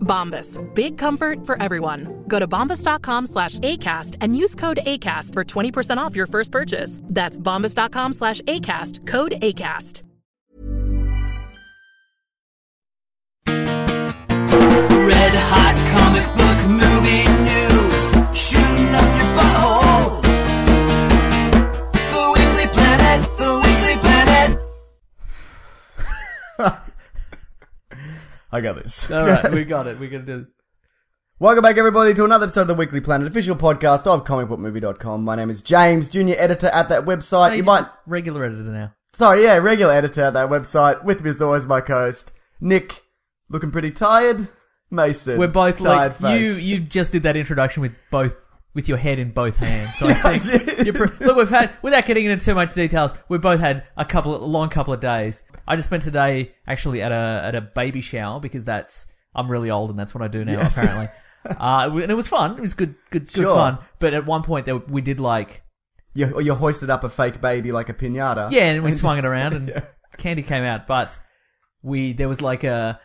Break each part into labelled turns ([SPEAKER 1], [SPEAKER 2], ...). [SPEAKER 1] Bombas. Big comfort for everyone. Go to bombas.com slash ACAST and use code ACAST for 20% off your first purchase. That's bombas.com slash ACAST. Code ACAST.
[SPEAKER 2] Red hot comic book movie news. Shooting up your butthole. The Weekly Planet. The Weekly Planet.
[SPEAKER 3] I got this.
[SPEAKER 4] All right, we got it. We're gonna do.
[SPEAKER 3] Welcome back, everybody, to another episode of the Weekly Planet official podcast of comicbookmovie.com. My name is James, junior editor at that website.
[SPEAKER 4] No,
[SPEAKER 3] Uh, you
[SPEAKER 4] just
[SPEAKER 3] might,
[SPEAKER 4] regular editor now.
[SPEAKER 3] sorry, yeah, regular editor at that website. With me as always, my co-host Nick, looking pretty tired. Mason,
[SPEAKER 4] We're both
[SPEAKER 3] tired
[SPEAKER 4] like you.
[SPEAKER 3] face.
[SPEAKER 4] You just did that introduction with both with your head in both hands. So I think
[SPEAKER 3] did.
[SPEAKER 4] you're pre- look, we've had without getting into too much details, we both had a couple a long couple of days. I just spent today actually at a at a baby shower because that's I'm really old and that's what I do now
[SPEAKER 3] Yes.
[SPEAKER 4] apparently. Uh, and it was fun. It was good, good, good
[SPEAKER 3] Sure.
[SPEAKER 4] fun. But at one point, there, we did like
[SPEAKER 3] you, you hoisted up a fake baby like a pinata.
[SPEAKER 4] Yeah, and we swung it around, and candy came out. But we there was like a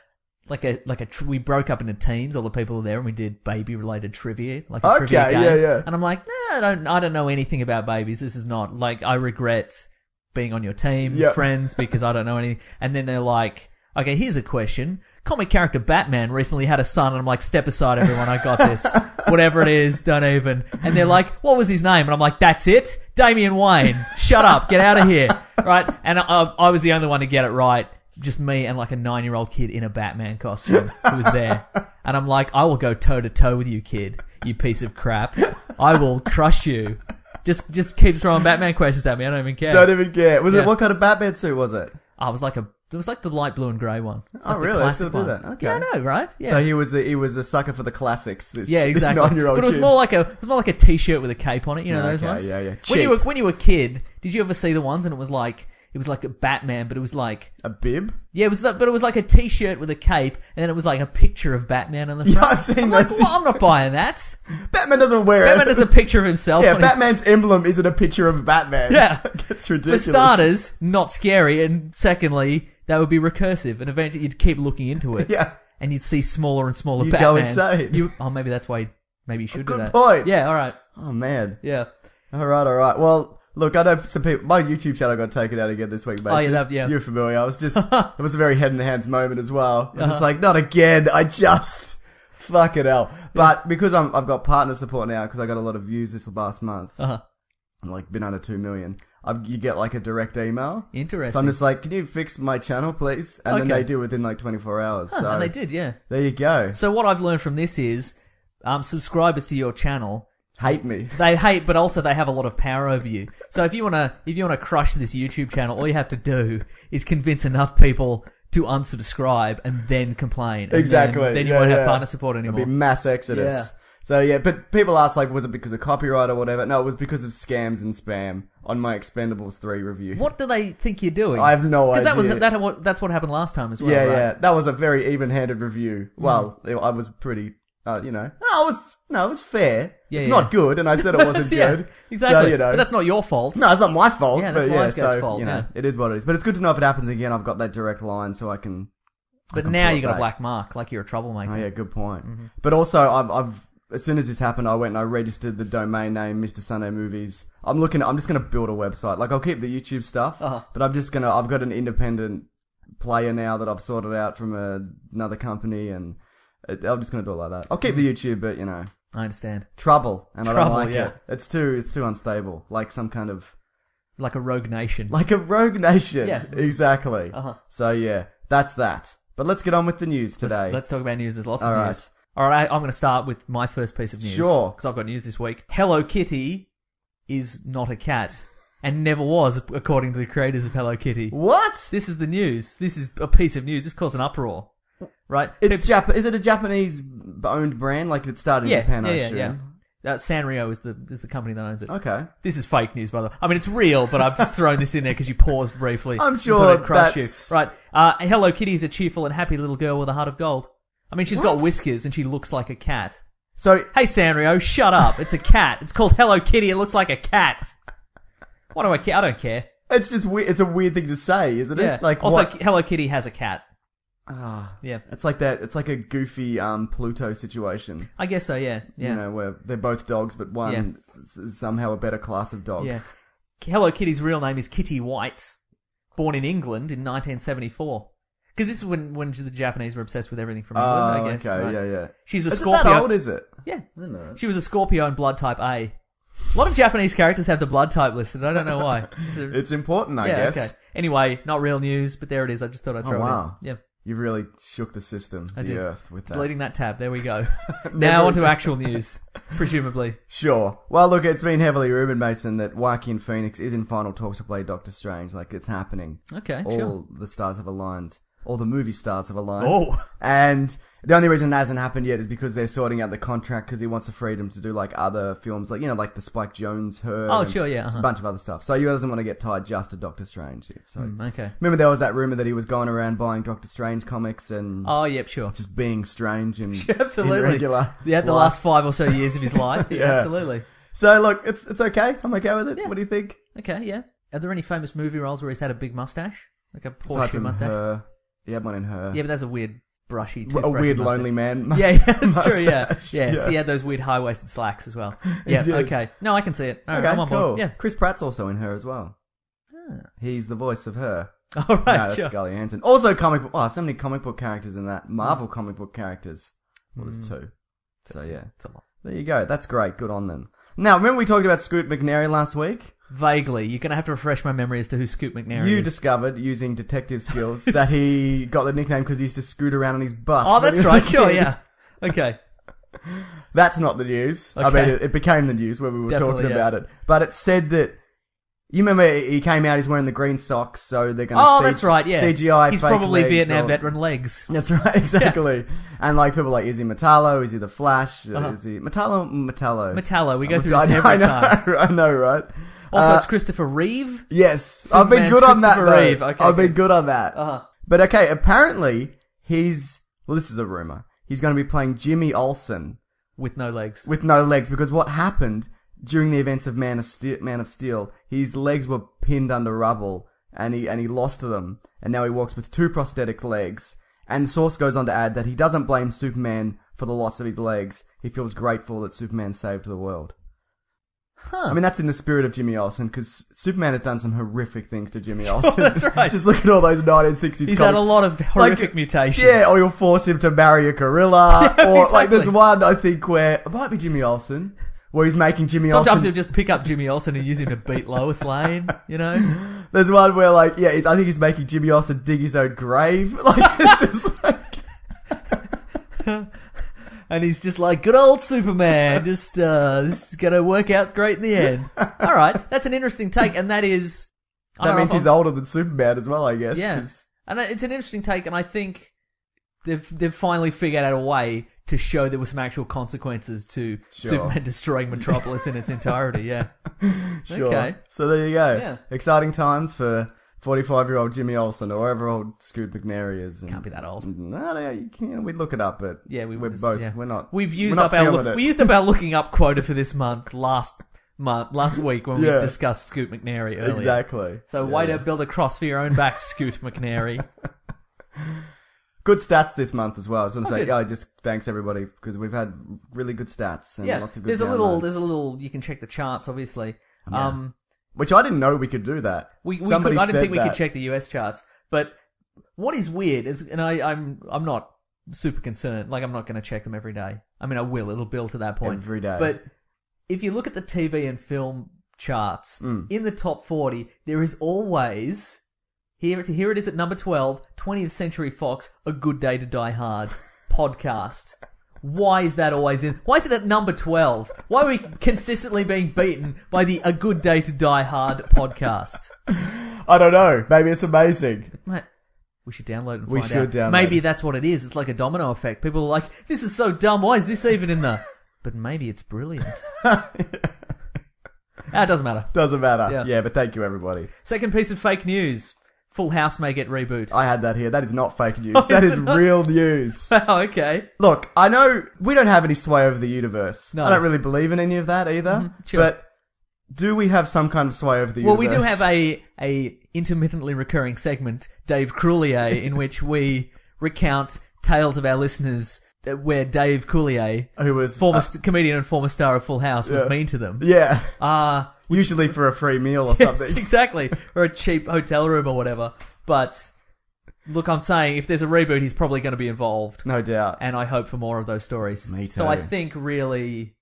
[SPEAKER 4] like a like a tr- we broke up into teams. All the people were there, and we did baby related trivia, like a trivia
[SPEAKER 3] Okay,
[SPEAKER 4] game.
[SPEAKER 3] yeah, yeah.
[SPEAKER 4] And I'm like, nah, I don't I don't know anything about babies. This is not like I regret being on your team,
[SPEAKER 3] Yeah.
[SPEAKER 4] friends, because I don't know anything. And then they're like, okay, here's a question. Comic character Batman recently had a son, and I'm like, step aside, everyone. I got this. Whatever it is, don't even. And they're like, what was his name? And I'm like, that's it? Damian Wayne. Shut up. Get out of here. Right? And I, I was the only one to get it right. Just me and like a nine year old kid in a Batman costume who was there. And I'm like, I will go toe to toe with you, kid. You piece of crap. I will crush you. Just, just keep throwing Batman questions at me. I don't even care.
[SPEAKER 3] Don't even care. Was
[SPEAKER 4] Yeah.
[SPEAKER 3] it what kind of Batman suit was it?
[SPEAKER 4] I was like a. It was like the light blue and grey one. It's
[SPEAKER 3] Oh,
[SPEAKER 4] like the
[SPEAKER 3] really? They
[SPEAKER 4] classic
[SPEAKER 3] still do
[SPEAKER 4] one.
[SPEAKER 3] that? Okay.
[SPEAKER 4] Yeah, I know, right? Yeah.
[SPEAKER 3] So he was a, he was a sucker for the classics. This,
[SPEAKER 4] yeah, exactly.
[SPEAKER 3] This nine-year-old
[SPEAKER 4] but it was
[SPEAKER 3] kid.
[SPEAKER 4] more like a. It was more like a t-shirt with a cape on it. You know
[SPEAKER 3] Okay,
[SPEAKER 4] those ones.
[SPEAKER 3] yeah, yeah.
[SPEAKER 4] When you were
[SPEAKER 3] Cheap.
[SPEAKER 4] when you were a kid, did you ever see the ones and it was like it was like a Batman, but it was like
[SPEAKER 3] a bib.
[SPEAKER 4] yeah, it was that, but it was like a t-shirt with a cape, and then it was like a picture of Batman on the front.
[SPEAKER 3] Yeah, I've seen
[SPEAKER 4] I'm like,
[SPEAKER 3] those.
[SPEAKER 4] well, I'm not buying that.
[SPEAKER 3] Batman doesn't wear it.
[SPEAKER 4] Batman is a picture of himself.
[SPEAKER 3] Yeah,
[SPEAKER 4] on his-
[SPEAKER 3] Batman's emblem isn't a picture of Batman.
[SPEAKER 4] Yeah.
[SPEAKER 3] it's ridiculous.
[SPEAKER 4] For starters, not scary, and secondly, that would be recursive, and eventually you'd keep looking into it.
[SPEAKER 3] Yeah.
[SPEAKER 4] And you'd see smaller and smaller
[SPEAKER 3] You'd
[SPEAKER 4] Batman.
[SPEAKER 3] go insane.
[SPEAKER 4] You, oh, maybe that's why. Maybe you should do
[SPEAKER 3] good
[SPEAKER 4] that.
[SPEAKER 3] point.
[SPEAKER 4] Yeah. All right.
[SPEAKER 3] oh man.
[SPEAKER 4] Yeah.
[SPEAKER 3] All right, all right. Well, look, I know some people. My YouTube channel got taken out again this week,
[SPEAKER 4] Oh, yeah,
[SPEAKER 3] basically.
[SPEAKER 4] that- yeah.
[SPEAKER 3] You're familiar. I was just. it was a very head in hands moment as well. It's
[SPEAKER 4] Uh-huh.
[SPEAKER 3] just like not again. I just. Fucking hell. But because I'm, I've got partner support now, because I got a lot of views this last month,
[SPEAKER 4] Uh-huh.
[SPEAKER 3] I'm like been under two million. I've, you get like a direct email.
[SPEAKER 4] Interesting.
[SPEAKER 3] So I'm just like, can you fix my channel, please? And then
[SPEAKER 4] Okay.
[SPEAKER 3] they do within like 24 hours.
[SPEAKER 4] Huh,
[SPEAKER 3] so
[SPEAKER 4] and they did. Yeah.
[SPEAKER 3] There you go.
[SPEAKER 4] So what I've learned from this is, um, subscribers to your channel
[SPEAKER 3] Hate me.
[SPEAKER 4] they hate, but also they have a lot of power over you. So if you wanna, if you wanna crush this YouTube channel, all you have to do is convince enough people to unsubscribe and then complain. And then-
[SPEAKER 3] Exactly.
[SPEAKER 4] Then, you
[SPEAKER 3] Yeah,
[SPEAKER 4] won't
[SPEAKER 3] yeah.
[SPEAKER 4] have partner support
[SPEAKER 3] It'd
[SPEAKER 4] anymore.
[SPEAKER 3] be mass exodus.
[SPEAKER 4] Yeah.
[SPEAKER 3] So yeah, but people ask like, was it because of copyright or whatever? No, it was because of scams and spam on my Expendables three review.
[SPEAKER 4] What do they think you're doing?
[SPEAKER 3] I have no
[SPEAKER 4] Because that was
[SPEAKER 3] idea.
[SPEAKER 4] that. What, that's what happened last time as well.
[SPEAKER 3] yeah,
[SPEAKER 4] right? Mm.
[SPEAKER 3] yeah, that was a very even-handed review. Well, it- I was pretty, uh, you know, no, I was no, it was fair.
[SPEAKER 4] Yeah,
[SPEAKER 3] it's
[SPEAKER 4] yeah.
[SPEAKER 3] not good, and I said it wasn't
[SPEAKER 4] Yeah,
[SPEAKER 3] good.
[SPEAKER 4] exactly.
[SPEAKER 3] So, you know,
[SPEAKER 4] But that's not your fault.
[SPEAKER 3] no, it's not my fault.
[SPEAKER 4] Yeah,
[SPEAKER 3] but
[SPEAKER 4] that's
[SPEAKER 3] yeah,
[SPEAKER 4] Lionsgate's
[SPEAKER 3] so
[SPEAKER 4] fault,
[SPEAKER 3] you know,
[SPEAKER 4] yeah.
[SPEAKER 3] it is what it is. But it's good to know if it happens again. I've got that direct line, so I can
[SPEAKER 4] but
[SPEAKER 3] can
[SPEAKER 4] now
[SPEAKER 3] pull
[SPEAKER 4] you
[SPEAKER 3] it
[SPEAKER 4] got
[SPEAKER 3] back.
[SPEAKER 4] a black mark, like you're a troublemaker.
[SPEAKER 3] Oh yeah, good point.
[SPEAKER 4] Mm-hmm.
[SPEAKER 3] But also, I've, I've as soon as this happened, I went and I registered the domain name Mr Sunday Movies. I'm looking. I'm just gonna build a website. Like I'll keep the YouTube stuff,
[SPEAKER 4] Uh-huh.
[SPEAKER 3] but I'm just gonna. I've got an independent player now that I've sorted out from a, another company, and It- I'm just gonna do it like that. I'll keep the YouTube, but you know,
[SPEAKER 4] I understand.
[SPEAKER 3] trouble, and I don't
[SPEAKER 4] Mm-hmm. Trouble,
[SPEAKER 3] like
[SPEAKER 4] yeah.
[SPEAKER 3] it. It's too, it's too unstable. Like some kind of
[SPEAKER 4] Like a rogue nation.
[SPEAKER 3] like a rogue nation.
[SPEAKER 4] Yeah.
[SPEAKER 3] exactly.
[SPEAKER 4] Uh-huh.
[SPEAKER 3] So yeah, that's that. But let's get on with the news
[SPEAKER 4] Let's-
[SPEAKER 3] today.
[SPEAKER 4] Let's, talk about news. There's lots
[SPEAKER 3] All
[SPEAKER 4] of
[SPEAKER 3] right.
[SPEAKER 4] news. All right, I'm going to start with my first piece of news.
[SPEAKER 3] Sure.
[SPEAKER 4] Because I've got news this week. Hello Kitty is not a cat and never was, according to the creators of Hello Kitty.
[SPEAKER 3] What?
[SPEAKER 4] This is the news. This is a piece of news. This caused an uproar, right?
[SPEAKER 3] It's Jap- Is it a Japanese-owned brand? Like it started in
[SPEAKER 4] yeah,
[SPEAKER 3] Japan,
[SPEAKER 4] yeah,
[SPEAKER 3] I
[SPEAKER 4] yeah,
[SPEAKER 3] assume. Oh,
[SPEAKER 4] yeah. That Sanrio is the is the company that owns it.
[SPEAKER 3] Okay.
[SPEAKER 4] This is fake news, by the way. I mean, it's real, but I've just thrown this in there because you paused briefly.
[SPEAKER 3] I'm
[SPEAKER 4] You
[SPEAKER 3] sure
[SPEAKER 4] thought I'd crush
[SPEAKER 3] that's-
[SPEAKER 4] you. Right. Uh, Hello Kitty is a cheerful and happy little girl with a heart of gold. I mean, she's got
[SPEAKER 3] What?
[SPEAKER 4] whiskers and she looks like a cat.
[SPEAKER 3] So
[SPEAKER 4] Hey, Sanrio, shut up. It's a cat. It's called Hello Kitty. It looks like a cat. What do I care? I don't care.
[SPEAKER 3] it's just weird. It's a weird thing to say, isn't
[SPEAKER 4] Yeah.
[SPEAKER 3] it? Like
[SPEAKER 4] also,
[SPEAKER 3] what?
[SPEAKER 4] Hello Kitty has a cat.
[SPEAKER 3] Ah.
[SPEAKER 4] Yeah.
[SPEAKER 3] It's like that. It's like a goofy um, Pluto situation.
[SPEAKER 4] I guess so, yeah. Yeah.
[SPEAKER 3] You know, where they're both dogs, but one s is somehow a better class of dog.
[SPEAKER 4] Yeah. Hello Kitty's real name is Kitty White, born in England in 1974. Because this is when, when the Japanese were obsessed with everything from
[SPEAKER 3] Oh,
[SPEAKER 4] England, I guess.
[SPEAKER 3] okay.
[SPEAKER 4] right?
[SPEAKER 3] Yeah, yeah.
[SPEAKER 4] She's a
[SPEAKER 3] Is it
[SPEAKER 4] Scorpio.
[SPEAKER 3] that old? Is it?
[SPEAKER 4] Yeah.
[SPEAKER 3] know.
[SPEAKER 4] She was a Scorpio and blood type A. A lot of Japanese characters have the blood type listed. I don't know why. It's a-
[SPEAKER 3] It's important, I
[SPEAKER 4] yeah,
[SPEAKER 3] guess.
[SPEAKER 4] okay. Anyway, not real news, but there it is. I just thought I'd
[SPEAKER 3] Oh,
[SPEAKER 4] throw
[SPEAKER 3] wow.
[SPEAKER 4] it in. Yeah.
[SPEAKER 3] You really shook the system,
[SPEAKER 4] I
[SPEAKER 3] the
[SPEAKER 4] did.
[SPEAKER 3] earth with that.
[SPEAKER 4] Deleting that tab. There we go. now onto actual news, presumably.
[SPEAKER 3] Sure. Well, look, it's been heavily rumored, Mason, that Joaquin Phoenix is in final talks to play Doctor Strange. Like, it's happening.
[SPEAKER 4] Okay,
[SPEAKER 3] All
[SPEAKER 4] sure.
[SPEAKER 3] the stars have aligned. All the movie stars have aligned.
[SPEAKER 4] Oh.
[SPEAKER 3] And the only reason it hasn't happened yet is because they're sorting out the contract because he wants the freedom to do, like, other films, like, you know, like the Spike Jones Her.
[SPEAKER 4] Oh,
[SPEAKER 3] and
[SPEAKER 4] sure, yeah,
[SPEAKER 3] it's
[SPEAKER 4] uh-huh.
[SPEAKER 3] A bunch of other stuff. So he doesn't want to get tied just to Doctor Strange. So.
[SPEAKER 4] Mm, okay.
[SPEAKER 3] Remember there was that rumor that he was going around buying Doctor Strange comics and
[SPEAKER 4] Oh, yep, sure.
[SPEAKER 3] just being strange and
[SPEAKER 4] Absolutely.
[SPEAKER 3] irregular.
[SPEAKER 4] Yeah, the
[SPEAKER 3] life.
[SPEAKER 4] last five or so years of his life. yeah,
[SPEAKER 3] Yeah.
[SPEAKER 4] absolutely.
[SPEAKER 3] So look, it's it's okay. I'm okay with it.
[SPEAKER 4] Yeah.
[SPEAKER 3] What do you think?
[SPEAKER 4] Okay, yeah. Are there any famous movie roles where he's had a big mustache? Like a
[SPEAKER 3] Aside
[SPEAKER 4] Porsche
[SPEAKER 3] from
[SPEAKER 4] mustache?
[SPEAKER 3] Her, he had one in her.
[SPEAKER 4] Yeah, but that's a weird brushy
[SPEAKER 3] uh, a
[SPEAKER 4] toothbrushy
[SPEAKER 3] weird
[SPEAKER 4] mustache.
[SPEAKER 3] lonely man. Must-
[SPEAKER 4] Yeah, yeah, that's true, yeah.
[SPEAKER 3] mustache.
[SPEAKER 4] Yeah, so he had those weird high waisted slacks as well. Yeah,
[SPEAKER 3] did.
[SPEAKER 4] okay. No, I can see it. All right,
[SPEAKER 3] okay,
[SPEAKER 4] I'm on
[SPEAKER 3] cool.
[SPEAKER 4] board. Yeah.
[SPEAKER 3] Chris Pratt's also in her as well. He's the voice of her.
[SPEAKER 4] All
[SPEAKER 3] No,
[SPEAKER 4] right,
[SPEAKER 3] that's
[SPEAKER 4] sure.
[SPEAKER 3] Scully Hansen. Also comic book. Oh, so many comic book characters in that. Marvel comic book characters. Well, there's
[SPEAKER 4] Hmm.
[SPEAKER 3] two. So yeah,
[SPEAKER 4] It's a lot.
[SPEAKER 3] there you go. That's great. Good on them. Now, remember we talked about Scoot McNairy last week?
[SPEAKER 4] Vaguely, you're going to have to refresh my memory as to who Scoot McNair
[SPEAKER 3] You
[SPEAKER 4] is.
[SPEAKER 3] discovered using detective skills that he got the nickname because he used to scoot around on his bus.
[SPEAKER 4] oh,
[SPEAKER 3] when he
[SPEAKER 4] that's
[SPEAKER 3] was a
[SPEAKER 4] right, sure,
[SPEAKER 3] kid.
[SPEAKER 4] yeah. Okay.
[SPEAKER 3] That's not the news. I
[SPEAKER 4] Okay.
[SPEAKER 3] mean, it, it became the news when we were
[SPEAKER 4] Definitely,
[SPEAKER 3] talking
[SPEAKER 4] yeah.
[SPEAKER 3] about it. But it said that you remember he came out. He's wearing the green socks, so they're going to.
[SPEAKER 4] Oh, that's right, yeah.
[SPEAKER 3] CGI.
[SPEAKER 4] He's
[SPEAKER 3] fake
[SPEAKER 4] probably
[SPEAKER 3] legs
[SPEAKER 4] Vietnam
[SPEAKER 3] or-
[SPEAKER 4] veteran legs.
[SPEAKER 3] That's right, exactly. And like people are like, is he Metallo? Is he the Flash?
[SPEAKER 4] Uh-huh.
[SPEAKER 3] Is he Metallo? Metallo.
[SPEAKER 4] Metallo, we go
[SPEAKER 3] I-
[SPEAKER 4] through this
[SPEAKER 3] I know-
[SPEAKER 4] every
[SPEAKER 3] I know,
[SPEAKER 4] time.
[SPEAKER 3] I know, right?
[SPEAKER 4] Also,
[SPEAKER 3] Uh,
[SPEAKER 4] it's Christopher Reeve.
[SPEAKER 3] Yes, I've been
[SPEAKER 4] Superman's
[SPEAKER 3] good on that.
[SPEAKER 4] Christopher
[SPEAKER 3] though.
[SPEAKER 4] Reeve. Okay,
[SPEAKER 3] I've been
[SPEAKER 4] good.
[SPEAKER 3] good on that.
[SPEAKER 4] Uh-huh.
[SPEAKER 3] But okay, apparently he's well. This is a rumor. He's going to be playing Jimmy Olsen
[SPEAKER 4] With no legs.
[SPEAKER 3] with no legs because what happened during the events of Man of Steel, Man of Steel his legs were pinned under rubble and he and he lost them and now he walks with two prosthetic legs. And the source goes on to add that he doesn't blame Superman for the loss of his legs. He feels grateful that Superman saved the world.
[SPEAKER 4] Huh.
[SPEAKER 3] I mean, that's in the spirit of Jimmy Olsen because Superman has done some horrific things to Jimmy
[SPEAKER 4] Sure,
[SPEAKER 3] Olsen.
[SPEAKER 4] that's right.
[SPEAKER 3] Just look at all those 1960s.
[SPEAKER 4] He's
[SPEAKER 3] comics.
[SPEAKER 4] had a lot of horrific
[SPEAKER 3] Like,
[SPEAKER 4] mutations.
[SPEAKER 3] Yeah, or he'll force him to marry a gorilla.
[SPEAKER 4] Yeah,
[SPEAKER 3] or like
[SPEAKER 4] exactly.
[SPEAKER 3] there's one I think where it might be Jimmy Olsen, where he's making Jimmy
[SPEAKER 4] Sometimes
[SPEAKER 3] Olsen.
[SPEAKER 4] he'll just pick up Jimmy Olsen and use him to beat Lois Lane, you know?
[SPEAKER 3] There's one where like yeah, he's, I think he's making Jimmy Olsen dig his own grave. Like it's just like
[SPEAKER 4] And he's just like, good old Superman, just, uh, this is gonna work out great in the end. Alright, that's an interesting take, and that is. I
[SPEAKER 3] that
[SPEAKER 4] don't know
[SPEAKER 3] means
[SPEAKER 4] if
[SPEAKER 3] he's
[SPEAKER 4] I'm-
[SPEAKER 3] older than Superman as well, I guess.
[SPEAKER 4] Yeah.
[SPEAKER 3] 'cause-
[SPEAKER 4] And it's an interesting take, and I think they've, they've finally figured out a way to show there were some actual consequences to
[SPEAKER 3] Sure.
[SPEAKER 4] Superman destroying Metropolis in its entirety, yeah.
[SPEAKER 3] Sure.
[SPEAKER 4] Okay.
[SPEAKER 3] So there you go.
[SPEAKER 4] Yeah.
[SPEAKER 3] Exciting times for 45 year old Jimmy Olsen or whatever old Scoot McNairy is. And-
[SPEAKER 4] Can't be that old.
[SPEAKER 3] No, no, you can't. We look it up, but
[SPEAKER 4] Yeah, we
[SPEAKER 3] we're
[SPEAKER 4] this-
[SPEAKER 3] both.
[SPEAKER 4] yeah.
[SPEAKER 3] We're not.
[SPEAKER 4] We've
[SPEAKER 3] we're
[SPEAKER 4] used
[SPEAKER 3] not
[SPEAKER 4] up our
[SPEAKER 3] feeling
[SPEAKER 4] look-
[SPEAKER 3] it.
[SPEAKER 4] we used up our looking up quota for this month last month last week when
[SPEAKER 3] Yeah.
[SPEAKER 4] we discussed Scoot McNairy earlier.
[SPEAKER 3] exactly.
[SPEAKER 4] So
[SPEAKER 3] Yeah,
[SPEAKER 4] way
[SPEAKER 3] yeah.
[SPEAKER 4] to build a cross for your own back, Scoot McNairy.
[SPEAKER 3] Good stats this month as well. I just want to
[SPEAKER 4] Oh,
[SPEAKER 3] say,
[SPEAKER 4] good.
[SPEAKER 3] yeah, just thanks everybody because we've had really good stats and
[SPEAKER 4] yeah,
[SPEAKER 3] lots of good.
[SPEAKER 4] there's a little,
[SPEAKER 3] downloads.
[SPEAKER 4] there's a little. You can check the charts, obviously.
[SPEAKER 3] Yeah.
[SPEAKER 4] Um,
[SPEAKER 3] which I didn't know we could do that.
[SPEAKER 4] we, we
[SPEAKER 3] Somebody
[SPEAKER 4] could, I didn't
[SPEAKER 3] said
[SPEAKER 4] think we
[SPEAKER 3] that.
[SPEAKER 4] could check the US charts, but what is weird is, and I, I'm, I'm not super concerned. Like I'm not going to check them every day. I mean, I will. It'll build to that point
[SPEAKER 3] Every day.
[SPEAKER 4] But if you look at the TV and film charts
[SPEAKER 3] Mm.
[SPEAKER 4] in the top 40, there is always here. Here it is at number 12, 20th Century Fox, A Good Day to Die Hard podcast. Why is that always in? Why is it at number 12? Why are we consistently being beaten by the A Good Day to Die Hard podcast?
[SPEAKER 3] I don't know. Maybe it's amazing.
[SPEAKER 4] Mate, we should download and
[SPEAKER 3] We
[SPEAKER 4] find
[SPEAKER 3] should
[SPEAKER 4] out.
[SPEAKER 3] download
[SPEAKER 4] Maybe
[SPEAKER 3] it.
[SPEAKER 4] that's what it is. It's like a domino effect. People are like, "This is so dumb. Why is this even in there?" But maybe it's brilliant. ah, it doesn't matter.
[SPEAKER 3] Doesn't matter.
[SPEAKER 4] Yeah.
[SPEAKER 3] Yeah. but thank you, everybody.
[SPEAKER 4] Second piece of fake news: Full House may get reboot.
[SPEAKER 3] I had that here. That is not fake news. That is real news.
[SPEAKER 4] oh, okay.
[SPEAKER 3] Look, I know we don't have any sway over the universe.
[SPEAKER 4] No. Mm-hmm.
[SPEAKER 3] I don't really believe in any of that either.
[SPEAKER 4] sure.
[SPEAKER 3] But do we have some kind of sway over the
[SPEAKER 4] Well, we
[SPEAKER 3] universe?
[SPEAKER 4] do have a a intermittently recurring segment, Dave Coulier, in which we recount tales of our listeners that where Dave Coulier,
[SPEAKER 3] who was
[SPEAKER 4] former
[SPEAKER 3] uh,
[SPEAKER 4] st- comedian and former star of Full House, was
[SPEAKER 3] yeah.
[SPEAKER 4] mean to them.
[SPEAKER 3] yeah,
[SPEAKER 4] Ah.
[SPEAKER 3] usually for a free meal or
[SPEAKER 4] Yes,
[SPEAKER 3] something.
[SPEAKER 4] exactly. Or a cheap hotel room or whatever. But look, I'm saying if there's a reboot, he's probably going to be involved.
[SPEAKER 3] No doubt.
[SPEAKER 4] And I hope for more of those stories.
[SPEAKER 3] Me
[SPEAKER 4] So I
[SPEAKER 3] too.
[SPEAKER 4] think really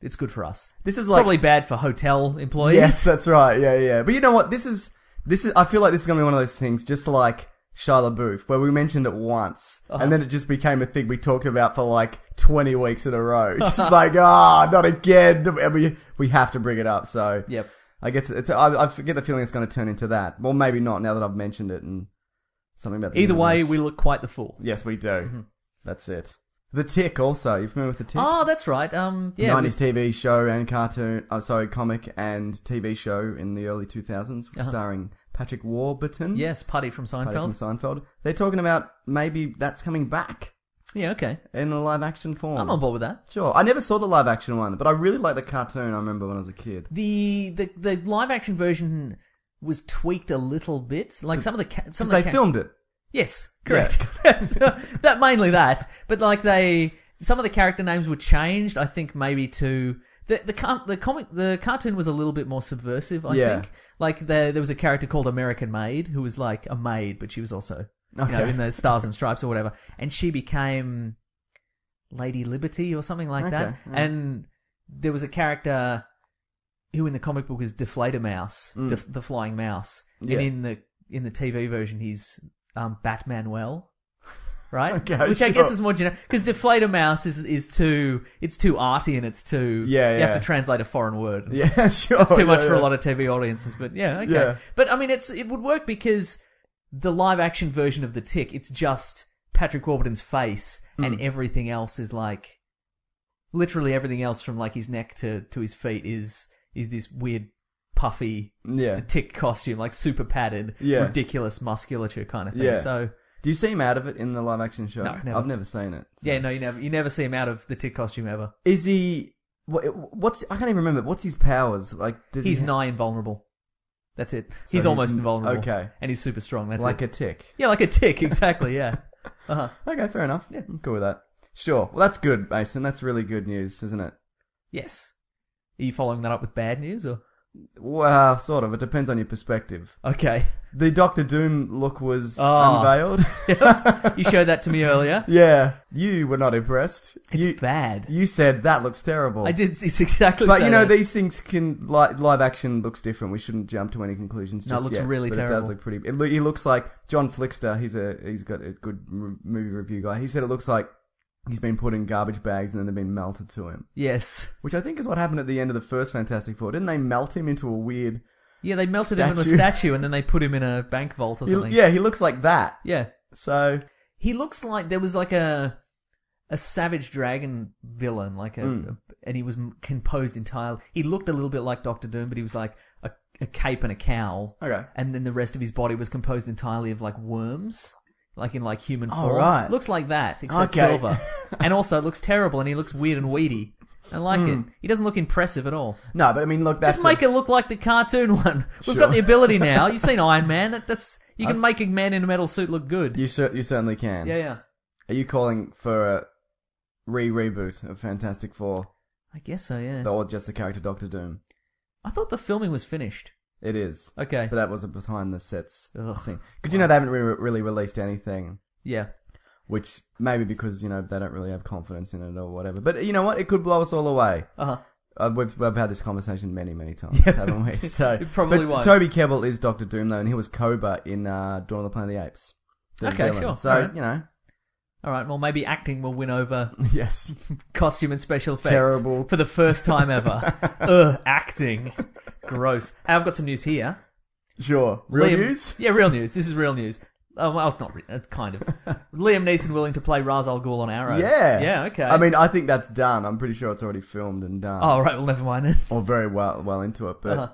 [SPEAKER 4] it's good for us.
[SPEAKER 3] This is
[SPEAKER 4] It's
[SPEAKER 3] like
[SPEAKER 4] probably bad for hotel employees.
[SPEAKER 3] Yes, that's right. Yeah, yeah. But you know what? This is this is. I feel like this is gonna be one of those things, just like Shia LaBeouf, where we mentioned it once,
[SPEAKER 4] Uh-huh.
[SPEAKER 3] and then it just became a thing we talked about for like twenty weeks in a row. Just like, ah, not again. And we we have to bring it up. So
[SPEAKER 4] Yep.
[SPEAKER 3] I guess it's. I, I forget the feeling it's gonna turn into that. Well, maybe not. Now that I've mentioned it and something about the
[SPEAKER 4] Either way,
[SPEAKER 3] universe.
[SPEAKER 4] we Mm-hmm. look quite the fool.
[SPEAKER 3] Yes, we do. That's it. The Tick also. You familiar with the Tick?
[SPEAKER 4] Oh, that's right. Um, yeah.
[SPEAKER 3] 90s TV show and cartoon, oh, sorry, comic and TV show in the early 2000s
[SPEAKER 4] Uh-huh.
[SPEAKER 3] starring Patrick Warburton.
[SPEAKER 4] Yes, Putty from Seinfeld.
[SPEAKER 3] Patty from Seinfeld. They're talking about maybe that's coming back
[SPEAKER 4] Yeah, okay.
[SPEAKER 3] in a live action form.
[SPEAKER 4] I'm on board with that.
[SPEAKER 3] Sure. I never saw the live action one, but I really liked the cartoon I remember when I was a kid.
[SPEAKER 4] The the the live action version was tweaked a little bit. Like some of the ca- some
[SPEAKER 3] Because
[SPEAKER 4] of the
[SPEAKER 3] they
[SPEAKER 4] ca-
[SPEAKER 3] filmed it.
[SPEAKER 4] Yes, correct. that mainly that, but like they, some of the character names were changed. I think maybe to the the com- the comic the cartoon was a little bit more subversive. I
[SPEAKER 3] Yeah.
[SPEAKER 4] think like there there was a character called American Maid who was like a maid, but she was also you know,
[SPEAKER 3] Okay.
[SPEAKER 4] in the Stars and Stripes or whatever, and she became Lady Liberty or something like that.
[SPEAKER 3] Okay, yeah.
[SPEAKER 4] And there was a character who in the comic book is Deflator Mouse, Def- the flying mouse,
[SPEAKER 3] Mm. Yeah.
[SPEAKER 4] and in the in the TV version he's um, Batmanuel, right?
[SPEAKER 3] Okay,
[SPEAKER 4] Which I guess
[SPEAKER 3] sure.
[SPEAKER 4] is more generic because Deflator Mouse is is too it's too arty and it's too
[SPEAKER 3] Yeah,
[SPEAKER 4] You have
[SPEAKER 3] yeah.
[SPEAKER 4] to translate a foreign word.
[SPEAKER 3] Yeah, sure.
[SPEAKER 4] That's too much for
[SPEAKER 3] Oh,
[SPEAKER 4] a
[SPEAKER 3] yeah.
[SPEAKER 4] lot of TV audiences, but yeah, okay.
[SPEAKER 3] Yeah.
[SPEAKER 4] But I mean, it's it would work because the live action version of the Tick, it's just Patrick Warburton's face,
[SPEAKER 3] Hmm.
[SPEAKER 4] and everything else is like, literally everything else from like his neck to to his feet is is this weird puffy
[SPEAKER 3] Yeah.
[SPEAKER 4] the Tick costume, like super padded,
[SPEAKER 3] Yeah.
[SPEAKER 4] ridiculous musculature kind of thing.
[SPEAKER 3] Yeah.
[SPEAKER 4] So
[SPEAKER 3] Do you see him out of it in the live action show?
[SPEAKER 4] No, never.
[SPEAKER 3] I've never seen it. so.
[SPEAKER 4] yeah, no, you never you never see him out of the Tick costume ever.
[SPEAKER 3] Is he. What, what's I can't even remember. What's his powers like? Does
[SPEAKER 4] He's
[SPEAKER 3] he, ha-
[SPEAKER 4] nigh invulnerable. That's it. he's
[SPEAKER 3] he's
[SPEAKER 4] almost
[SPEAKER 3] n-
[SPEAKER 4] invulnerable.
[SPEAKER 3] okay.
[SPEAKER 4] and he's super strong. That's
[SPEAKER 3] like
[SPEAKER 4] it.
[SPEAKER 3] a tick.
[SPEAKER 4] yeah, like a tick. Exactly. Yeah.
[SPEAKER 3] Okay, fair enough. Yeah, I'm cool with that. Sure. Well, that's good, Mason. That's really good news, isn't it?
[SPEAKER 4] Yes. Are you following that up with bad news or?
[SPEAKER 3] Well, sort of. It depends on your perspective.
[SPEAKER 4] Okay.
[SPEAKER 3] The Doctor Doom look was
[SPEAKER 4] Oh.
[SPEAKER 3] unveiled.
[SPEAKER 4] You showed that to me earlier.
[SPEAKER 3] yeah, you were not impressed.
[SPEAKER 4] It's
[SPEAKER 3] you,
[SPEAKER 4] bad.
[SPEAKER 3] You said that looks terrible.
[SPEAKER 4] I did. It's exactly.
[SPEAKER 3] But you
[SPEAKER 4] say
[SPEAKER 3] know
[SPEAKER 4] that.
[SPEAKER 3] these things can li- live action looks different. We shouldn't jump to any conclusions.
[SPEAKER 4] No, it
[SPEAKER 3] just
[SPEAKER 4] looks
[SPEAKER 3] yet,
[SPEAKER 4] really
[SPEAKER 3] but It
[SPEAKER 4] terrible.
[SPEAKER 3] does look pretty. It, loo- he looks like John Flickster. He's a he's got a good re- movie review guy. He said it looks like he's been put in garbage bags and then they've been melted to him.
[SPEAKER 4] Yes.
[SPEAKER 3] Which I think is what happened at the end of the first Fantastic Four. Didn't they melt him into a weird?
[SPEAKER 4] Yeah, they melted him into a
[SPEAKER 3] Statue.
[SPEAKER 4] statue and then they put him in a bank vault or
[SPEAKER 3] He-
[SPEAKER 4] something.
[SPEAKER 3] yeah, he looks like that.
[SPEAKER 4] Yeah.
[SPEAKER 3] So
[SPEAKER 4] He looks like there was like a a savage dragon villain, like a, a- and he was m- composed entirely. He looked a little bit like Doctor Doom, but he was like a, a cape and a cowl.
[SPEAKER 3] okay,
[SPEAKER 4] and then the rest of his body was composed entirely of like worms, like in like human
[SPEAKER 3] Oh,
[SPEAKER 4] form.
[SPEAKER 3] right.
[SPEAKER 4] Looks like that, except
[SPEAKER 3] Okay.
[SPEAKER 4] silver, and also it looks terrible, and he looks weird and weedy. I like it. He doesn't look impressive at all.
[SPEAKER 3] no, but I mean, look, Hmm. that's
[SPEAKER 4] Just make
[SPEAKER 3] a,
[SPEAKER 4] it look like the cartoon one.
[SPEAKER 3] Sure.
[SPEAKER 4] We've got the ability now. You've seen Iron Man. That, that's you can
[SPEAKER 3] I've s-
[SPEAKER 4] make a man in a metal suit look good.
[SPEAKER 3] you cer- you certainly can.
[SPEAKER 4] yeah, yeah.
[SPEAKER 3] Are you calling for a re reboot of Fantastic Four,
[SPEAKER 4] I guess so. Yeah.
[SPEAKER 3] or just the character Doctor Doom?
[SPEAKER 4] I thought the filming was finished.
[SPEAKER 3] It is.
[SPEAKER 4] Okay.
[SPEAKER 3] But that was a behind the sets
[SPEAKER 4] Ugh.
[SPEAKER 3] thing. Because you know they haven't re- really released anything
[SPEAKER 4] Yeah.
[SPEAKER 3] which maybe because you know they don't really have confidence in it or whatever. But you know what? It could blow us all away.
[SPEAKER 4] Uh-huh.
[SPEAKER 3] Uh, we've, we've had this conversation many, many times, haven't we? So
[SPEAKER 4] It probably
[SPEAKER 3] but
[SPEAKER 4] was.
[SPEAKER 3] Toby Kebbell is Doctor Doom though, and he was Koba in uh, Dawn of the Planet of the Apes. The
[SPEAKER 4] Okay,
[SPEAKER 3] villain.
[SPEAKER 4] sure.
[SPEAKER 3] So
[SPEAKER 4] Alright.
[SPEAKER 3] you know,
[SPEAKER 4] All right, well, maybe acting will win over
[SPEAKER 3] yes,
[SPEAKER 4] costume and special effects.
[SPEAKER 3] Terrible.
[SPEAKER 4] For the first time ever. Ugh, acting. Gross. And I've got some news here.
[SPEAKER 3] sure. Real
[SPEAKER 4] Liam-
[SPEAKER 3] news.
[SPEAKER 4] Yeah, real news. This is real news. Oh, well, it's not re- uh, kind of. Liam Neeson willing to play Ra's al Ghul on Arrow.
[SPEAKER 3] Yeah.
[SPEAKER 4] Yeah, okay.
[SPEAKER 3] I mean, I think that's done. I'm pretty sure it's already filmed and done.
[SPEAKER 4] Oh, right, well, never mind then.
[SPEAKER 3] Or very well well into it, but
[SPEAKER 4] Uh-huh.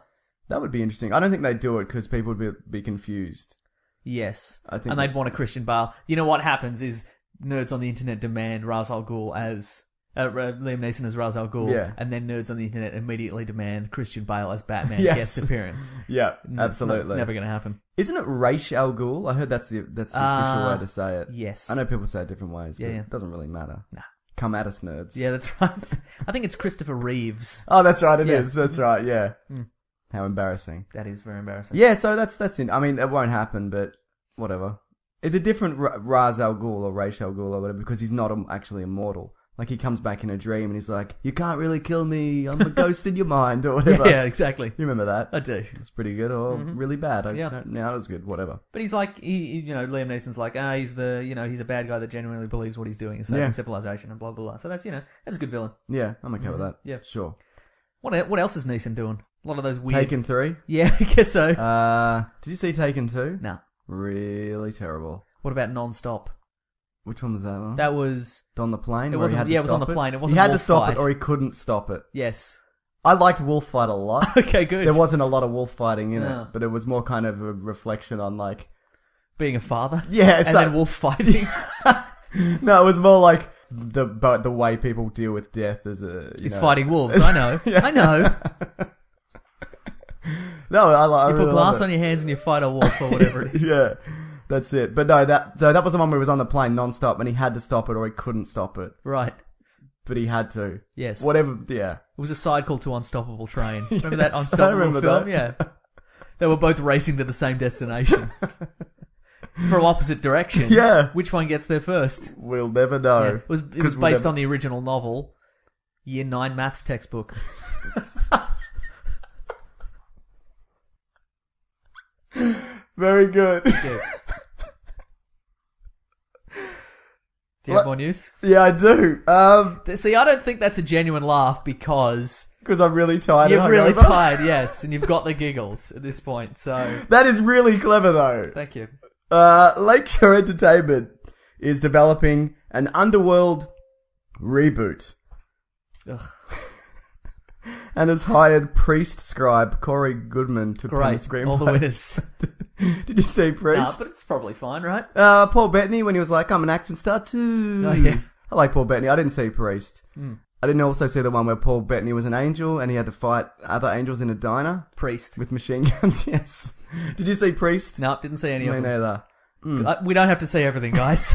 [SPEAKER 3] that would be interesting. I don't think they'd do it because people would be, be confused.
[SPEAKER 4] Yes.
[SPEAKER 3] I think-
[SPEAKER 4] and they'd want a Christian Bale. You know what happens is nerds on the internet demand Ra's al Ghul as. Uh, Ra- Liam Neeson as Ra's al Ghul,
[SPEAKER 3] Yeah.
[SPEAKER 4] and then nerds on the internet immediately demand Christian Bale as Batman
[SPEAKER 3] Yes.
[SPEAKER 4] guest appearance.
[SPEAKER 3] Yeah,
[SPEAKER 4] N- it's not-
[SPEAKER 3] absolutely.
[SPEAKER 4] it's never going to happen.
[SPEAKER 3] Isn't it Raish Al Ghul? I heard that's the that's the official
[SPEAKER 4] Uh,
[SPEAKER 3] way to say it.
[SPEAKER 4] yes.
[SPEAKER 3] I know people say it different ways,
[SPEAKER 4] Yeah,
[SPEAKER 3] but
[SPEAKER 4] yeah.
[SPEAKER 3] it doesn't really matter.
[SPEAKER 4] Nah.
[SPEAKER 3] Come at us, nerds.
[SPEAKER 4] Yeah, that's right. I think it's Christopher Reeves.
[SPEAKER 3] Oh, that's right. It is.
[SPEAKER 4] Yeah. Hmm.
[SPEAKER 3] That's right. Yeah. How embarrassing.
[SPEAKER 4] That is very embarrassing.
[SPEAKER 3] Yeah. So that's that's. In, I mean, it won't happen, but whatever. It's a different Ra- Ra's al Ghul or Raish al Ghul or whatever because he's not im- actually immortal. Like he comes back in a dream and he's like, "You can't really kill me. I'm a ghost in your mind or whatever."
[SPEAKER 4] yeah, exactly.
[SPEAKER 3] You remember that?
[SPEAKER 4] I do. Mm-hmm.
[SPEAKER 3] It's pretty good or really bad. I
[SPEAKER 4] Yeah.
[SPEAKER 3] don't know. It was good. Whatever.
[SPEAKER 4] But he's like, he, he- you know, Liam Neeson's like, ah, he's the, you know, he's a bad guy that genuinely believes what he's doing and saving
[SPEAKER 3] Yeah.
[SPEAKER 4] civilization and blah, blah, blah. So that's, you know, that's a good villain.
[SPEAKER 3] Yeah, I'm okay with that.
[SPEAKER 4] Mm-hmm. Yeah.
[SPEAKER 3] Sure.
[SPEAKER 4] What e- what else is Neeson doing? A lot of those weird.
[SPEAKER 3] Taken three.
[SPEAKER 4] Yeah, I guess so.
[SPEAKER 3] Uh, did you see Taken two?
[SPEAKER 4] no.
[SPEAKER 3] Really terrible.
[SPEAKER 4] What about non-stop?
[SPEAKER 3] Which one was that one?
[SPEAKER 4] That was,
[SPEAKER 3] on the plane. where he
[SPEAKER 4] It wasn't-
[SPEAKER 3] had to
[SPEAKER 4] yeah, it was on
[SPEAKER 3] stop
[SPEAKER 4] the plane. It
[SPEAKER 3] He
[SPEAKER 4] wasn't
[SPEAKER 3] had to
[SPEAKER 4] Wolf
[SPEAKER 3] stop
[SPEAKER 4] Fight.
[SPEAKER 3] it, or he couldn't stop it.
[SPEAKER 4] yes.
[SPEAKER 3] I liked Wolf Fight a lot.
[SPEAKER 4] Okay, good.
[SPEAKER 3] there wasn't a lot of wolf fighting in
[SPEAKER 4] No.
[SPEAKER 3] it, but it was more kind of a reflection on like.
[SPEAKER 4] Being a father.
[SPEAKER 3] Yeah, it's
[SPEAKER 4] And
[SPEAKER 3] like-
[SPEAKER 4] then wolf fighting.
[SPEAKER 3] No, it was more like the but the way people deal with death as a. You
[SPEAKER 4] He's
[SPEAKER 3] know.
[SPEAKER 4] fighting wolves. I know. I know.
[SPEAKER 3] No, I, I
[SPEAKER 4] You
[SPEAKER 3] really
[SPEAKER 4] put glass
[SPEAKER 3] love it.
[SPEAKER 4] on your hands and you fight a wolf or whatever it is.
[SPEAKER 3] Yeah. That's it. But no, that so that was the one where he was on the plane non-stop and he had to stop it or he couldn't stop it.
[SPEAKER 4] Right.
[SPEAKER 3] But he had to.
[SPEAKER 4] Yes.
[SPEAKER 3] Whatever, yeah.
[SPEAKER 4] It was a side call to Unstoppable Train. Remember
[SPEAKER 3] Yes,
[SPEAKER 4] that
[SPEAKER 3] I
[SPEAKER 4] Unstoppable
[SPEAKER 3] remember
[SPEAKER 4] film?
[SPEAKER 3] that.
[SPEAKER 4] Yeah. They were both racing to the same destination from opposite directions.
[SPEAKER 3] Yeah.
[SPEAKER 4] Which one gets there first?
[SPEAKER 3] We'll never
[SPEAKER 4] Yeah.
[SPEAKER 3] know.
[SPEAKER 4] It was, it
[SPEAKER 3] 'Cause
[SPEAKER 4] was
[SPEAKER 3] we'll
[SPEAKER 4] based
[SPEAKER 3] never-
[SPEAKER 4] on the original novel, Year 9 maths textbook.
[SPEAKER 3] Very good.
[SPEAKER 4] Do you
[SPEAKER 3] What?
[SPEAKER 4] have more news?
[SPEAKER 3] yeah, I do. Um,
[SPEAKER 4] Th- See, I don't think that's a genuine laugh because
[SPEAKER 3] because I'm really tired.
[SPEAKER 4] you're
[SPEAKER 3] and
[SPEAKER 4] really
[SPEAKER 3] hungover.
[SPEAKER 4] tired, yes, and you've got the giggles at this point. So,
[SPEAKER 3] That is really clever though.
[SPEAKER 4] thank you.
[SPEAKER 3] Uh, Lakeshore Entertainment is developing an underworld reboot.
[SPEAKER 4] Ugh.
[SPEAKER 3] And has hired priest scribe Corey Goodman to pen
[SPEAKER 4] Great.
[SPEAKER 3] the screenplay.
[SPEAKER 4] All the winners.
[SPEAKER 3] Did you see priest?
[SPEAKER 4] Nah, but it's probably fine, right?
[SPEAKER 3] Uh, Paul Bettany when he was like, "I'm an action star too."
[SPEAKER 4] Oh, yeah. Hmm.
[SPEAKER 3] I like Paul Bettany. I didn't see Priest. I didn't also see the one where Paul Bettany was an angel and he had to fight other angels in a diner
[SPEAKER 4] Priest.
[SPEAKER 3] with machine guns. yes. Did you see Priest?
[SPEAKER 4] No, didn't say any
[SPEAKER 3] Me
[SPEAKER 4] of them.
[SPEAKER 3] neither. Hmm.
[SPEAKER 4] Uh, we don't have to say everything, guys.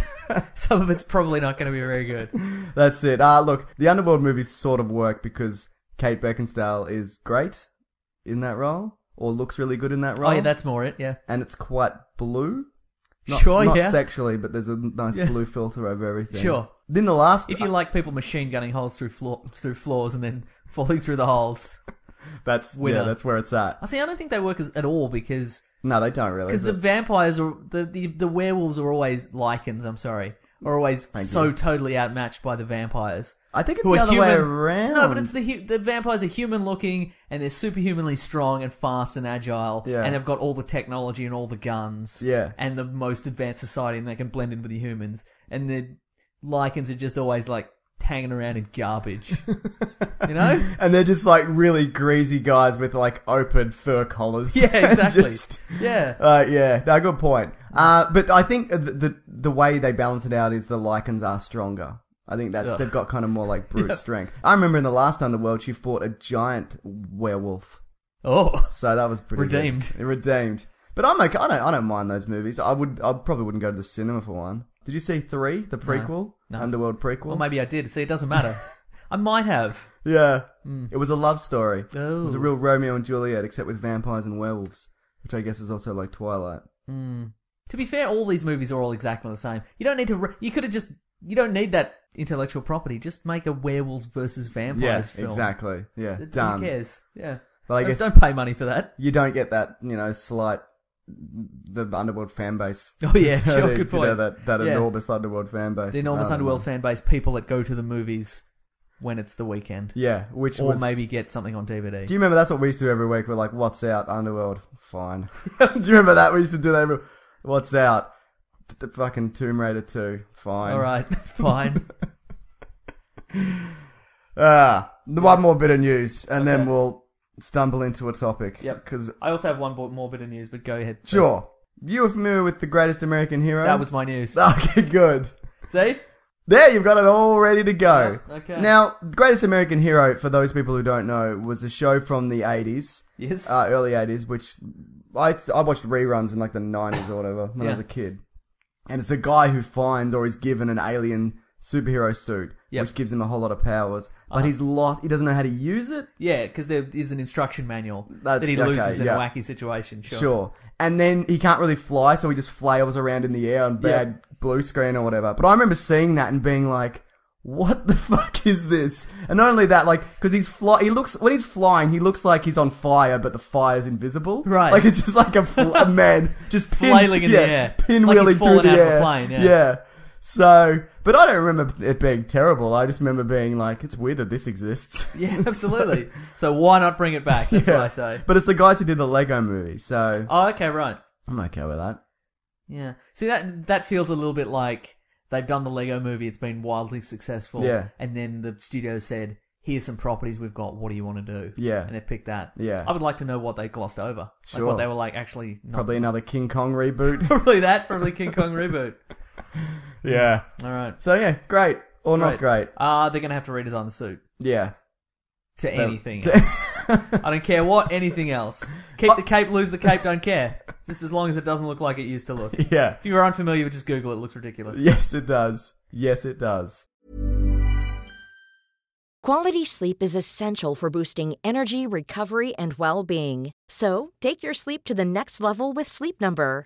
[SPEAKER 4] Some of it's probably not going to be very good. Oh,
[SPEAKER 3] That's it. Ah, look, the Underworld movies sort of work because Kate Beckinsale is great in that role, or looks really good in that role.
[SPEAKER 4] Oh yeah, that's more it. Yeah,
[SPEAKER 3] and it's quite blue. Not,
[SPEAKER 4] sure.
[SPEAKER 3] not
[SPEAKER 4] yeah,
[SPEAKER 3] sexually, but there's a nice blue filter over everything.
[SPEAKER 4] Sure.
[SPEAKER 3] Then the last,
[SPEAKER 4] if you like people machine gunning holes through floor through floors and then falling through the holes.
[SPEAKER 3] that's yeah,
[SPEAKER 4] winner.
[SPEAKER 3] that's where it's at.
[SPEAKER 4] I see. I don't think they work as, at all because
[SPEAKER 3] No, they don't really.
[SPEAKER 4] because the
[SPEAKER 3] but-
[SPEAKER 4] vampires are the, the the werewolves are always lichens. I'm sorry, are always so totally outmatched by the vampires.
[SPEAKER 3] I think it's
[SPEAKER 4] who
[SPEAKER 3] the
[SPEAKER 4] are
[SPEAKER 3] other way
[SPEAKER 4] human-
[SPEAKER 3] around.
[SPEAKER 4] No, but it's the hu- the vampires are human looking and they're superhumanly strong and fast and agile.
[SPEAKER 3] Yeah.
[SPEAKER 4] And they've got all the technology and all the guns.
[SPEAKER 3] Yeah.
[SPEAKER 4] And the most advanced society and they can blend in with the humans. And the lichens are just always like hanging around in garbage. you know?
[SPEAKER 3] and they're just like really greasy guys with like open fur collars.
[SPEAKER 4] Yeah, exactly.
[SPEAKER 3] Just-
[SPEAKER 4] Yeah.
[SPEAKER 3] Uh, yeah, no, good point. Uh, but I think the, the the way they balance it out is the lichens are stronger. I think that's
[SPEAKER 4] Ugh.
[SPEAKER 3] they've got kind of more like brute strength. I remember in the last Underworld, she fought a giant werewolf,
[SPEAKER 4] Oh.
[SPEAKER 3] so that was pretty good.
[SPEAKER 4] Redeemed.
[SPEAKER 3] Redeemed. But I'm okay. I don't. I don't mind those movies. I would. I probably wouldn't go to the cinema for one. Did you see three, the prequel,
[SPEAKER 4] No.
[SPEAKER 3] Underworld prequel?
[SPEAKER 4] Well, maybe I did. See, it doesn't matter. I might have.
[SPEAKER 3] Yeah. It was a love story. It was
[SPEAKER 4] Hmm. Oh.
[SPEAKER 3] a real Romeo and Juliet, except with vampires and werewolves, which I guess is also like Twilight.
[SPEAKER 4] To be fair, all these movies are all exactly the same. You don't need to. Re- you could have just. You don't need that intellectual property. Just make a werewolves versus vampires
[SPEAKER 3] Yes,
[SPEAKER 4] film.
[SPEAKER 3] exactly. Yeah,
[SPEAKER 4] Who
[SPEAKER 3] done.
[SPEAKER 4] cares? Yeah.
[SPEAKER 3] But I
[SPEAKER 4] Don't-
[SPEAKER 3] guess-
[SPEAKER 4] don't pay money for that.
[SPEAKER 3] You don't get that, you know, slight the underworld fan base.
[SPEAKER 4] Oh, yeah,
[SPEAKER 3] So
[SPEAKER 4] sure,
[SPEAKER 3] they-
[SPEAKER 4] good
[SPEAKER 3] You know,
[SPEAKER 4] point.
[SPEAKER 3] that that
[SPEAKER 4] Yeah.
[SPEAKER 3] enormous underworld fan base.
[SPEAKER 4] The enormous
[SPEAKER 3] Um,
[SPEAKER 4] underworld fan base, people that go to the movies when it's the weekend,
[SPEAKER 3] Yeah, which
[SPEAKER 4] or
[SPEAKER 3] was.
[SPEAKER 4] maybe get something on DVD.
[SPEAKER 3] do you remember that's what we used to do every week? We're like, "What's out? Underworld." Fine. do you remember that we used to do that? Every, What's out? T- t- fucking Tomb Raider two. Fine.
[SPEAKER 4] all right, fine.
[SPEAKER 3] Ah, the one more bit of news, and then we'll stumble into a topic.
[SPEAKER 4] Yep.
[SPEAKER 3] Because
[SPEAKER 4] I also have one bo- more bit of news, but go ahead.
[SPEAKER 3] sure, you were familiar with the greatest American hero.
[SPEAKER 4] That was my news.
[SPEAKER 3] Okay, good.
[SPEAKER 4] See?
[SPEAKER 3] There, you've got it all ready to go.
[SPEAKER 4] Yeah, okay.
[SPEAKER 3] Now, Greatest American Hero, for those people who don't know, was a show from the 80s,
[SPEAKER 4] Yes.
[SPEAKER 3] uh, early 80s, which I, I watched reruns in like the 90s or whatever when I
[SPEAKER 4] Yeah.
[SPEAKER 3] was a kid. And it's a guy who finds or is given an alien superhero suit,
[SPEAKER 4] Yep. Uh-huh.
[SPEAKER 3] which gives him a whole lot of powers, but he's lost, he doesn't know how to use it.
[SPEAKER 4] yeah, because there is an instruction manual
[SPEAKER 3] That's-
[SPEAKER 4] that he
[SPEAKER 3] okay,
[SPEAKER 4] loses in
[SPEAKER 3] yeah.
[SPEAKER 4] a wacky situation. Sure.
[SPEAKER 3] Sure. And then he can't really fly, so he just flails around in the air on
[SPEAKER 4] Yeah.
[SPEAKER 3] bad blue screen or whatever. But I remember seeing that and being like, what the fuck is this? And not only that, like, because he's fly, he looks, when he's flying, he looks like he's on fire, but the fire's invisible.
[SPEAKER 4] Right.
[SPEAKER 3] Like, it's just like a, fl- a man just pin-
[SPEAKER 4] Flailing in the
[SPEAKER 3] yeah,
[SPEAKER 4] air.
[SPEAKER 3] Pinwheeling
[SPEAKER 4] Like he's
[SPEAKER 3] through
[SPEAKER 4] fallen
[SPEAKER 3] the
[SPEAKER 4] out of a
[SPEAKER 3] air.
[SPEAKER 4] plane, yeah.
[SPEAKER 3] So, but I don't remember it being terrible. I just remember being like, it's weird that this exists.
[SPEAKER 4] Yeah, absolutely. so why not bring it back? That's what I say.
[SPEAKER 3] But it's the guys who did the Lego movie, so
[SPEAKER 4] Oh, okay, right.
[SPEAKER 3] I'm okay with that.
[SPEAKER 4] Yeah. See that that feels a little bit like they've done the Lego movie, it's been wildly successful.
[SPEAKER 3] Yeah.
[SPEAKER 4] And then the studio said, Here's some properties we've got, what do you want to do?
[SPEAKER 3] Yeah.
[SPEAKER 4] And they picked that.
[SPEAKER 3] Yeah.
[SPEAKER 4] I would like to know what they glossed over.
[SPEAKER 3] Sure.
[SPEAKER 4] Like what they were like actually not
[SPEAKER 3] Probably another King Kong reboot.
[SPEAKER 4] Probably that, probably King Kong reboot.
[SPEAKER 3] yeah.
[SPEAKER 4] All right.
[SPEAKER 3] So yeah, great or not great.
[SPEAKER 4] Uh, they're going to have to redesign the suit
[SPEAKER 3] Yeah.
[SPEAKER 4] to anything.
[SPEAKER 3] To-
[SPEAKER 4] else. I don't care what, anything else.
[SPEAKER 3] Uh,
[SPEAKER 4] Keep the cape, lose the cape, don't care. Just as long as it doesn't look like it used to look. If
[SPEAKER 3] yeah.
[SPEAKER 4] you were unfamiliar, just Google it. It looks ridiculous.
[SPEAKER 3] Yes, it does. Yes, it does.
[SPEAKER 5] Quality sleep is essential for boosting energy, recovery, and well being. So, take your sleep to the next level with Sleep Number.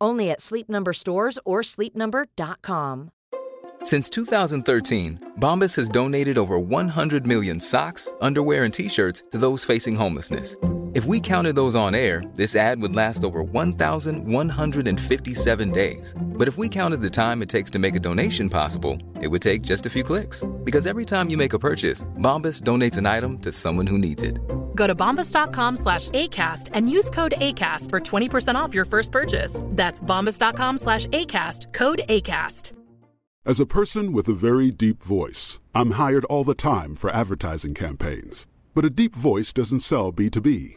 [SPEAKER 5] Only at Sleep Number stores or sleepnumber.com.
[SPEAKER 6] Since 2013, Bombas has donated over 100 million socks, underwear, and t shirts to those facing homelessness. If we counted those on air, this ad would last over 1,157 days. But if we counted the time it takes to make a donation possible, it would take just a few clicks. Because every time you make a purchase, Bombas donates an item to someone who needs it.
[SPEAKER 1] Go to bombas.com slash ACAST and use code ACAST for 20% off your first purchase. That's bombas.com slash ACAST, code ACAST.
[SPEAKER 7] As a person with a very deep voice, I'm hired all the time for advertising campaigns. But a deep voice doesn't sell B2B,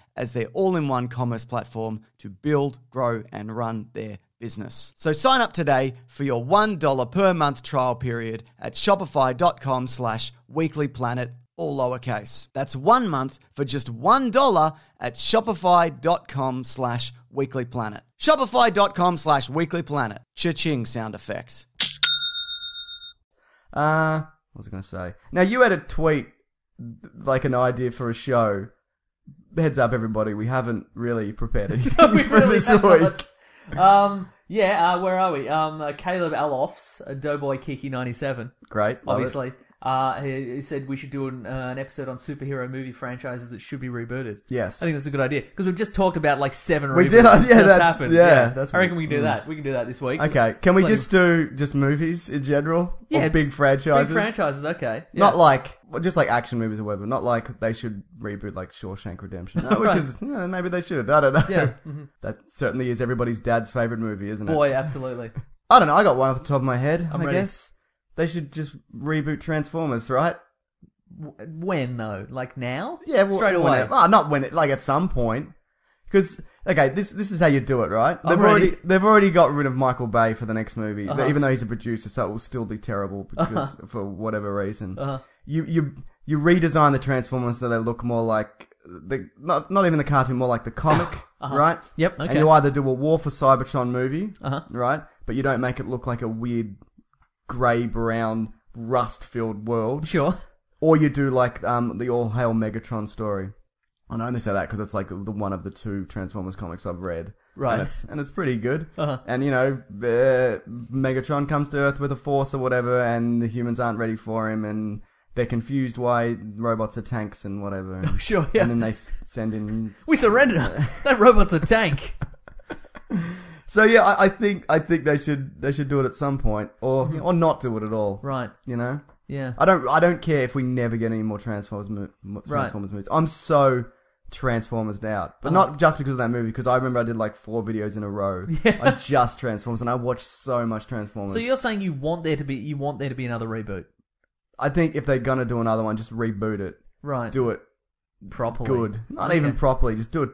[SPEAKER 8] as their all in one commerce platform to build, grow, and run their business. So sign up today for your $1 per month trial period at shopify.com slash weeklyplanet, all lowercase. That's one month for just $1 at shopify.com slash weeklyplanet. Shopify.com slash weeklyplanet. Cha-ching sound effect.
[SPEAKER 3] Uh, what was I going to say? Now, you had a tweet, like an idea for a show. Heads up, everybody, we haven't really prepared anything
[SPEAKER 4] we
[SPEAKER 3] for
[SPEAKER 4] really
[SPEAKER 3] this
[SPEAKER 4] have
[SPEAKER 3] week.
[SPEAKER 4] not. Um, yeah, uh, where are we? Um, uh, Caleb Alofs, uh, Doughboy Kiki 97,
[SPEAKER 3] Great. love it.
[SPEAKER 4] obviously. Uh, he, he said we should do an, uh, an episode on superhero movie franchises that should be rebooted.
[SPEAKER 3] Yes.
[SPEAKER 4] I think that's a good idea because we've just talked about like seven.
[SPEAKER 3] We
[SPEAKER 4] reboots
[SPEAKER 3] did, uh,
[SPEAKER 4] that
[SPEAKER 3] yeah,
[SPEAKER 4] just
[SPEAKER 3] that's-
[SPEAKER 4] happened.
[SPEAKER 3] yeah, that's
[SPEAKER 4] I reckon we can do
[SPEAKER 3] mm.
[SPEAKER 4] that. We can do that this week.
[SPEAKER 3] Okay, can we
[SPEAKER 4] plenty
[SPEAKER 3] just do just movies in general? or
[SPEAKER 4] Yeah, it's-
[SPEAKER 3] big franchises?
[SPEAKER 4] Big franchises, okay. Yeah.
[SPEAKER 3] Not like, well, just like action movies or whatever. Not like they should reboot like Shawshank Redemption, No, which
[SPEAKER 4] Right.
[SPEAKER 3] is, yeah, maybe they should. I don't know.
[SPEAKER 4] Yeah, mm-hmm.
[SPEAKER 3] That certainly is everybody's dad's favorite movie, isn't it?
[SPEAKER 4] boy, absolutely.
[SPEAKER 3] I don't know. I got one off the top of my head, i
[SPEAKER 4] I'm ready.
[SPEAKER 3] guess. They should just reboot Transformers, right?
[SPEAKER 4] When though? Like now?
[SPEAKER 3] Yeah, well,
[SPEAKER 4] straight
[SPEAKER 3] when Ah.
[SPEAKER 4] away.
[SPEAKER 3] it- well, not when it, like at some point. Because, okay, this this is how you do it, right?
[SPEAKER 4] I'm
[SPEAKER 3] They've
[SPEAKER 4] ready.
[SPEAKER 3] already they've already got rid of Michael Bay for the next movie,
[SPEAKER 4] Uh-huh.
[SPEAKER 3] even though he's a producer, so it will still be terrible because for whatever reason.
[SPEAKER 4] Uh-huh.
[SPEAKER 3] You you you redesign the Transformers so they look more like the not not even the cartoon, more like the comic, right?
[SPEAKER 4] Uh-huh. Yep,
[SPEAKER 3] And
[SPEAKER 4] okay.
[SPEAKER 3] you either do a War for Cybertron movie,
[SPEAKER 4] Uh-huh.
[SPEAKER 3] right? But you don't make it look like a weird grey brown rust filled world
[SPEAKER 4] Sure.
[SPEAKER 3] or you do like um, the All Hail Megatron story. And I only say that because it's like the one of the two Transformers comics I've read.
[SPEAKER 4] Right. Uh-huh.
[SPEAKER 3] And it's, and it's pretty good. And, you know, uh, Megatron comes to Earth with a force or whatever, and the humans aren't ready for him, and they're confused why robots are tanks and whatever. And,
[SPEAKER 4] Sure, yeah.
[SPEAKER 3] And then they s- send in.
[SPEAKER 4] We surrender. that robot's a tank.
[SPEAKER 3] So, yeah, I, I think I think they should they should do it at some point, or or not do it at all.
[SPEAKER 4] Mm-hmm. Right.
[SPEAKER 3] You know?
[SPEAKER 4] Yeah.
[SPEAKER 3] I don't. I don't care if we never get any more Transformers mo- mo-
[SPEAKER 4] Right.
[SPEAKER 3] Transformers movies. I'm so Transformers out, but
[SPEAKER 4] Uh-huh.
[SPEAKER 3] not just because of that movie. Because I remember I did like four videos in a row on just Transformers, and I watched so much Transformers.
[SPEAKER 4] So you're saying you want there to be you want there to be another reboot,
[SPEAKER 3] I think if they're gonna do another one, just reboot it,
[SPEAKER 4] right?
[SPEAKER 3] do it
[SPEAKER 4] properly.
[SPEAKER 3] good, not
[SPEAKER 4] Okay.
[SPEAKER 3] even properly. Just do it.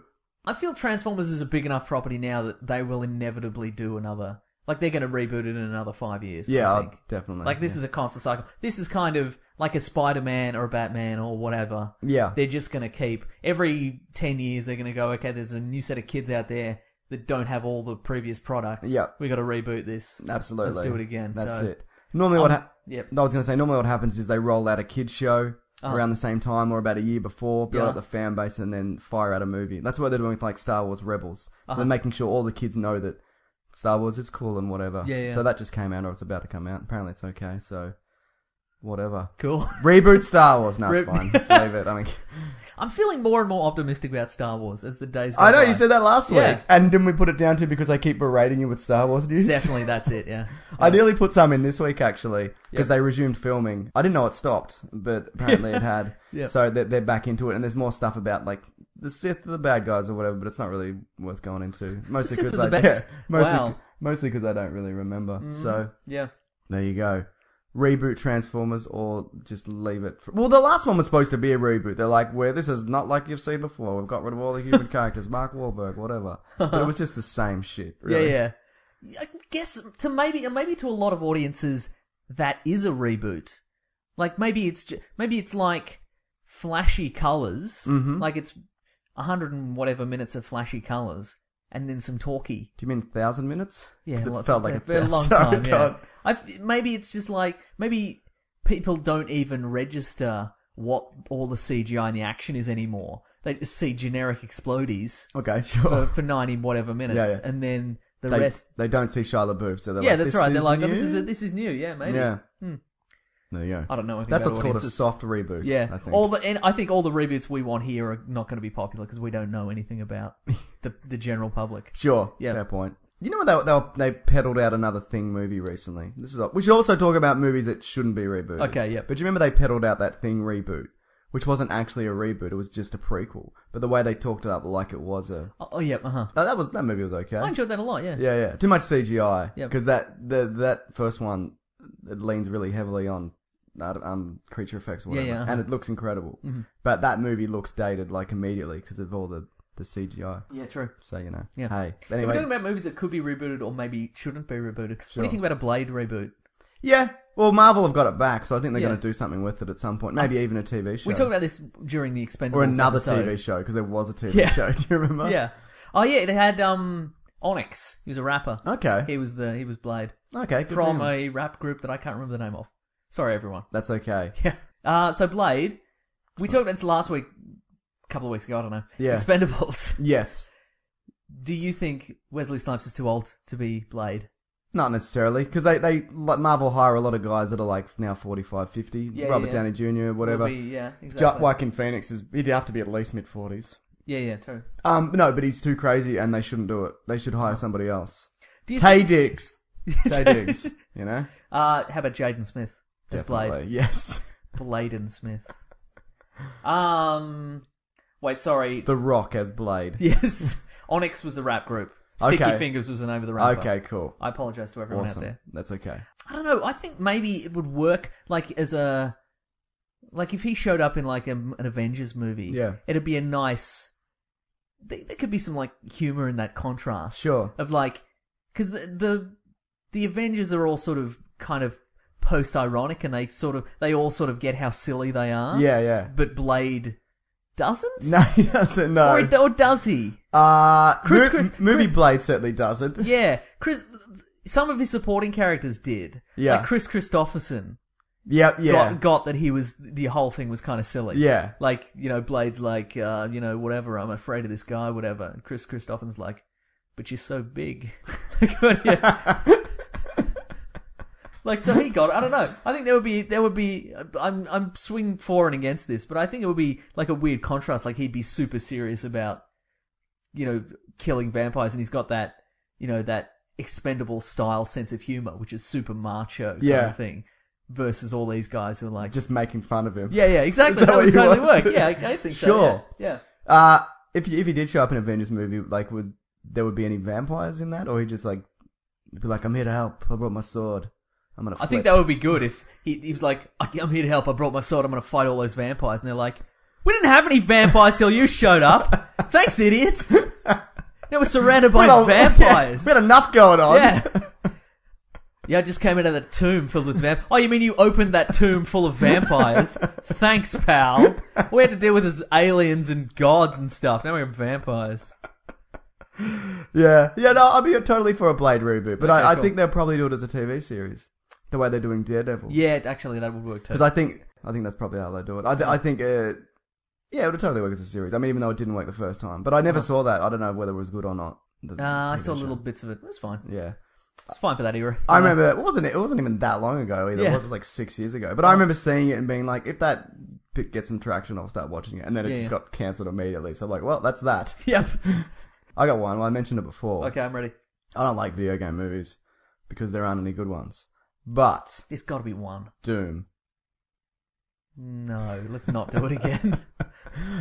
[SPEAKER 4] I feel Transformers is a big enough property now that they will inevitably do another. Like they're going to reboot it in another five years.
[SPEAKER 3] Yeah,
[SPEAKER 4] I
[SPEAKER 3] I'll-
[SPEAKER 4] think.
[SPEAKER 3] definitely.
[SPEAKER 4] Like this is a constant cycle. This is kind of like a Spider-Man or a Batman or whatever.
[SPEAKER 3] Yeah.
[SPEAKER 4] They're just going to keep every ten years. They're going to go, okay, there's a new set of kids out there that don't have all the previous products.
[SPEAKER 3] Yeah.
[SPEAKER 4] we got to reboot this.
[SPEAKER 3] Absolutely.
[SPEAKER 4] Let's do it again.
[SPEAKER 3] That's
[SPEAKER 4] So,
[SPEAKER 3] it. Normally, what
[SPEAKER 4] um,
[SPEAKER 3] hap
[SPEAKER 4] Yep.
[SPEAKER 3] I was going to say, normally what happens is they roll out a kids show
[SPEAKER 4] Uh-huh.
[SPEAKER 3] around the same time or about a year before, build
[SPEAKER 4] Yeah.
[SPEAKER 3] up the fan base, and then fire out a movie. That's what they're doing with like Star Wars Rebels. So
[SPEAKER 4] Uh-huh.
[SPEAKER 3] they're making sure all the kids know that Star Wars is cool and whatever.
[SPEAKER 4] Yeah, yeah.
[SPEAKER 3] So that just came out, or it's about to come out. Apparently, it's okay. So whatever.
[SPEAKER 4] Cool.
[SPEAKER 3] Reboot Star Wars. No,
[SPEAKER 4] Re-
[SPEAKER 3] it's fine. Just leave it. I mean,
[SPEAKER 4] I'm feeling more and more optimistic about Star Wars as the days go
[SPEAKER 3] I know
[SPEAKER 4] by.
[SPEAKER 3] you said that last
[SPEAKER 4] Yeah.
[SPEAKER 3] week, and didn't we put it down to because I keep berating you with Star Wars news?
[SPEAKER 4] Definitely, that's it. Yeah.
[SPEAKER 3] I nearly put some in this week actually because
[SPEAKER 4] Yep.
[SPEAKER 3] they resumed filming. I didn't know it stopped, but apparently it had.
[SPEAKER 4] Yep.
[SPEAKER 3] So they're, they're back into it, and there's more stuff about like the Sith, the bad guys, or whatever. But it's not really worth going into. Mostly
[SPEAKER 4] Sith
[SPEAKER 3] because
[SPEAKER 4] are
[SPEAKER 3] I
[SPEAKER 4] the best.
[SPEAKER 3] mostly
[SPEAKER 4] Wow. Mm-hmm.
[SPEAKER 3] mostly because I don't really remember. So
[SPEAKER 4] Yeah.
[SPEAKER 3] there you go. reboot Transformers or just leave it. For, well, the last one was supposed to be a reboot. They're like, "Where this is not like you've seen before. We've got rid of all the human characters, Mark Wahlberg, whatever." But it was just the same shit. Really.
[SPEAKER 4] Yeah, yeah. I guess to maybe and maybe to a lot of audiences that is a reboot. Like maybe it's ju- maybe it's like flashy colors,
[SPEAKER 3] Mm-hmm.
[SPEAKER 4] like it's a hundred and whatever minutes of flashy colors, and then some talky.
[SPEAKER 3] Do you mean thousand minutes?
[SPEAKER 4] Yeah,
[SPEAKER 3] 'Cause it
[SPEAKER 4] lots
[SPEAKER 3] felt
[SPEAKER 4] of-
[SPEAKER 3] like a,
[SPEAKER 4] very
[SPEAKER 3] thousand.
[SPEAKER 4] long time.
[SPEAKER 3] I
[SPEAKER 4] Yeah.
[SPEAKER 3] can't-
[SPEAKER 4] I've, maybe it's just like maybe people don't even register what all the CGI and the action is anymore. They just see generic explodies
[SPEAKER 3] Okay,
[SPEAKER 4] for,
[SPEAKER 3] sure.
[SPEAKER 4] for ninety whatever minutes,
[SPEAKER 3] Yeah, yeah.
[SPEAKER 4] and then the
[SPEAKER 3] they,
[SPEAKER 4] rest.
[SPEAKER 3] they don't see Shia LaBeouf, so they're
[SPEAKER 4] Yeah,
[SPEAKER 3] like,
[SPEAKER 4] that's
[SPEAKER 3] "This
[SPEAKER 4] right. They're
[SPEAKER 3] is
[SPEAKER 4] like, oh, this is
[SPEAKER 3] new?"
[SPEAKER 4] a, this is new. Yeah, maybe.
[SPEAKER 3] Yeah.
[SPEAKER 4] Hmm.
[SPEAKER 3] There you go.
[SPEAKER 4] I don't know anything
[SPEAKER 3] That's
[SPEAKER 4] about
[SPEAKER 3] what's called a
[SPEAKER 4] audiences.
[SPEAKER 3] soft reboot.
[SPEAKER 4] Yeah,
[SPEAKER 3] I think.
[SPEAKER 4] all the and I think all the reboots we want here are not going to be popular because we don't know anything about the the general public.
[SPEAKER 3] Sure.
[SPEAKER 4] Yeah.
[SPEAKER 3] Fair point. You know what? They, were- they, were- they peddled out another Thing movie recently. This is a- we should also talk about movies that shouldn't be rebooted.
[SPEAKER 4] Okay, yeah.
[SPEAKER 3] But do you remember they peddled out that Thing reboot, which wasn't actually a reboot; it was just a prequel. But the way they talked it up, like it was a
[SPEAKER 4] Oh, oh, yeah, uh huh.
[SPEAKER 3] that, that was that movie was okay.
[SPEAKER 4] I enjoyed that a lot. Yeah,
[SPEAKER 3] yeah, yeah. Too much CGI.
[SPEAKER 4] Yeah.
[SPEAKER 3] Because that the, that first one it leans really heavily on that, um creature effects, or
[SPEAKER 4] Yeah,
[SPEAKER 3] whatever,
[SPEAKER 4] yeah, Mm-hmm. uh-huh.
[SPEAKER 3] and it looks incredible. But that movie looks dated like immediately because of all the the CGI.
[SPEAKER 4] yeah, true.
[SPEAKER 3] So you know.
[SPEAKER 4] Yeah.
[SPEAKER 3] Hey.
[SPEAKER 4] We're talking
[SPEAKER 3] Anyway.
[SPEAKER 4] about movies that could be rebooted or maybe shouldn't be rebooted. What do
[SPEAKER 3] Sure.
[SPEAKER 4] you think about a Blade reboot?
[SPEAKER 3] Yeah. Well, Marvel have got it back, so I think they're
[SPEAKER 4] Yeah.
[SPEAKER 3] going to do something with it at some point. Maybe even a TV show.
[SPEAKER 4] We talked about this during the Expendables
[SPEAKER 3] or another
[SPEAKER 4] episode.
[SPEAKER 3] TV show because there was a TV
[SPEAKER 4] Yeah.
[SPEAKER 3] show. Do you remember?
[SPEAKER 4] Yeah. Oh yeah, they had um Onyx. He was a rapper.
[SPEAKER 3] Okay.
[SPEAKER 4] He was the he was Blade
[SPEAKER 3] Okay. Good
[SPEAKER 4] from
[SPEAKER 3] for him.
[SPEAKER 4] a rap group that I can't remember the name of. Sorry, everyone.
[SPEAKER 3] That's okay.
[SPEAKER 4] Yeah. Uh, so Blade, we talked about this last week, a couple of weeks ago. I don't know.
[SPEAKER 3] Yeah.
[SPEAKER 4] Expendables.
[SPEAKER 3] Yes.
[SPEAKER 4] Do you think Wesley Snipes is too old to be Blade?
[SPEAKER 3] Not necessarily, because they, they like Marvel hire a lot of guys that are like now 45, 50,
[SPEAKER 4] Yeah,
[SPEAKER 3] Robert
[SPEAKER 4] yeah, yeah.
[SPEAKER 3] Downey Jr., whatever.
[SPEAKER 4] Will be- yeah. Exactly.
[SPEAKER 3] Jo- Joaquin Phoenix is he'd have to be at least mid forties.
[SPEAKER 4] yeah. Yeah. True.
[SPEAKER 3] Um, no, but he's too crazy, and they shouldn't do it. They should hire somebody else.
[SPEAKER 4] Do you
[SPEAKER 3] Tay Diggs, Tay Diggs, you know,
[SPEAKER 4] Uh, how about Jaden Smith as Blade?
[SPEAKER 3] Definitely. Yes,
[SPEAKER 4] Bladen Smith. Um, wait, sorry.
[SPEAKER 3] The Rock as Blade.
[SPEAKER 4] yes, Onyx was the rap group. Sticky
[SPEAKER 3] Okay.
[SPEAKER 4] Fingers was the name of the rapper.
[SPEAKER 3] Okay, cool.
[SPEAKER 4] I apologize to everyone out
[SPEAKER 3] Awesome.
[SPEAKER 4] there.
[SPEAKER 3] That's okay.
[SPEAKER 4] I don't know. I think maybe it would work like as a like if he showed up in like a, an Avengers movie.
[SPEAKER 3] Yeah.
[SPEAKER 4] it'd be a nice. There there could be some like humor in that contrast.
[SPEAKER 3] Sure.
[SPEAKER 4] Of like, because the, the the Avengers are all sort of kind of post ironic, and they sort of they all sort of get how silly they are.
[SPEAKER 3] Yeah, yeah.
[SPEAKER 4] But Blade doesn't.
[SPEAKER 3] No, he doesn't. No.
[SPEAKER 4] Or, it- or does he?
[SPEAKER 3] uh,
[SPEAKER 4] Chris-
[SPEAKER 3] mo-
[SPEAKER 4] Chris-
[SPEAKER 3] movie
[SPEAKER 4] Chris-
[SPEAKER 3] Blade certainly doesn't.
[SPEAKER 4] Yeah, Chris. Some of his supporting characters did.
[SPEAKER 3] Yeah.
[SPEAKER 4] like Chris Christopherson.
[SPEAKER 3] Yep. Yeah.
[SPEAKER 4] got, got that he was the whole thing was kind of silly.
[SPEAKER 3] Yeah.
[SPEAKER 4] like you know, Blade's like, uh, you know, whatever. I'm afraid of this guy, whatever. And Chris Christopherson's like, but you're so big. Yeah. like so he got. it. I don't know. I think there would be there would be. I'm I'm swinging for and against this, but I think it would be like a weird contrast. Like he'd be super serious about, you know, killing vampires, and he's got that, you know, that expendable style sense of humor, which is super macho kind
[SPEAKER 3] Yeah.
[SPEAKER 4] of thing versus all these guys who are like,
[SPEAKER 3] Just making fun of him.
[SPEAKER 4] yeah, yeah, exactly.
[SPEAKER 3] Is that
[SPEAKER 4] That,
[SPEAKER 3] what
[SPEAKER 4] would
[SPEAKER 3] you
[SPEAKER 4] totally
[SPEAKER 3] want?
[SPEAKER 4] work. Yeah, I, I think so.
[SPEAKER 3] Sure.
[SPEAKER 4] Yeah. yeah.
[SPEAKER 3] Uh, if you, if he did show up in an Avengers movie, like would there would be any vampires in that, or he just like be like, "I'm here to help. I brought my sword. I'm gonna."
[SPEAKER 4] I
[SPEAKER 3] Flip.
[SPEAKER 4] think that would be good if he, he was like, I'm here to help. I brought my sword. I'm going to fight all those vampires. And they're like, we didn't have any vampires till you showed up. Thanks, idiots. Now we're surrounded by
[SPEAKER 3] We had a-
[SPEAKER 4] vampires.
[SPEAKER 3] we had enough going on.
[SPEAKER 4] Yeah. Yeah, I just came out of that tomb filled with vampires. Oh, you mean you opened that tomb full of vampires? Thanks, pal. We had to deal with this aliens and gods and stuff. Now we have vampires.
[SPEAKER 3] yeah, yeah. No, I'd be totally for a Blade reboot, but
[SPEAKER 4] Okay,
[SPEAKER 3] I, I
[SPEAKER 4] cool.
[SPEAKER 3] think they'll probably do it as a TV series, the way they're doing Daredevil.
[SPEAKER 4] Yeah, actually, that would work too.
[SPEAKER 3] because I think I think that's probably how they do it. I, th- I think uh, yeah, it would totally work as a series. I mean, even though it didn't work the first time, but I never saw that. I don't know whether it was good or not. the
[SPEAKER 4] Uh-huh. Uh, I
[SPEAKER 3] TV
[SPEAKER 4] saw
[SPEAKER 3] show.
[SPEAKER 4] little bits of it. That's fine.
[SPEAKER 3] Yeah.
[SPEAKER 4] It's fine for that era.
[SPEAKER 3] I remember it wasn't it wasn't even that long ago either.
[SPEAKER 4] Uh-huh. Yeah. Uh-huh.
[SPEAKER 3] It was like six years ago. But I remember seeing it and being like, if that bit gets some traction, I'll start watching it. And then it
[SPEAKER 4] Yeah,
[SPEAKER 3] just
[SPEAKER 4] yeah.
[SPEAKER 3] got cancelled immediately. So I'm like, well, that's that.
[SPEAKER 4] Yep.
[SPEAKER 3] I got one. Well, I mentioned it before.
[SPEAKER 4] Okay, I'm ready.
[SPEAKER 3] I don't like video game movies because there aren't any good ones. But
[SPEAKER 4] There's got to be one.
[SPEAKER 3] Doom.
[SPEAKER 4] No, let's not do it again.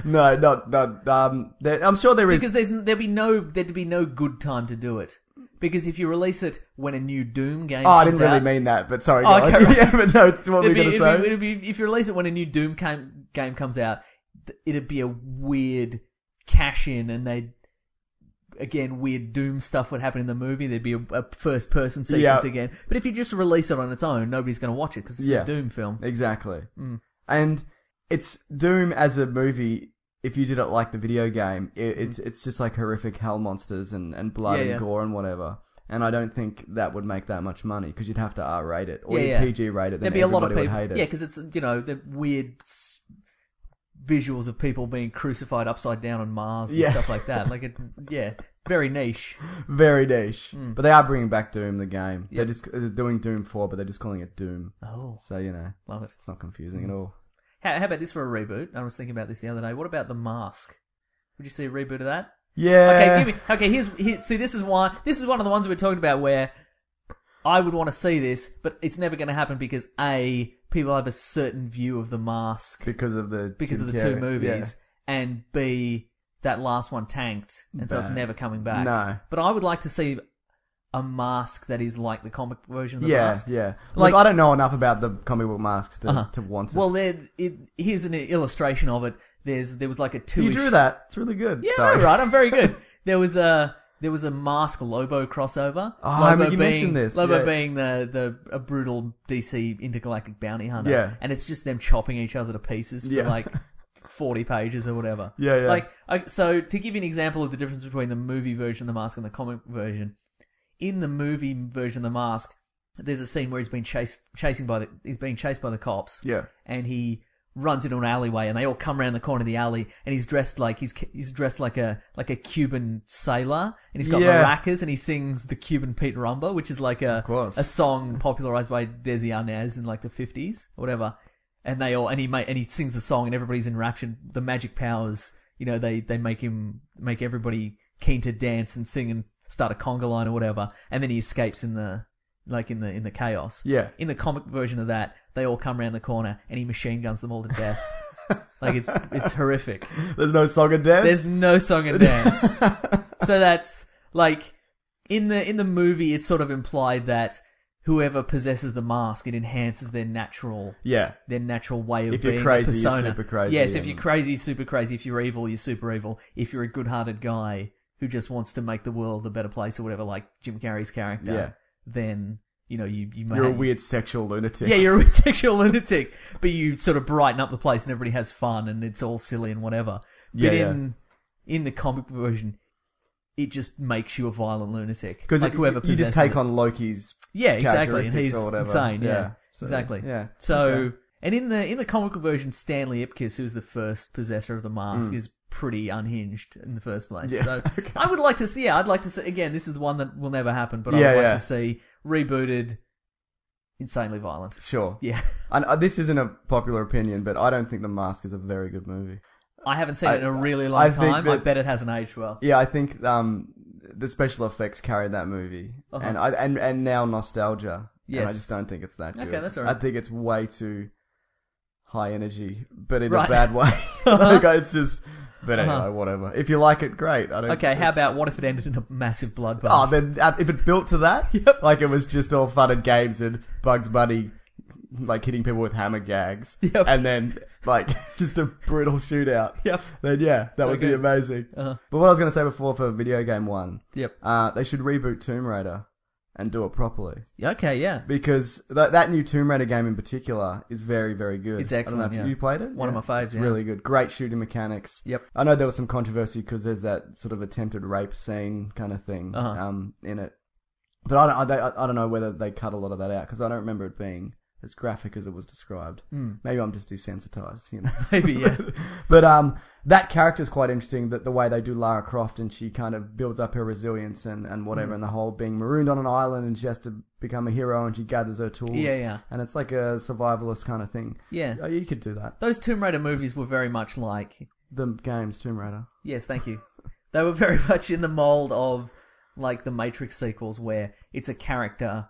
[SPEAKER 3] No, not not um. There, I'm sure there is.
[SPEAKER 4] because there's there'd be no there'd be no good time to do it. Because if you release it when a new Doom game
[SPEAKER 3] Oh, I
[SPEAKER 4] comes
[SPEAKER 3] didn't really
[SPEAKER 4] out-
[SPEAKER 3] mean that, but sorry.
[SPEAKER 4] Oh,
[SPEAKER 3] go on.
[SPEAKER 4] okay, right.
[SPEAKER 3] yeah, but no, it's what we're
[SPEAKER 4] it'd be,
[SPEAKER 3] going to
[SPEAKER 4] it'd
[SPEAKER 3] say.
[SPEAKER 4] be- it'd be- if you release it when a new Doom came, game comes out, th- it'd be a weird cash in, and they would again weird Doom stuff would happen in the movie. There'd be a, a first person sequence
[SPEAKER 3] Yeah.
[SPEAKER 4] again. But if you just release it on its own, nobody's going to watch it because it's
[SPEAKER 3] Yeah.
[SPEAKER 4] a Doom film.
[SPEAKER 3] Exactly.
[SPEAKER 4] Mm.
[SPEAKER 3] And it's Doom as a movie. If you did it like the video game, it, it's it's just like horrific hell monsters and, and blood
[SPEAKER 4] Mm. Yeah,
[SPEAKER 3] and
[SPEAKER 4] yeah.
[SPEAKER 3] gore and whatever. And I don't think that would make that much money because you'd have to R rate it or
[SPEAKER 4] Yeah,
[SPEAKER 3] you'd
[SPEAKER 4] yeah.
[SPEAKER 3] PG rate it. Then
[SPEAKER 4] There'd be a lot of
[SPEAKER 3] everybody
[SPEAKER 4] people,
[SPEAKER 3] would hate it.
[SPEAKER 4] yeah, because it's you know the weird s- visuals of people being crucified upside down on Mars and
[SPEAKER 3] Yeah.
[SPEAKER 4] stuff like that. Like, it, yeah, very niche.
[SPEAKER 3] very niche.
[SPEAKER 4] Mm.
[SPEAKER 3] But they are bringing back Doom the game. They're
[SPEAKER 4] Yep.
[SPEAKER 3] just they're doing Doom four, but they're just calling it Doom.
[SPEAKER 4] Oh,
[SPEAKER 3] So you know,
[SPEAKER 4] love it.
[SPEAKER 3] it's not confusing
[SPEAKER 4] Mm.
[SPEAKER 3] at all.
[SPEAKER 4] How, how about this for a reboot? I was thinking about this the other day. What about the Mask? Would you see a reboot of that?
[SPEAKER 3] Yeah.
[SPEAKER 4] Okay, give me. Okay, here's here, see. This is one. This is one of the ones we're talking about where I would want to see this, but it's never going to happen because a people have a certain view of the mask
[SPEAKER 3] because of the
[SPEAKER 4] because
[SPEAKER 3] Jim
[SPEAKER 4] of the two
[SPEAKER 3] Carrey.
[SPEAKER 4] movies, and b that last one tanked, and so it's
[SPEAKER 3] Bad.
[SPEAKER 4] never coming back.
[SPEAKER 3] No.
[SPEAKER 4] but I would like to see a mask that is like the comic version of the
[SPEAKER 3] Yeah, yeah.
[SPEAKER 4] mask.
[SPEAKER 3] yeah. Like
[SPEAKER 4] Like-
[SPEAKER 3] I don't know enough about the comic book masks to,
[SPEAKER 4] Uh-huh.
[SPEAKER 3] to want it.
[SPEAKER 4] Well, there. It, here's an illustration of it. There's there was like a two.
[SPEAKER 3] you drew that. It's really good.
[SPEAKER 4] Yeah,
[SPEAKER 3] Sorry.
[SPEAKER 4] I know, right. I'm very good. There was a there was a mask Lobo crossover.
[SPEAKER 3] Oh, I
[SPEAKER 4] Lobo
[SPEAKER 3] remember you mentioned this,
[SPEAKER 4] Lobo
[SPEAKER 3] yeah.
[SPEAKER 4] being the the a brutal DC intergalactic bounty hunter.
[SPEAKER 3] Yeah.
[SPEAKER 4] and it's just them chopping each other to pieces for
[SPEAKER 3] Yeah.
[SPEAKER 4] like. 40 pages or whatever.
[SPEAKER 3] Yeah, yeah.
[SPEAKER 4] Like, I, so to give you an example of the difference between the movie version of The Mask and the comic version, in the movie version of The Mask, there's a scene where he's been chased, chasing by the, he's being chased by the cops
[SPEAKER 3] Yeah.
[SPEAKER 4] and he runs into an alleyway and they all come around the corner of the alley and he's dressed like he's he's dressed like a like a Cuban sailor and he's got
[SPEAKER 3] Yeah.
[SPEAKER 4] maracas and he sings the Cuban Pete Rumba which is like a
[SPEAKER 3] course.
[SPEAKER 4] a song popularized by Desi Arnaz in like the 50s or whatever and they all and he ma- and he sings the song and everybody's enraptured the magic powers you know they they make him make everybody keen to dance and sing and start a conga line or whatever and then he escapes in the like in the in the chaos
[SPEAKER 3] Yeah.
[SPEAKER 4] in the comic version of that, they all come around the corner and he machine guns them all to death. like it's it's horrific.
[SPEAKER 3] There's no song and dance.
[SPEAKER 4] There's no song and dance. so that's like in the in the movie it's sort of implied that whoever possesses the mask it enhances their natural
[SPEAKER 3] yeah.
[SPEAKER 4] their natural way of
[SPEAKER 3] If you're
[SPEAKER 4] being a
[SPEAKER 3] crazy, you're
[SPEAKER 4] persona.
[SPEAKER 3] super crazy,
[SPEAKER 4] Yes, if
[SPEAKER 3] and-
[SPEAKER 4] you're crazy, you're super crazy. If you're evil, you're super evil. If you're a good-hearted guy who just wants to make the world a better place or whatever, like Jim Carrey's character,
[SPEAKER 3] Yeah.
[SPEAKER 4] then you know you you may
[SPEAKER 3] You're a weird sexual lunatic.
[SPEAKER 4] yeah, you're a sexual lunatic, but you sort of brighten up the place and everybody has fun and it's all silly and whatever. But
[SPEAKER 3] Yeah, yeah.
[SPEAKER 4] in in the comic version, it just makes you a violent lunatic.
[SPEAKER 3] because
[SPEAKER 4] like whoever
[SPEAKER 3] you just
[SPEAKER 4] possesses
[SPEAKER 3] take
[SPEAKER 4] it.
[SPEAKER 3] on Loki's
[SPEAKER 4] yeah, exactly, and
[SPEAKER 3] characteristics
[SPEAKER 4] he's
[SPEAKER 3] or whatever.
[SPEAKER 4] insane. Yeah,
[SPEAKER 3] Yeah, so,
[SPEAKER 4] exactly.
[SPEAKER 3] yeah,
[SPEAKER 4] So
[SPEAKER 3] okay.
[SPEAKER 4] and in the in the comic version, Stanley Ipkiss, who's the first possessor of the mask, is pretty unhinged in the first place.
[SPEAKER 3] Mm. Yeah,
[SPEAKER 4] so
[SPEAKER 3] okay.
[SPEAKER 4] I would like to see. Yeah, I'd like to see. Again, this is the one that will never happen, but I
[SPEAKER 3] Yeah,
[SPEAKER 4] would like
[SPEAKER 3] yeah.
[SPEAKER 4] to see rebooted, insanely violent.
[SPEAKER 3] Sure.
[SPEAKER 4] Yeah.
[SPEAKER 3] And uh, this isn't a popular opinion, but I don't think The Mask is a very good movie.
[SPEAKER 4] I haven't seen
[SPEAKER 3] I-
[SPEAKER 4] it in a really
[SPEAKER 3] I
[SPEAKER 4] long
[SPEAKER 3] think
[SPEAKER 4] time. I
[SPEAKER 3] that-
[SPEAKER 4] bet it hasn't aged well.
[SPEAKER 3] Yeah, I think um, the special effects carried that movie,
[SPEAKER 4] Uh-huh.
[SPEAKER 3] and I and and now nostalgia. And
[SPEAKER 4] Yes.
[SPEAKER 3] I just don't think it's that
[SPEAKER 4] Okay,
[SPEAKER 3] good.
[SPEAKER 4] that's all right.
[SPEAKER 3] I think it's way too high energy, but in
[SPEAKER 4] Right.
[SPEAKER 3] a bad way. like it's just. But anyway,
[SPEAKER 4] Uh-huh.
[SPEAKER 3] whatever. If you like it, great. I don't.
[SPEAKER 4] Okay, how
[SPEAKER 3] it's-
[SPEAKER 4] about what if it ended in a massive bloodbath?
[SPEAKER 3] Oh, then uh, if it built to that,
[SPEAKER 4] Yep.
[SPEAKER 3] like it was just all fun and games and Bugs Bunny, like hitting people with hammer gags,
[SPEAKER 4] Yep.
[SPEAKER 3] and then like just a brutal shootout.
[SPEAKER 4] Yep.
[SPEAKER 3] Then yeah, that
[SPEAKER 4] So
[SPEAKER 3] would
[SPEAKER 4] good.
[SPEAKER 3] be amazing.
[SPEAKER 4] Uh-huh.
[SPEAKER 3] But what I was going to say before for video game one,
[SPEAKER 4] Yep.
[SPEAKER 3] uh, they should reboot Tomb Raider and do it properly
[SPEAKER 4] Okay, yeah.
[SPEAKER 3] because that that new Tomb Raider game in particular is very very good.
[SPEAKER 4] It's
[SPEAKER 3] I
[SPEAKER 4] excellent,
[SPEAKER 3] don't know if
[SPEAKER 4] yeah.
[SPEAKER 3] you played it.
[SPEAKER 4] One of my faves,
[SPEAKER 3] It's
[SPEAKER 4] yeah.
[SPEAKER 3] really good. Great shooting mechanics.
[SPEAKER 4] Yep.
[SPEAKER 3] I know there was some controversy because there's that sort of attempted rape scene kind of thing
[SPEAKER 4] Uh-huh.
[SPEAKER 3] um, in it, but I don't I, don't- I, don't know whether they cut a lot of that out because I don't remember it being as graphic as it was described. Maybe I'm just desensitized, you know.
[SPEAKER 4] Hmm. Maybe, yeah.
[SPEAKER 3] but um, that character's quite interesting. That the way they do Lara Croft and she kind of builds up her resilience and, and whatever,
[SPEAKER 4] Mm.
[SPEAKER 3] and the whole being marooned on an island and she has to become a hero and she gathers her tools.
[SPEAKER 4] Yeah, yeah.
[SPEAKER 3] And it's like a survivalist kind of thing.
[SPEAKER 4] Yeah.
[SPEAKER 3] Oh, you could do that.
[SPEAKER 4] Those Tomb Raider movies were very much like.
[SPEAKER 3] The games Tomb Raider.
[SPEAKER 4] Yes, thank you. they were very much in the mold of like the Matrix sequels where it's a character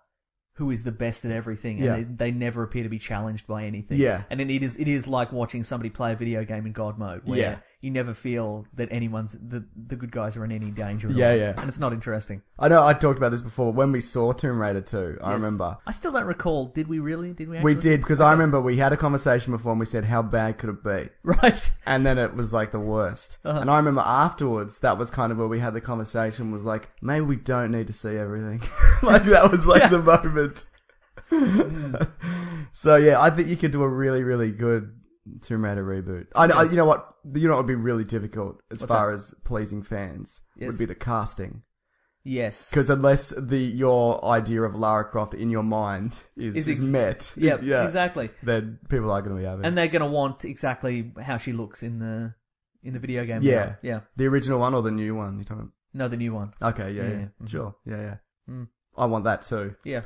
[SPEAKER 4] who is the best at everything and
[SPEAKER 3] Yeah.
[SPEAKER 4] they, they never appear to be challenged by anything.
[SPEAKER 3] Yeah.
[SPEAKER 4] And then it is it is like watching somebody play a video game in god mode where
[SPEAKER 3] Yeah.
[SPEAKER 4] you never feel that anyone's the the good guys are in any danger. At
[SPEAKER 3] Yeah,
[SPEAKER 4] all.
[SPEAKER 3] yeah.
[SPEAKER 4] And it's not interesting.
[SPEAKER 3] I know I talked about this before when we saw Tomb Raider 2. I
[SPEAKER 4] Yes.
[SPEAKER 3] remember.
[SPEAKER 4] I still don't recall. Did we really? Did we? Actually?
[SPEAKER 3] We did because I remember we had a conversation before and we said how bad could it be,
[SPEAKER 4] Right.
[SPEAKER 3] and then it was like the worst.
[SPEAKER 4] Uh-huh.
[SPEAKER 3] And I remember afterwards that was kind of where we had the conversation was like maybe we don't need to see everything. like that was like the moment.
[SPEAKER 4] Mm.
[SPEAKER 3] so yeah, I think you could do a really really good Tomb Raider reboot. I, I you know what you know what would be really difficult as far as pleasing fans
[SPEAKER 4] Yes.
[SPEAKER 3] would be the casting.
[SPEAKER 4] Yes.
[SPEAKER 3] Because unless the your idea of Lara Croft in your mind is,
[SPEAKER 4] Is
[SPEAKER 3] is,
[SPEAKER 4] ex-
[SPEAKER 3] met,
[SPEAKER 4] Yeah, exactly.
[SPEAKER 3] then people are going to be having.
[SPEAKER 4] And they're gonna want exactly how she looks in the in the video game.
[SPEAKER 3] yeah,
[SPEAKER 4] Yeah.
[SPEAKER 3] the original one or the new one? You talking?
[SPEAKER 4] No, the new one.
[SPEAKER 3] Okay, yeah,
[SPEAKER 4] Yeah,
[SPEAKER 3] yeah,
[SPEAKER 4] yeah. Mhm.
[SPEAKER 3] sure, yeah, yeah. mm. I want that too.
[SPEAKER 4] Yeah.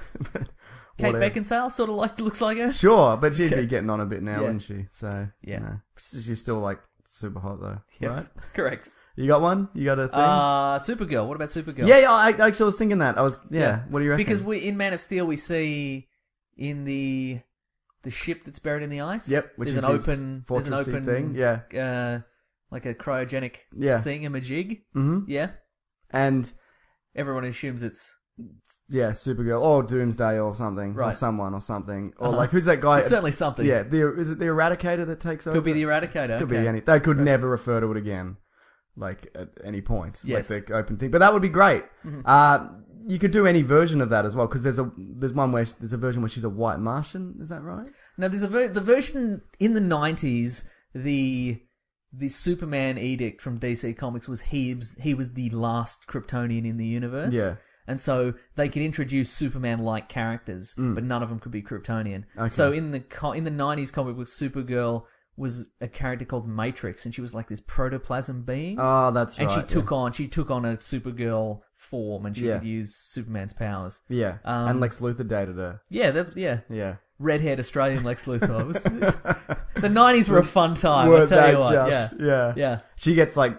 [SPEAKER 4] Kate
[SPEAKER 3] What else?
[SPEAKER 4] Beckinsale sort of like looks like her.
[SPEAKER 3] Sure, but she'd be getting on a bit now,
[SPEAKER 4] Yeah.
[SPEAKER 3] wouldn't she? So
[SPEAKER 4] Yeah.
[SPEAKER 3] you know. she's still like super hot though,
[SPEAKER 4] Yeah.
[SPEAKER 3] right?
[SPEAKER 4] Correct.
[SPEAKER 3] You got one? You got a thing?
[SPEAKER 4] Uh, Supergirl. What about Supergirl?
[SPEAKER 3] yeah, yeah. I I actually was thinking that. I was, yeah. What do you reckon?
[SPEAKER 4] Because we in Man of Steel we see in the the ship that's buried in the ice.
[SPEAKER 3] Yep, which
[SPEAKER 4] there's
[SPEAKER 3] is
[SPEAKER 4] an
[SPEAKER 3] his
[SPEAKER 4] open there's an
[SPEAKER 3] fortressy
[SPEAKER 4] open
[SPEAKER 3] thing, yeah.
[SPEAKER 4] uh, like a cryogenic
[SPEAKER 3] Yeah.
[SPEAKER 4] thing, a majig.
[SPEAKER 3] Mhm.
[SPEAKER 4] Yeah,
[SPEAKER 3] and
[SPEAKER 4] everyone assumes it's
[SPEAKER 3] Yeah, Supergirl or Doomsday or something, or
[SPEAKER 4] Right.
[SPEAKER 3] someone or something, or
[SPEAKER 4] Uh-huh.
[SPEAKER 3] like who's that guy?
[SPEAKER 4] It's certainly something.
[SPEAKER 3] Yeah, the, is it the Eradicator that takes over?
[SPEAKER 4] could be the Eradicator.
[SPEAKER 3] Could
[SPEAKER 4] okay.
[SPEAKER 3] be any. They could never refer to it again, like at any point.
[SPEAKER 4] Yes. Mm-hmm.
[SPEAKER 3] like the open thing. But that would be great. Uh, you could do any version of that as well, because there's a there's one where there's a version where she's a white Martian. Is that right?
[SPEAKER 4] Now there's a ver- the version in the '90s the the Superman edict from DC Comics was he was, he was the last Kryptonian in the universe.
[SPEAKER 3] Yeah.
[SPEAKER 4] And so they could introduce Superman-like characters, but none of them could be Kryptonian.
[SPEAKER 3] Mm. Okay.
[SPEAKER 4] So in the co- in the '90s comic book, Supergirl was a character called Matrix, and she was like this protoplasm being,
[SPEAKER 3] Oh, that's
[SPEAKER 4] and
[SPEAKER 3] right.
[SPEAKER 4] she took on she took on a Supergirl form, and she
[SPEAKER 3] Yeah.
[SPEAKER 4] could use Superman's powers.
[SPEAKER 3] Yeah,
[SPEAKER 4] Um,
[SPEAKER 3] and Lex Luthor dated her.
[SPEAKER 4] Yeah, that, yeah,
[SPEAKER 3] Yeah,
[SPEAKER 4] red-haired Australian Lex Luthor. It was- the nineties were a fun time.
[SPEAKER 3] Weren't
[SPEAKER 4] I'll tell
[SPEAKER 3] they
[SPEAKER 4] you what.
[SPEAKER 3] just-
[SPEAKER 4] yeah.
[SPEAKER 3] yeah,
[SPEAKER 4] yeah,
[SPEAKER 3] She gets like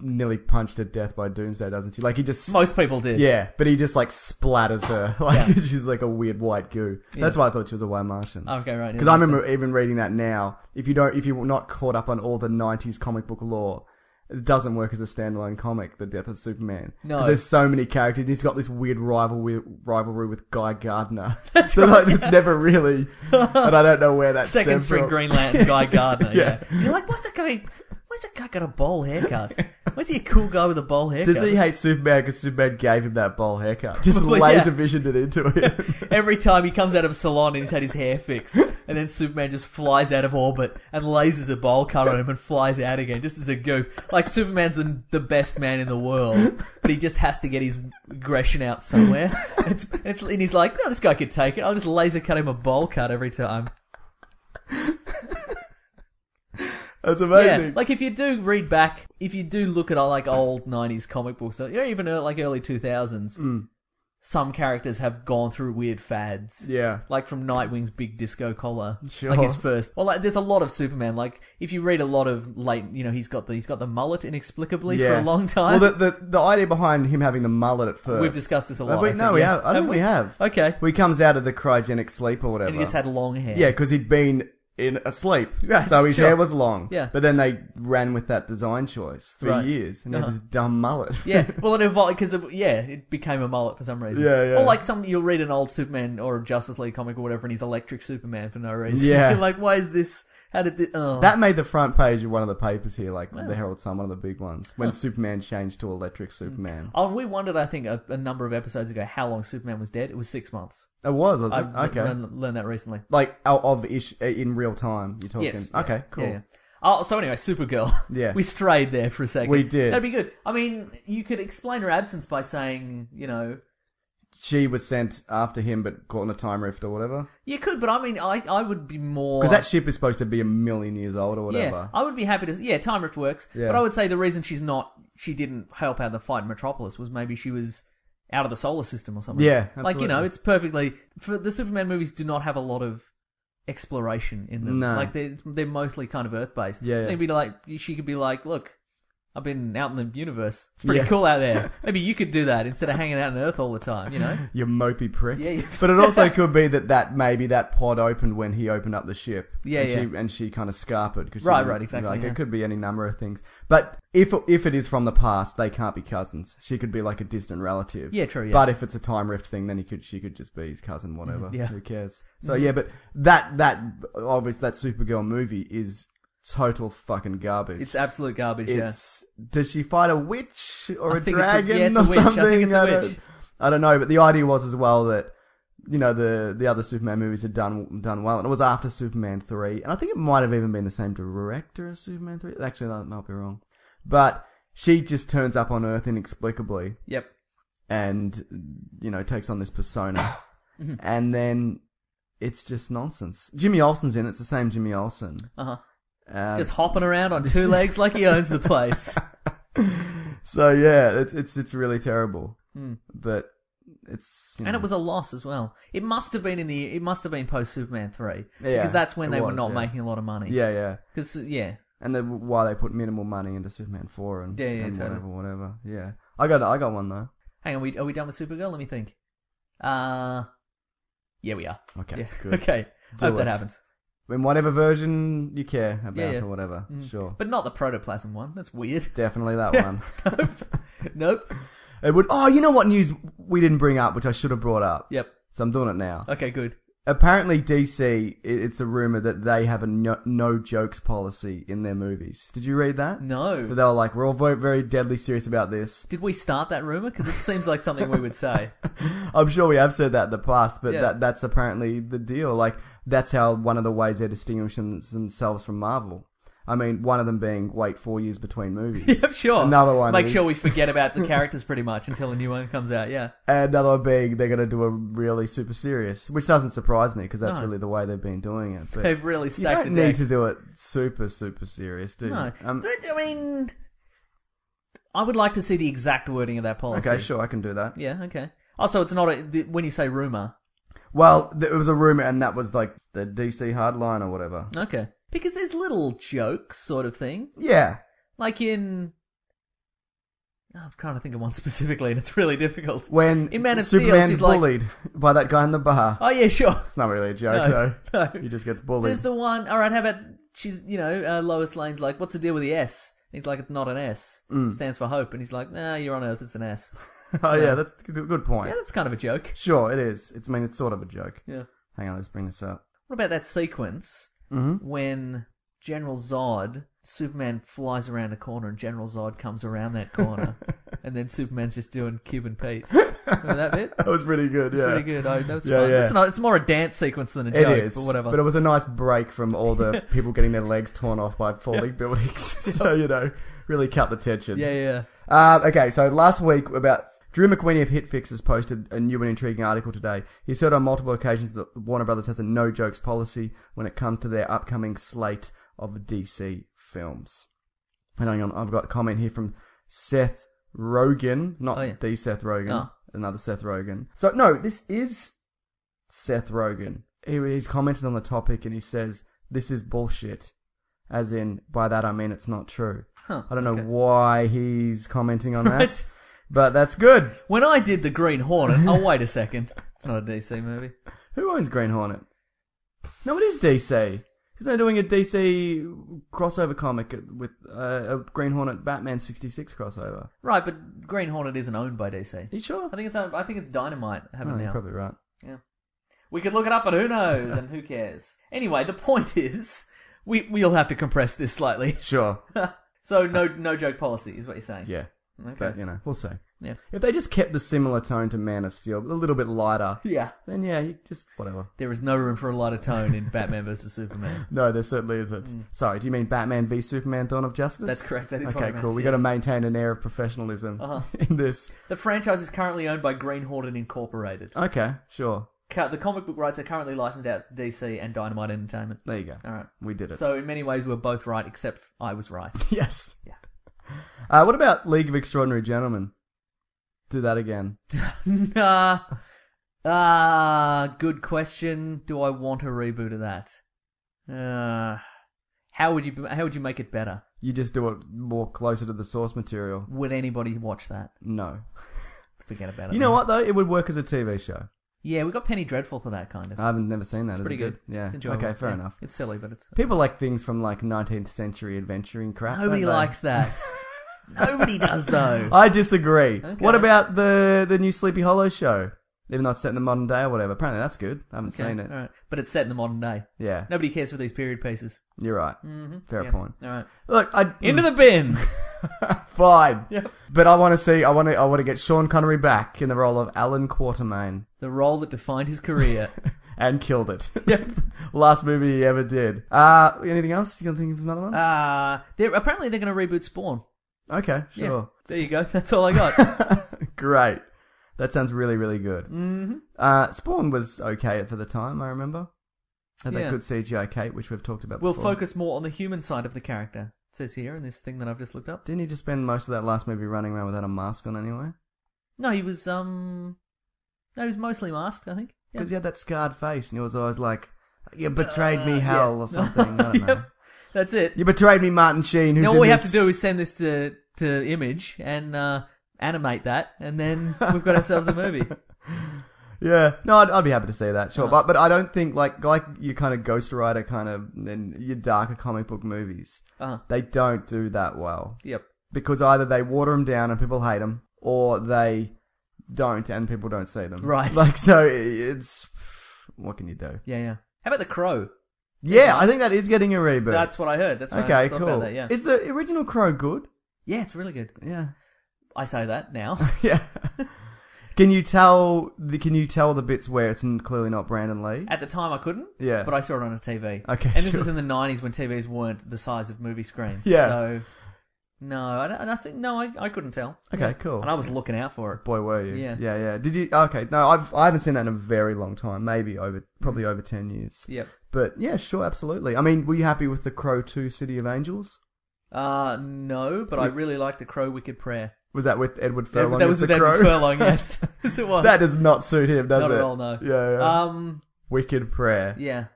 [SPEAKER 3] nearly punched to death by Doomsday, doesn't she? Like he just
[SPEAKER 4] Most people did.
[SPEAKER 3] Yeah, but he just like splatters her. Like
[SPEAKER 4] Yeah.
[SPEAKER 3] she's like a weird white goo. That's why I thought she was a white Martian.
[SPEAKER 4] Okay, right. yeah,
[SPEAKER 3] Because I
[SPEAKER 4] makes
[SPEAKER 3] remember
[SPEAKER 4] sense.
[SPEAKER 3] even reading that now. If you don't, if you're not caught up on all the '90s comic book lore, it doesn't work as a standalone comic. The Death of Superman.
[SPEAKER 4] No.
[SPEAKER 3] 'Cause there's so many characters. He's got this weird rivalry rivalry with Guy Gardner. That's so like, it's never really. and I don't know where that
[SPEAKER 4] second
[SPEAKER 3] stemmed
[SPEAKER 4] string
[SPEAKER 3] from.
[SPEAKER 4] Greenland guy Gardner. yeah.
[SPEAKER 3] Yeah.
[SPEAKER 4] you're like, why's that guy? Why's that guy got a bowl haircut? Why's he a cool guy with a bowl haircut?
[SPEAKER 3] Does he hate Superman because Superman gave him that bowl haircut? Just
[SPEAKER 4] Probably,
[SPEAKER 3] laser
[SPEAKER 4] yeah.
[SPEAKER 3] visioned it into him.
[SPEAKER 4] Every time he comes out of a salon and he's had his hair fixed, and then Superman just flies out of orbit and lasers a bowl cut on him and flies out again, just as a goof. Like Superman's the, the best man in the world, but he just has to get his aggression out somewhere. It's, it's, and he's like, no, this guy could take it. I'll just laser cut him a bowl cut every time.
[SPEAKER 3] That's
[SPEAKER 4] Yeah,
[SPEAKER 3] amazing.
[SPEAKER 4] like if you do read back, if you do look at all like old '90s comic books, or even uh, like early 2000s, some characters have gone through weird fads.
[SPEAKER 3] yeah.
[SPEAKER 4] like from Nightwing's big disco collar,
[SPEAKER 3] Sure.
[SPEAKER 4] like his first. Well, like there's a lot of Superman. Like if you read a lot of late, you know, he's got the he's got the mullet inexplicably for a long time.
[SPEAKER 3] Well, the, the the idea behind him having the mullet at first.
[SPEAKER 4] We've discussed this a lot.
[SPEAKER 3] Have we,
[SPEAKER 4] I think,
[SPEAKER 3] no, we
[SPEAKER 4] yeah.
[SPEAKER 3] have. I don't think we? have.
[SPEAKER 4] Okay,
[SPEAKER 3] Well, he comes out of the cryogenic sleep or whatever.
[SPEAKER 4] and he just had long hair.
[SPEAKER 3] yeah, because he'd been in asleep,
[SPEAKER 4] Right,
[SPEAKER 3] so his
[SPEAKER 4] sure.
[SPEAKER 3] hair was long.
[SPEAKER 4] Yeah.
[SPEAKER 3] but then they ran with that design choice for
[SPEAKER 4] Right.
[SPEAKER 3] years and
[SPEAKER 4] Uh-huh.
[SPEAKER 3] had this dumb mullet.
[SPEAKER 4] yeah. Well, it evolved because yeah, it became a mullet for some reason.
[SPEAKER 3] Yeah, yeah.
[SPEAKER 4] Or like some you'll read an old Superman or a Justice League comic or whatever, and he's electric Superman for no reason.
[SPEAKER 3] Yeah.
[SPEAKER 4] You're like why is this? How did this? Oh.
[SPEAKER 3] That made the front page of one of the papers here, like the Herald Sun, one of the big ones, when Superman changed to electric Superman.
[SPEAKER 4] Oh, and we wondered, I think, a, a number of episodes ago, how long Superman was dead. It was six months.
[SPEAKER 3] It was, was it?
[SPEAKER 4] I
[SPEAKER 3] okay.
[SPEAKER 4] learned, learned that recently.
[SPEAKER 3] like out of ish uh, in real time, you're talking.
[SPEAKER 4] Yes.
[SPEAKER 3] Okay,
[SPEAKER 4] yeah,
[SPEAKER 3] cool.
[SPEAKER 4] yeah, yeah. Oh, so anyway, Supergirl.
[SPEAKER 3] Yeah.
[SPEAKER 4] we strayed there for a second.
[SPEAKER 3] We did.
[SPEAKER 4] That'd be good. I mean, you could explain her absence by saying, you know,
[SPEAKER 3] She was sent after him, but caught in a time rift or whatever.
[SPEAKER 4] you could, but I mean, I I would be more
[SPEAKER 3] Because that ship is supposed to be a million years old or
[SPEAKER 4] yeah,
[SPEAKER 3] whatever.
[SPEAKER 4] I would be happy to. Yeah, time rift works.
[SPEAKER 3] Yeah.
[SPEAKER 4] But I would say the reason she's not, she didn't help out the fight in Metropolis was maybe she was out of the solar system or something.
[SPEAKER 3] Yeah,
[SPEAKER 4] like you know,
[SPEAKER 3] absolutely.
[SPEAKER 4] it's perfectly for the Superman movies do not have a lot of exploration in them.
[SPEAKER 3] No.
[SPEAKER 4] Like they're they're mostly kind of Earth based.
[SPEAKER 3] Yeah, yeah.
[SPEAKER 4] they'd be like she could be like, look, I've been out in the universe. It's pretty
[SPEAKER 3] Yeah.
[SPEAKER 4] cool out there. Maybe you could do that instead of hanging out on Earth all the time. You know?
[SPEAKER 3] You mopey prick.
[SPEAKER 4] Yeah, you-
[SPEAKER 3] But it also could be that, that maybe that pod opened when he opened up the ship.
[SPEAKER 4] Yeah,
[SPEAKER 3] and
[SPEAKER 4] yeah.
[SPEAKER 3] She, and she kind of scarpered. 'cause she
[SPEAKER 4] Right,
[SPEAKER 3] didn't-
[SPEAKER 4] right, exactly,
[SPEAKER 3] Like
[SPEAKER 4] yeah.
[SPEAKER 3] it could be any number of things. But if if it is from the past, they can't be cousins. She could be like a distant relative.
[SPEAKER 4] Yeah, true, yeah.
[SPEAKER 3] But if it's a time rift thing, then he could she could just be his cousin, whatever.
[SPEAKER 4] yeah. Mm-hmm.
[SPEAKER 3] Who cares? So yeah, but that that obvious that Supergirl movie is total fucking garbage.
[SPEAKER 4] It's absolute garbage. yeah.
[SPEAKER 3] It's does she fight a witch or
[SPEAKER 4] I
[SPEAKER 3] a
[SPEAKER 4] think it's a-
[SPEAKER 3] dragon
[SPEAKER 4] yeah, it's a
[SPEAKER 3] or
[SPEAKER 4] witch. I think
[SPEAKER 3] something?
[SPEAKER 4] it's a
[SPEAKER 3] don't-
[SPEAKER 4] witch.
[SPEAKER 3] I don't know, but the idea was as well that you know the the other Superman movies had done done well, and it was after Superman three, and I think it might have even been the same director as Superman three. Actually, that might be wrong, but she just turns up on Earth inexplicably
[SPEAKER 4] Yep.
[SPEAKER 3] and you know takes on this persona, and then it's just nonsense. Jimmy Olsen's in it. It's the same Jimmy Olsen.
[SPEAKER 4] Uh-huh.
[SPEAKER 3] Uh,
[SPEAKER 4] Just hopping around on two legs like he owns the place.
[SPEAKER 3] So yeah, it's it's it's really terrible. But it's you
[SPEAKER 4] Hmm. And
[SPEAKER 3] know,
[SPEAKER 4] it was a loss as well. It must have been in the. It must have been post Superman three
[SPEAKER 3] Yeah,
[SPEAKER 4] because that's when
[SPEAKER 3] it
[SPEAKER 4] they were
[SPEAKER 3] was,
[SPEAKER 4] not
[SPEAKER 3] yeah.
[SPEAKER 4] making a lot of money.
[SPEAKER 3] yeah yeah,
[SPEAKER 4] Because yeah,
[SPEAKER 3] and then why they put minimal money into Superman four and,
[SPEAKER 4] Yeah, yeah,
[SPEAKER 3] and
[SPEAKER 4] totally.
[SPEAKER 3] whatever whatever yeah. I got I got one though.
[SPEAKER 4] hang on. We are we done with Supergirl? Let me think. Uh yeah, we are.
[SPEAKER 3] Okay,
[SPEAKER 4] Yeah.
[SPEAKER 3] good.
[SPEAKER 4] Okay.
[SPEAKER 3] Do
[SPEAKER 4] Hope that
[SPEAKER 3] it.
[SPEAKER 4] happens.
[SPEAKER 3] In whatever version you care about
[SPEAKER 4] Yeah, yeah.
[SPEAKER 3] or whatever, sure.
[SPEAKER 4] But not the protoplasm one. That's weird.
[SPEAKER 3] Definitely that one.
[SPEAKER 4] nope.
[SPEAKER 3] It would. Oh, you know what news we didn't bring up, which I should have brought up.
[SPEAKER 4] Yep.
[SPEAKER 3] So I'm doing it now.
[SPEAKER 4] Okay. Good.
[SPEAKER 3] Apparently, DC. i- It's a rumor that they have a no, no jokes policy in their movies. Did you read that? But
[SPEAKER 4] No.
[SPEAKER 3] they were like, we're all very, very deadly serious about this.
[SPEAKER 4] Did we start that rumor? Because it seems like something we would say.
[SPEAKER 3] I'm sure we have said that in the past, but
[SPEAKER 4] Yeah.
[SPEAKER 3] that that's apparently the deal. Like, that's how one of the ways they're distinguishing themselves from Marvel. I mean, one of them being wait four years between movies.
[SPEAKER 4] Yep, sure.
[SPEAKER 3] Another one.
[SPEAKER 4] Make
[SPEAKER 3] is-
[SPEAKER 4] sure we forget about the characters pretty much until a new one comes out. Yeah.
[SPEAKER 3] Another one being they're going to do a really super serious, which doesn't surprise me because that's
[SPEAKER 4] No.
[SPEAKER 3] really the way they've been doing it. But
[SPEAKER 4] They've really
[SPEAKER 3] you
[SPEAKER 4] stacked
[SPEAKER 3] don't
[SPEAKER 4] the
[SPEAKER 3] need
[SPEAKER 4] deck.
[SPEAKER 3] to do it super super serious, do you?
[SPEAKER 4] No.
[SPEAKER 3] Um,
[SPEAKER 4] but, I mean, I would like to see the exact wording of that policy.
[SPEAKER 3] okay, sure, I can do that.
[SPEAKER 4] Yeah, okay. Also, it's not a, the, when you say rumor.
[SPEAKER 3] Well, th- it was a rumor, and that was like the DC hardline or whatever.
[SPEAKER 4] Okay. Because there's little jokes sort of thing.
[SPEAKER 3] Yeah,
[SPEAKER 4] Like in. oh, I'm trying to think of one specifically, and it's really difficult.
[SPEAKER 3] when
[SPEAKER 4] In Man of Steel,
[SPEAKER 3] Superman's
[SPEAKER 4] she's like-
[SPEAKER 3] bullied by that guy in the bar.
[SPEAKER 4] Oh, yeah, sure.
[SPEAKER 3] It's not really a joke
[SPEAKER 4] No,
[SPEAKER 3] though.
[SPEAKER 4] no.
[SPEAKER 3] He just gets bullied.
[SPEAKER 4] There's the one. All right, how about she's you know uh, Lois Lane's like, what's the deal with the S? He's like, it's not an S. It stands for hope, and he's like, nah, you're on Earth, it's an S.
[SPEAKER 3] Mm. oh yeah, that's a good, good point.
[SPEAKER 4] yeah, that's kind of a joke.
[SPEAKER 3] Sure, it is. It's I mean it's sort of a joke.
[SPEAKER 4] Yeah.
[SPEAKER 3] Hang on, let's bring this up.
[SPEAKER 4] What about that sequence
[SPEAKER 3] Mm-hmm.
[SPEAKER 4] when General Zod, Superman flies around a corner and General Zod comes around that corner, and then Superman's just doing Cuban Pete. Remember that bit?
[SPEAKER 3] That was pretty good. Yeah,
[SPEAKER 4] Pretty good. Oh, that was
[SPEAKER 3] Yeah,
[SPEAKER 4] fun.
[SPEAKER 3] yeah.
[SPEAKER 4] It's not. It's more a dance sequence than a
[SPEAKER 3] It
[SPEAKER 4] joke,
[SPEAKER 3] is,
[SPEAKER 4] but whatever.
[SPEAKER 3] it was a nice break from all the people getting their legs torn off by falling buildings. so you know, really cut the tension.
[SPEAKER 4] yeah, yeah.
[SPEAKER 3] Uh, okay, so last week about Drew McWeeny of HitFix has posted a new and intriguing article today. He said on multiple occasions that Warner Brothers has a no jokes policy when it comes to their upcoming slate of DC films. And hang on, I've got a comment here from Seth Rogen, not
[SPEAKER 4] Oh, yeah.
[SPEAKER 3] the Seth Rogen,
[SPEAKER 4] Oh.
[SPEAKER 3] another Seth Rogen. So no, this is Seth Rogen. He, he's commented on the topic and he says, "This is bullshit." As in, by that I mean it's not true. I don't know why he's commenting on
[SPEAKER 4] Right.
[SPEAKER 3] that, but that's good.
[SPEAKER 4] When I did the Green Hornet, oh wait a second, it's not a DC movie.
[SPEAKER 3] Who owns Green Hornet? No, it is DC because they're doing a DC crossover comic with uh, a Green Hornet Batman '66 crossover.
[SPEAKER 4] Right, but Green Hornet isn't owned by DC.
[SPEAKER 3] you sure?
[SPEAKER 4] I think it's owned, I think it's Dynamite. I have
[SPEAKER 3] No,
[SPEAKER 4] it
[SPEAKER 3] you're
[SPEAKER 4] now.
[SPEAKER 3] Oh, probably right.
[SPEAKER 4] We could look it up, but who knows and who cares? Anyway, the point is, we we'll have to compress this slightly.
[SPEAKER 3] Sure.
[SPEAKER 4] so no no joke policy is what you're saying.
[SPEAKER 3] Yeah.
[SPEAKER 4] Okay.
[SPEAKER 3] But you know, we'll see.
[SPEAKER 4] Yeah.
[SPEAKER 3] If they just kept the similar tone to Man of Steel, but a little bit lighter,
[SPEAKER 4] Yeah.
[SPEAKER 3] then yeah, you just whatever.
[SPEAKER 4] There is no room for a lot of tone in Batman versus Superman.
[SPEAKER 3] No, there certainly isn't. Sorry, do you mean Batman v Superman: Dawn of Justice?
[SPEAKER 4] Mm. That's correct, that is
[SPEAKER 3] okay.
[SPEAKER 4] what I meant,
[SPEAKER 3] cool. We
[SPEAKER 4] yes.
[SPEAKER 3] got to maintain an air of professionalism
[SPEAKER 4] Uh-huh.
[SPEAKER 3] in this.
[SPEAKER 4] The franchise is currently owned by Green Hornet Incorporated.
[SPEAKER 3] Okay, sure.
[SPEAKER 4] Ca- The comic book rights are currently licensed out to DC and Dynamite Entertainment.
[SPEAKER 3] There you go.
[SPEAKER 4] All right.
[SPEAKER 3] we did it.
[SPEAKER 4] So in many ways, we're both right, except I was right.
[SPEAKER 3] yes. Yeah. Uh, what about League of Extraordinary Gentlemen? Do that again.
[SPEAKER 4] nah. Ah, good question. Do Ah. I want a reboot of that? Uh, how would you How would you make it better?
[SPEAKER 3] You just do it more closer to the source material.
[SPEAKER 4] Would anybody watch that?
[SPEAKER 3] No.
[SPEAKER 4] Forget about it.
[SPEAKER 3] You know
[SPEAKER 4] man.
[SPEAKER 3] what though? It would work as a TV show.
[SPEAKER 4] Yeah, we got Penny Dreadful for that kind of.
[SPEAKER 3] I haven't never seen Oh, that. Is it
[SPEAKER 4] Pretty good.
[SPEAKER 3] Yeah.
[SPEAKER 4] It's enjoyable.
[SPEAKER 3] Okay, fair
[SPEAKER 4] Yeah.
[SPEAKER 3] enough.
[SPEAKER 4] It's silly, but it's
[SPEAKER 3] People like things from like 19th century adventuring crap. don't
[SPEAKER 4] nobody
[SPEAKER 3] they?
[SPEAKER 4] likes that. nobody does though.
[SPEAKER 3] I disagree.
[SPEAKER 4] Okay.
[SPEAKER 3] What about the the new Sleepy Hollow show? Even though it's set in the modern day or whatever. Apparently that's good. I haven't
[SPEAKER 4] Okay,
[SPEAKER 3] seen it.
[SPEAKER 4] all right. But it's set in the modern day.
[SPEAKER 3] Yeah.
[SPEAKER 4] Nobody cares for these period pieces. Hmm?
[SPEAKER 3] You're right. Fair
[SPEAKER 4] Yeah.
[SPEAKER 3] point. Hmm.
[SPEAKER 4] All right.
[SPEAKER 3] Look, I
[SPEAKER 4] Mm.
[SPEAKER 3] Mm.
[SPEAKER 4] Into the bin.
[SPEAKER 3] fine.
[SPEAKER 4] Yep.
[SPEAKER 3] But I want to see. I want to. I want to get Sean Connery back in the role of Alan Quatermain
[SPEAKER 4] the role that defined his career.
[SPEAKER 3] and killed it. Last movie he ever did. Uh anything else? You can think of some other ones?
[SPEAKER 4] Uh, they're, apparently they're going to reboot Spawn.
[SPEAKER 3] okay,
[SPEAKER 4] Yeah.
[SPEAKER 3] sure.
[SPEAKER 4] There you go. That's all I got.
[SPEAKER 3] Great. That sounds really, really good. Mm-hmm. Uh, Spawn was okay for the time. I remember. Had that
[SPEAKER 4] Yeah.
[SPEAKER 3] good CGI Kate, which we've talked about.
[SPEAKER 4] we'll
[SPEAKER 3] before.
[SPEAKER 4] focus more on the human side of the character. It says here in this thing that I've just looked up.
[SPEAKER 3] Didn't he just spend most of that last movie running around without a mask on anyway?
[SPEAKER 4] No, he was um, no, he was mostly masked. I think. Yeah. Uh,
[SPEAKER 3] Because he had that scarred face, and he was always like, "You betrayed me, hell," or something. I don't know.
[SPEAKER 4] Yep. That's it.
[SPEAKER 3] You betrayed me, Martin Sheen. Who's
[SPEAKER 4] now
[SPEAKER 3] in
[SPEAKER 4] all we have
[SPEAKER 3] this-
[SPEAKER 4] to do is send this to to Image and uh, animate that, and then we've got ourselves a movie. Uh-huh.
[SPEAKER 3] Yeah, no, I'd, I'd be happy to see that. Sure, but but I don't think like like your kind of Ghost Rider kind of and your darker comic book movies,
[SPEAKER 4] Uh,
[SPEAKER 3] they don't do that well
[SPEAKER 4] yep.
[SPEAKER 3] because either they water them down and people hate them, or they don't and people don't see them.
[SPEAKER 4] Right.
[SPEAKER 3] Like so, it's what can you do?
[SPEAKER 4] Yeah, yeah. How about the Crow?
[SPEAKER 3] Yeah, I think that is getting a reboot.
[SPEAKER 4] That's what I heard. That's what I
[SPEAKER 3] okay.
[SPEAKER 4] thought
[SPEAKER 3] Cool.
[SPEAKER 4] about that. Yeah.
[SPEAKER 3] Is the original Crow good?
[SPEAKER 4] yeah, it's really good.
[SPEAKER 3] Yeah.
[SPEAKER 4] I say that now.
[SPEAKER 3] Yeah. Can you tell the Can you tell the bits where it's n- clearly not Brandon Lee?
[SPEAKER 4] At the time, I couldn't.
[SPEAKER 3] Yeah.
[SPEAKER 4] But I saw it on a TV.
[SPEAKER 3] Okay,
[SPEAKER 4] And this
[SPEAKER 3] sure.
[SPEAKER 4] was in the '90s when TVs weren't the size of movie screens.
[SPEAKER 3] Yeah.
[SPEAKER 4] So no, I don't. I think no, I, I couldn't tell.
[SPEAKER 3] Okay, cool.
[SPEAKER 4] And I was looking out for it.
[SPEAKER 3] Boy, were you?
[SPEAKER 4] Yeah.
[SPEAKER 3] yeah, yeah. Did you? Okay, no, I've I haven't seen that in a very long time. Maybe over probably over ten years.
[SPEAKER 4] Yep.
[SPEAKER 3] But yeah, sure, absolutely. I mean, were you happy with the Crow Two City of Angels?
[SPEAKER 4] Uh, no, but I really liked the Crow Wicked Prayer.
[SPEAKER 3] Was that with Edward Furlong?
[SPEAKER 4] that
[SPEAKER 3] as
[SPEAKER 4] was
[SPEAKER 3] the
[SPEAKER 4] with Edward
[SPEAKER 3] Crow?
[SPEAKER 4] Furlong. Yes, yes, it was.
[SPEAKER 3] that does not suit him, does
[SPEAKER 4] not
[SPEAKER 3] it?
[SPEAKER 4] at all. No.
[SPEAKER 3] Yeah. yeah.
[SPEAKER 4] Um.
[SPEAKER 3] Wicked prayer.
[SPEAKER 4] Yeah.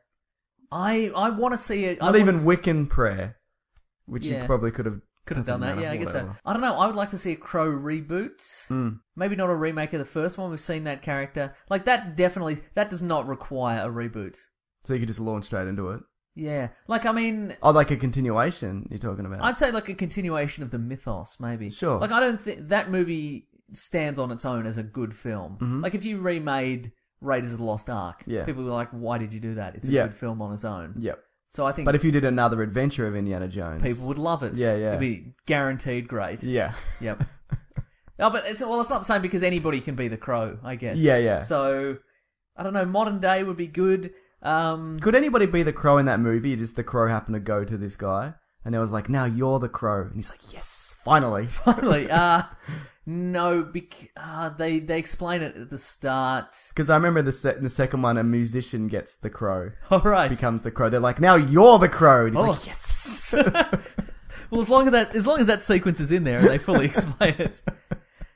[SPEAKER 4] I I want to see it.
[SPEAKER 3] Not
[SPEAKER 4] I wanna
[SPEAKER 3] even
[SPEAKER 4] s-
[SPEAKER 3] Wiccan prayer, which
[SPEAKER 4] Yeah.
[SPEAKER 3] you probably could have
[SPEAKER 4] Could have done
[SPEAKER 3] doesn't
[SPEAKER 4] that. Yeah, I
[SPEAKER 3] matter,
[SPEAKER 4] guess so.
[SPEAKER 3] whatever. Hmm.
[SPEAKER 4] I don't know. I would like to see a Crow reboot.
[SPEAKER 3] Mm.
[SPEAKER 4] Maybe not a remake of the first one. We've seen that character. Like that definitely that does not require a reboot.
[SPEAKER 3] So you could just launch straight into it.
[SPEAKER 4] Yeah. Like I mean,
[SPEAKER 3] Oh, like a continuation you're talking about?
[SPEAKER 4] I'd say like a continuation of the mythos maybe.
[SPEAKER 3] Sure.
[SPEAKER 4] Like I don't think that movie stands on its own as a good film. Like if you remade Raiders of the Lost Ark,
[SPEAKER 3] Mm-hmm. Yeah.
[SPEAKER 4] people were like, "Why did you do that? It's a
[SPEAKER 3] Yeah.
[SPEAKER 4] good film on its own."
[SPEAKER 3] Yep.
[SPEAKER 4] So I think
[SPEAKER 3] But if you did another adventure of Indiana Jones,
[SPEAKER 4] people would love it.
[SPEAKER 3] Yeah, yeah.
[SPEAKER 4] It'd be guaranteed great.
[SPEAKER 3] Yeah.
[SPEAKER 4] Yep. no, but it's well, it's not the same because anybody can be the crow, I guess.
[SPEAKER 3] Yeah, yeah.
[SPEAKER 4] So I don't know. Modern day would be good. Um,
[SPEAKER 3] Could anybody be the crow in that movie? Just the crow happened to go to this guy, and it was like, "Now you're the crow," and he's like, "Yes, finally."
[SPEAKER 4] finally, uh, no, bec- uh, they they explain it at the start.
[SPEAKER 3] Because I remember the se- in the second one, a musician gets the crow,
[SPEAKER 4] All right.
[SPEAKER 3] becomes the crow. They're like, "Now you're the crow," and he's
[SPEAKER 4] Oh,
[SPEAKER 3] like, "Yes."
[SPEAKER 4] well, as long as that as long as that sequence is in there and they fully explain it.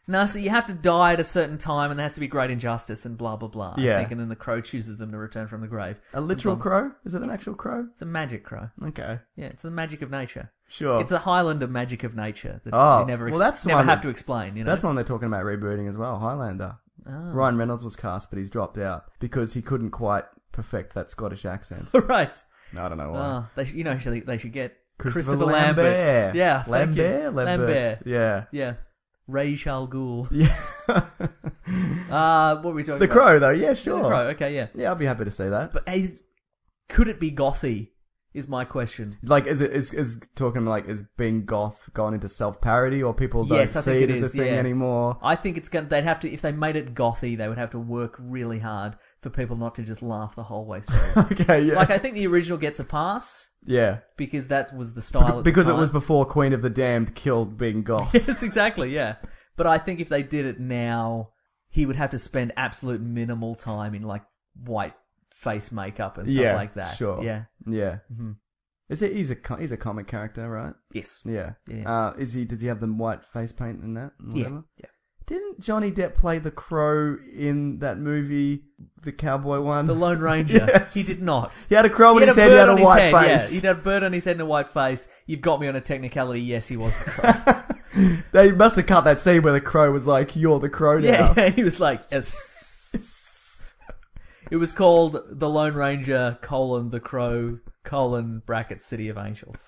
[SPEAKER 4] No, so you have to die at a certain time, and there has to be great injustice and blah blah blah. I
[SPEAKER 3] Yeah.
[SPEAKER 4] think, and then the crow chooses them to return from the grave.
[SPEAKER 3] A literal crow? Is it an actual crow?
[SPEAKER 4] It's a magic crow.
[SPEAKER 3] Okay,
[SPEAKER 4] Yeah, it's the magic of nature.
[SPEAKER 3] sure.
[SPEAKER 4] It's the Highlander magic of nature that
[SPEAKER 3] Oh,
[SPEAKER 4] you never, ex-
[SPEAKER 3] well, that's
[SPEAKER 4] never
[SPEAKER 3] one-
[SPEAKER 4] have to explain. You know, Ah. Oh.
[SPEAKER 3] That's one they're talking about rebooting as well. Highlander. Ryan Reynolds was cast, but he's dropped out because he couldn't quite perfect that Scottish accent.
[SPEAKER 4] right.
[SPEAKER 3] I don't know why.
[SPEAKER 4] Oh, they should, you know, should- they should get
[SPEAKER 3] Christopher,
[SPEAKER 4] Christopher,
[SPEAKER 3] Lambert.
[SPEAKER 4] Lambert. Yeah, thank you.
[SPEAKER 3] Lambert? Lambert. Yeah.
[SPEAKER 4] yeah. Ray Shalgul.
[SPEAKER 3] Yeah.
[SPEAKER 4] Uh, what were we talking
[SPEAKER 3] the
[SPEAKER 4] about?
[SPEAKER 3] Crow, though. Yeah,
[SPEAKER 4] Yeah,
[SPEAKER 3] sure.
[SPEAKER 4] The Crow. Okay, yeah.
[SPEAKER 3] Yeah, I'd be happy to see that.
[SPEAKER 4] But is, could it be gothy? Is my question.
[SPEAKER 3] like, is it is is talking like is being goth gone into self parody or people don't
[SPEAKER 4] Yes, I
[SPEAKER 3] see
[SPEAKER 4] think
[SPEAKER 3] it
[SPEAKER 4] it
[SPEAKER 3] as a
[SPEAKER 4] is,
[SPEAKER 3] thing
[SPEAKER 4] yeah.
[SPEAKER 3] anymore?
[SPEAKER 4] I think it's gonna. They'd have to if they made it gothy, they would have to work really hard for people not to just laugh the whole way through.
[SPEAKER 3] Okay, yeah,
[SPEAKER 4] like I think the original gets a pass
[SPEAKER 3] yeah,
[SPEAKER 4] because that was the style. at the
[SPEAKER 3] because it
[SPEAKER 4] time.
[SPEAKER 3] was before Queen of the Damned killed being goth.
[SPEAKER 4] yes, exactly, yeah. But I think if they did it now, he would have to spend absolute minimal time in like white face makeup and stuff
[SPEAKER 3] yeah,
[SPEAKER 4] like that.
[SPEAKER 3] Sure.
[SPEAKER 4] Yeah. Mm-hmm.
[SPEAKER 3] yeah. Is it? He's a co- he's a comic character, right?
[SPEAKER 4] Yes.
[SPEAKER 3] Yeah.
[SPEAKER 4] Yeah.
[SPEAKER 3] Uh, is he? Does he have the white face paint in that? and
[SPEAKER 4] Yeah.
[SPEAKER 3] whatever?
[SPEAKER 4] Yeah.
[SPEAKER 3] Didn't Johnny Depp play the crow in that movie, the cowboy one?
[SPEAKER 4] The Lone Ranger.
[SPEAKER 3] Yes.
[SPEAKER 4] He did not.
[SPEAKER 3] He had a crow on his head, he had a
[SPEAKER 4] his
[SPEAKER 3] white
[SPEAKER 4] head,
[SPEAKER 3] face.
[SPEAKER 4] Yeah, he had a bird on his head and a white face. You've got me on a technicality. Yes, he was the crow.
[SPEAKER 3] They must have cut that scene where the crow was like, "You're the crow now."
[SPEAKER 4] yeah, yeah, he was like, yes. It was called The Lone Ranger, colon, The Crow, colon, bracket, City of Angels.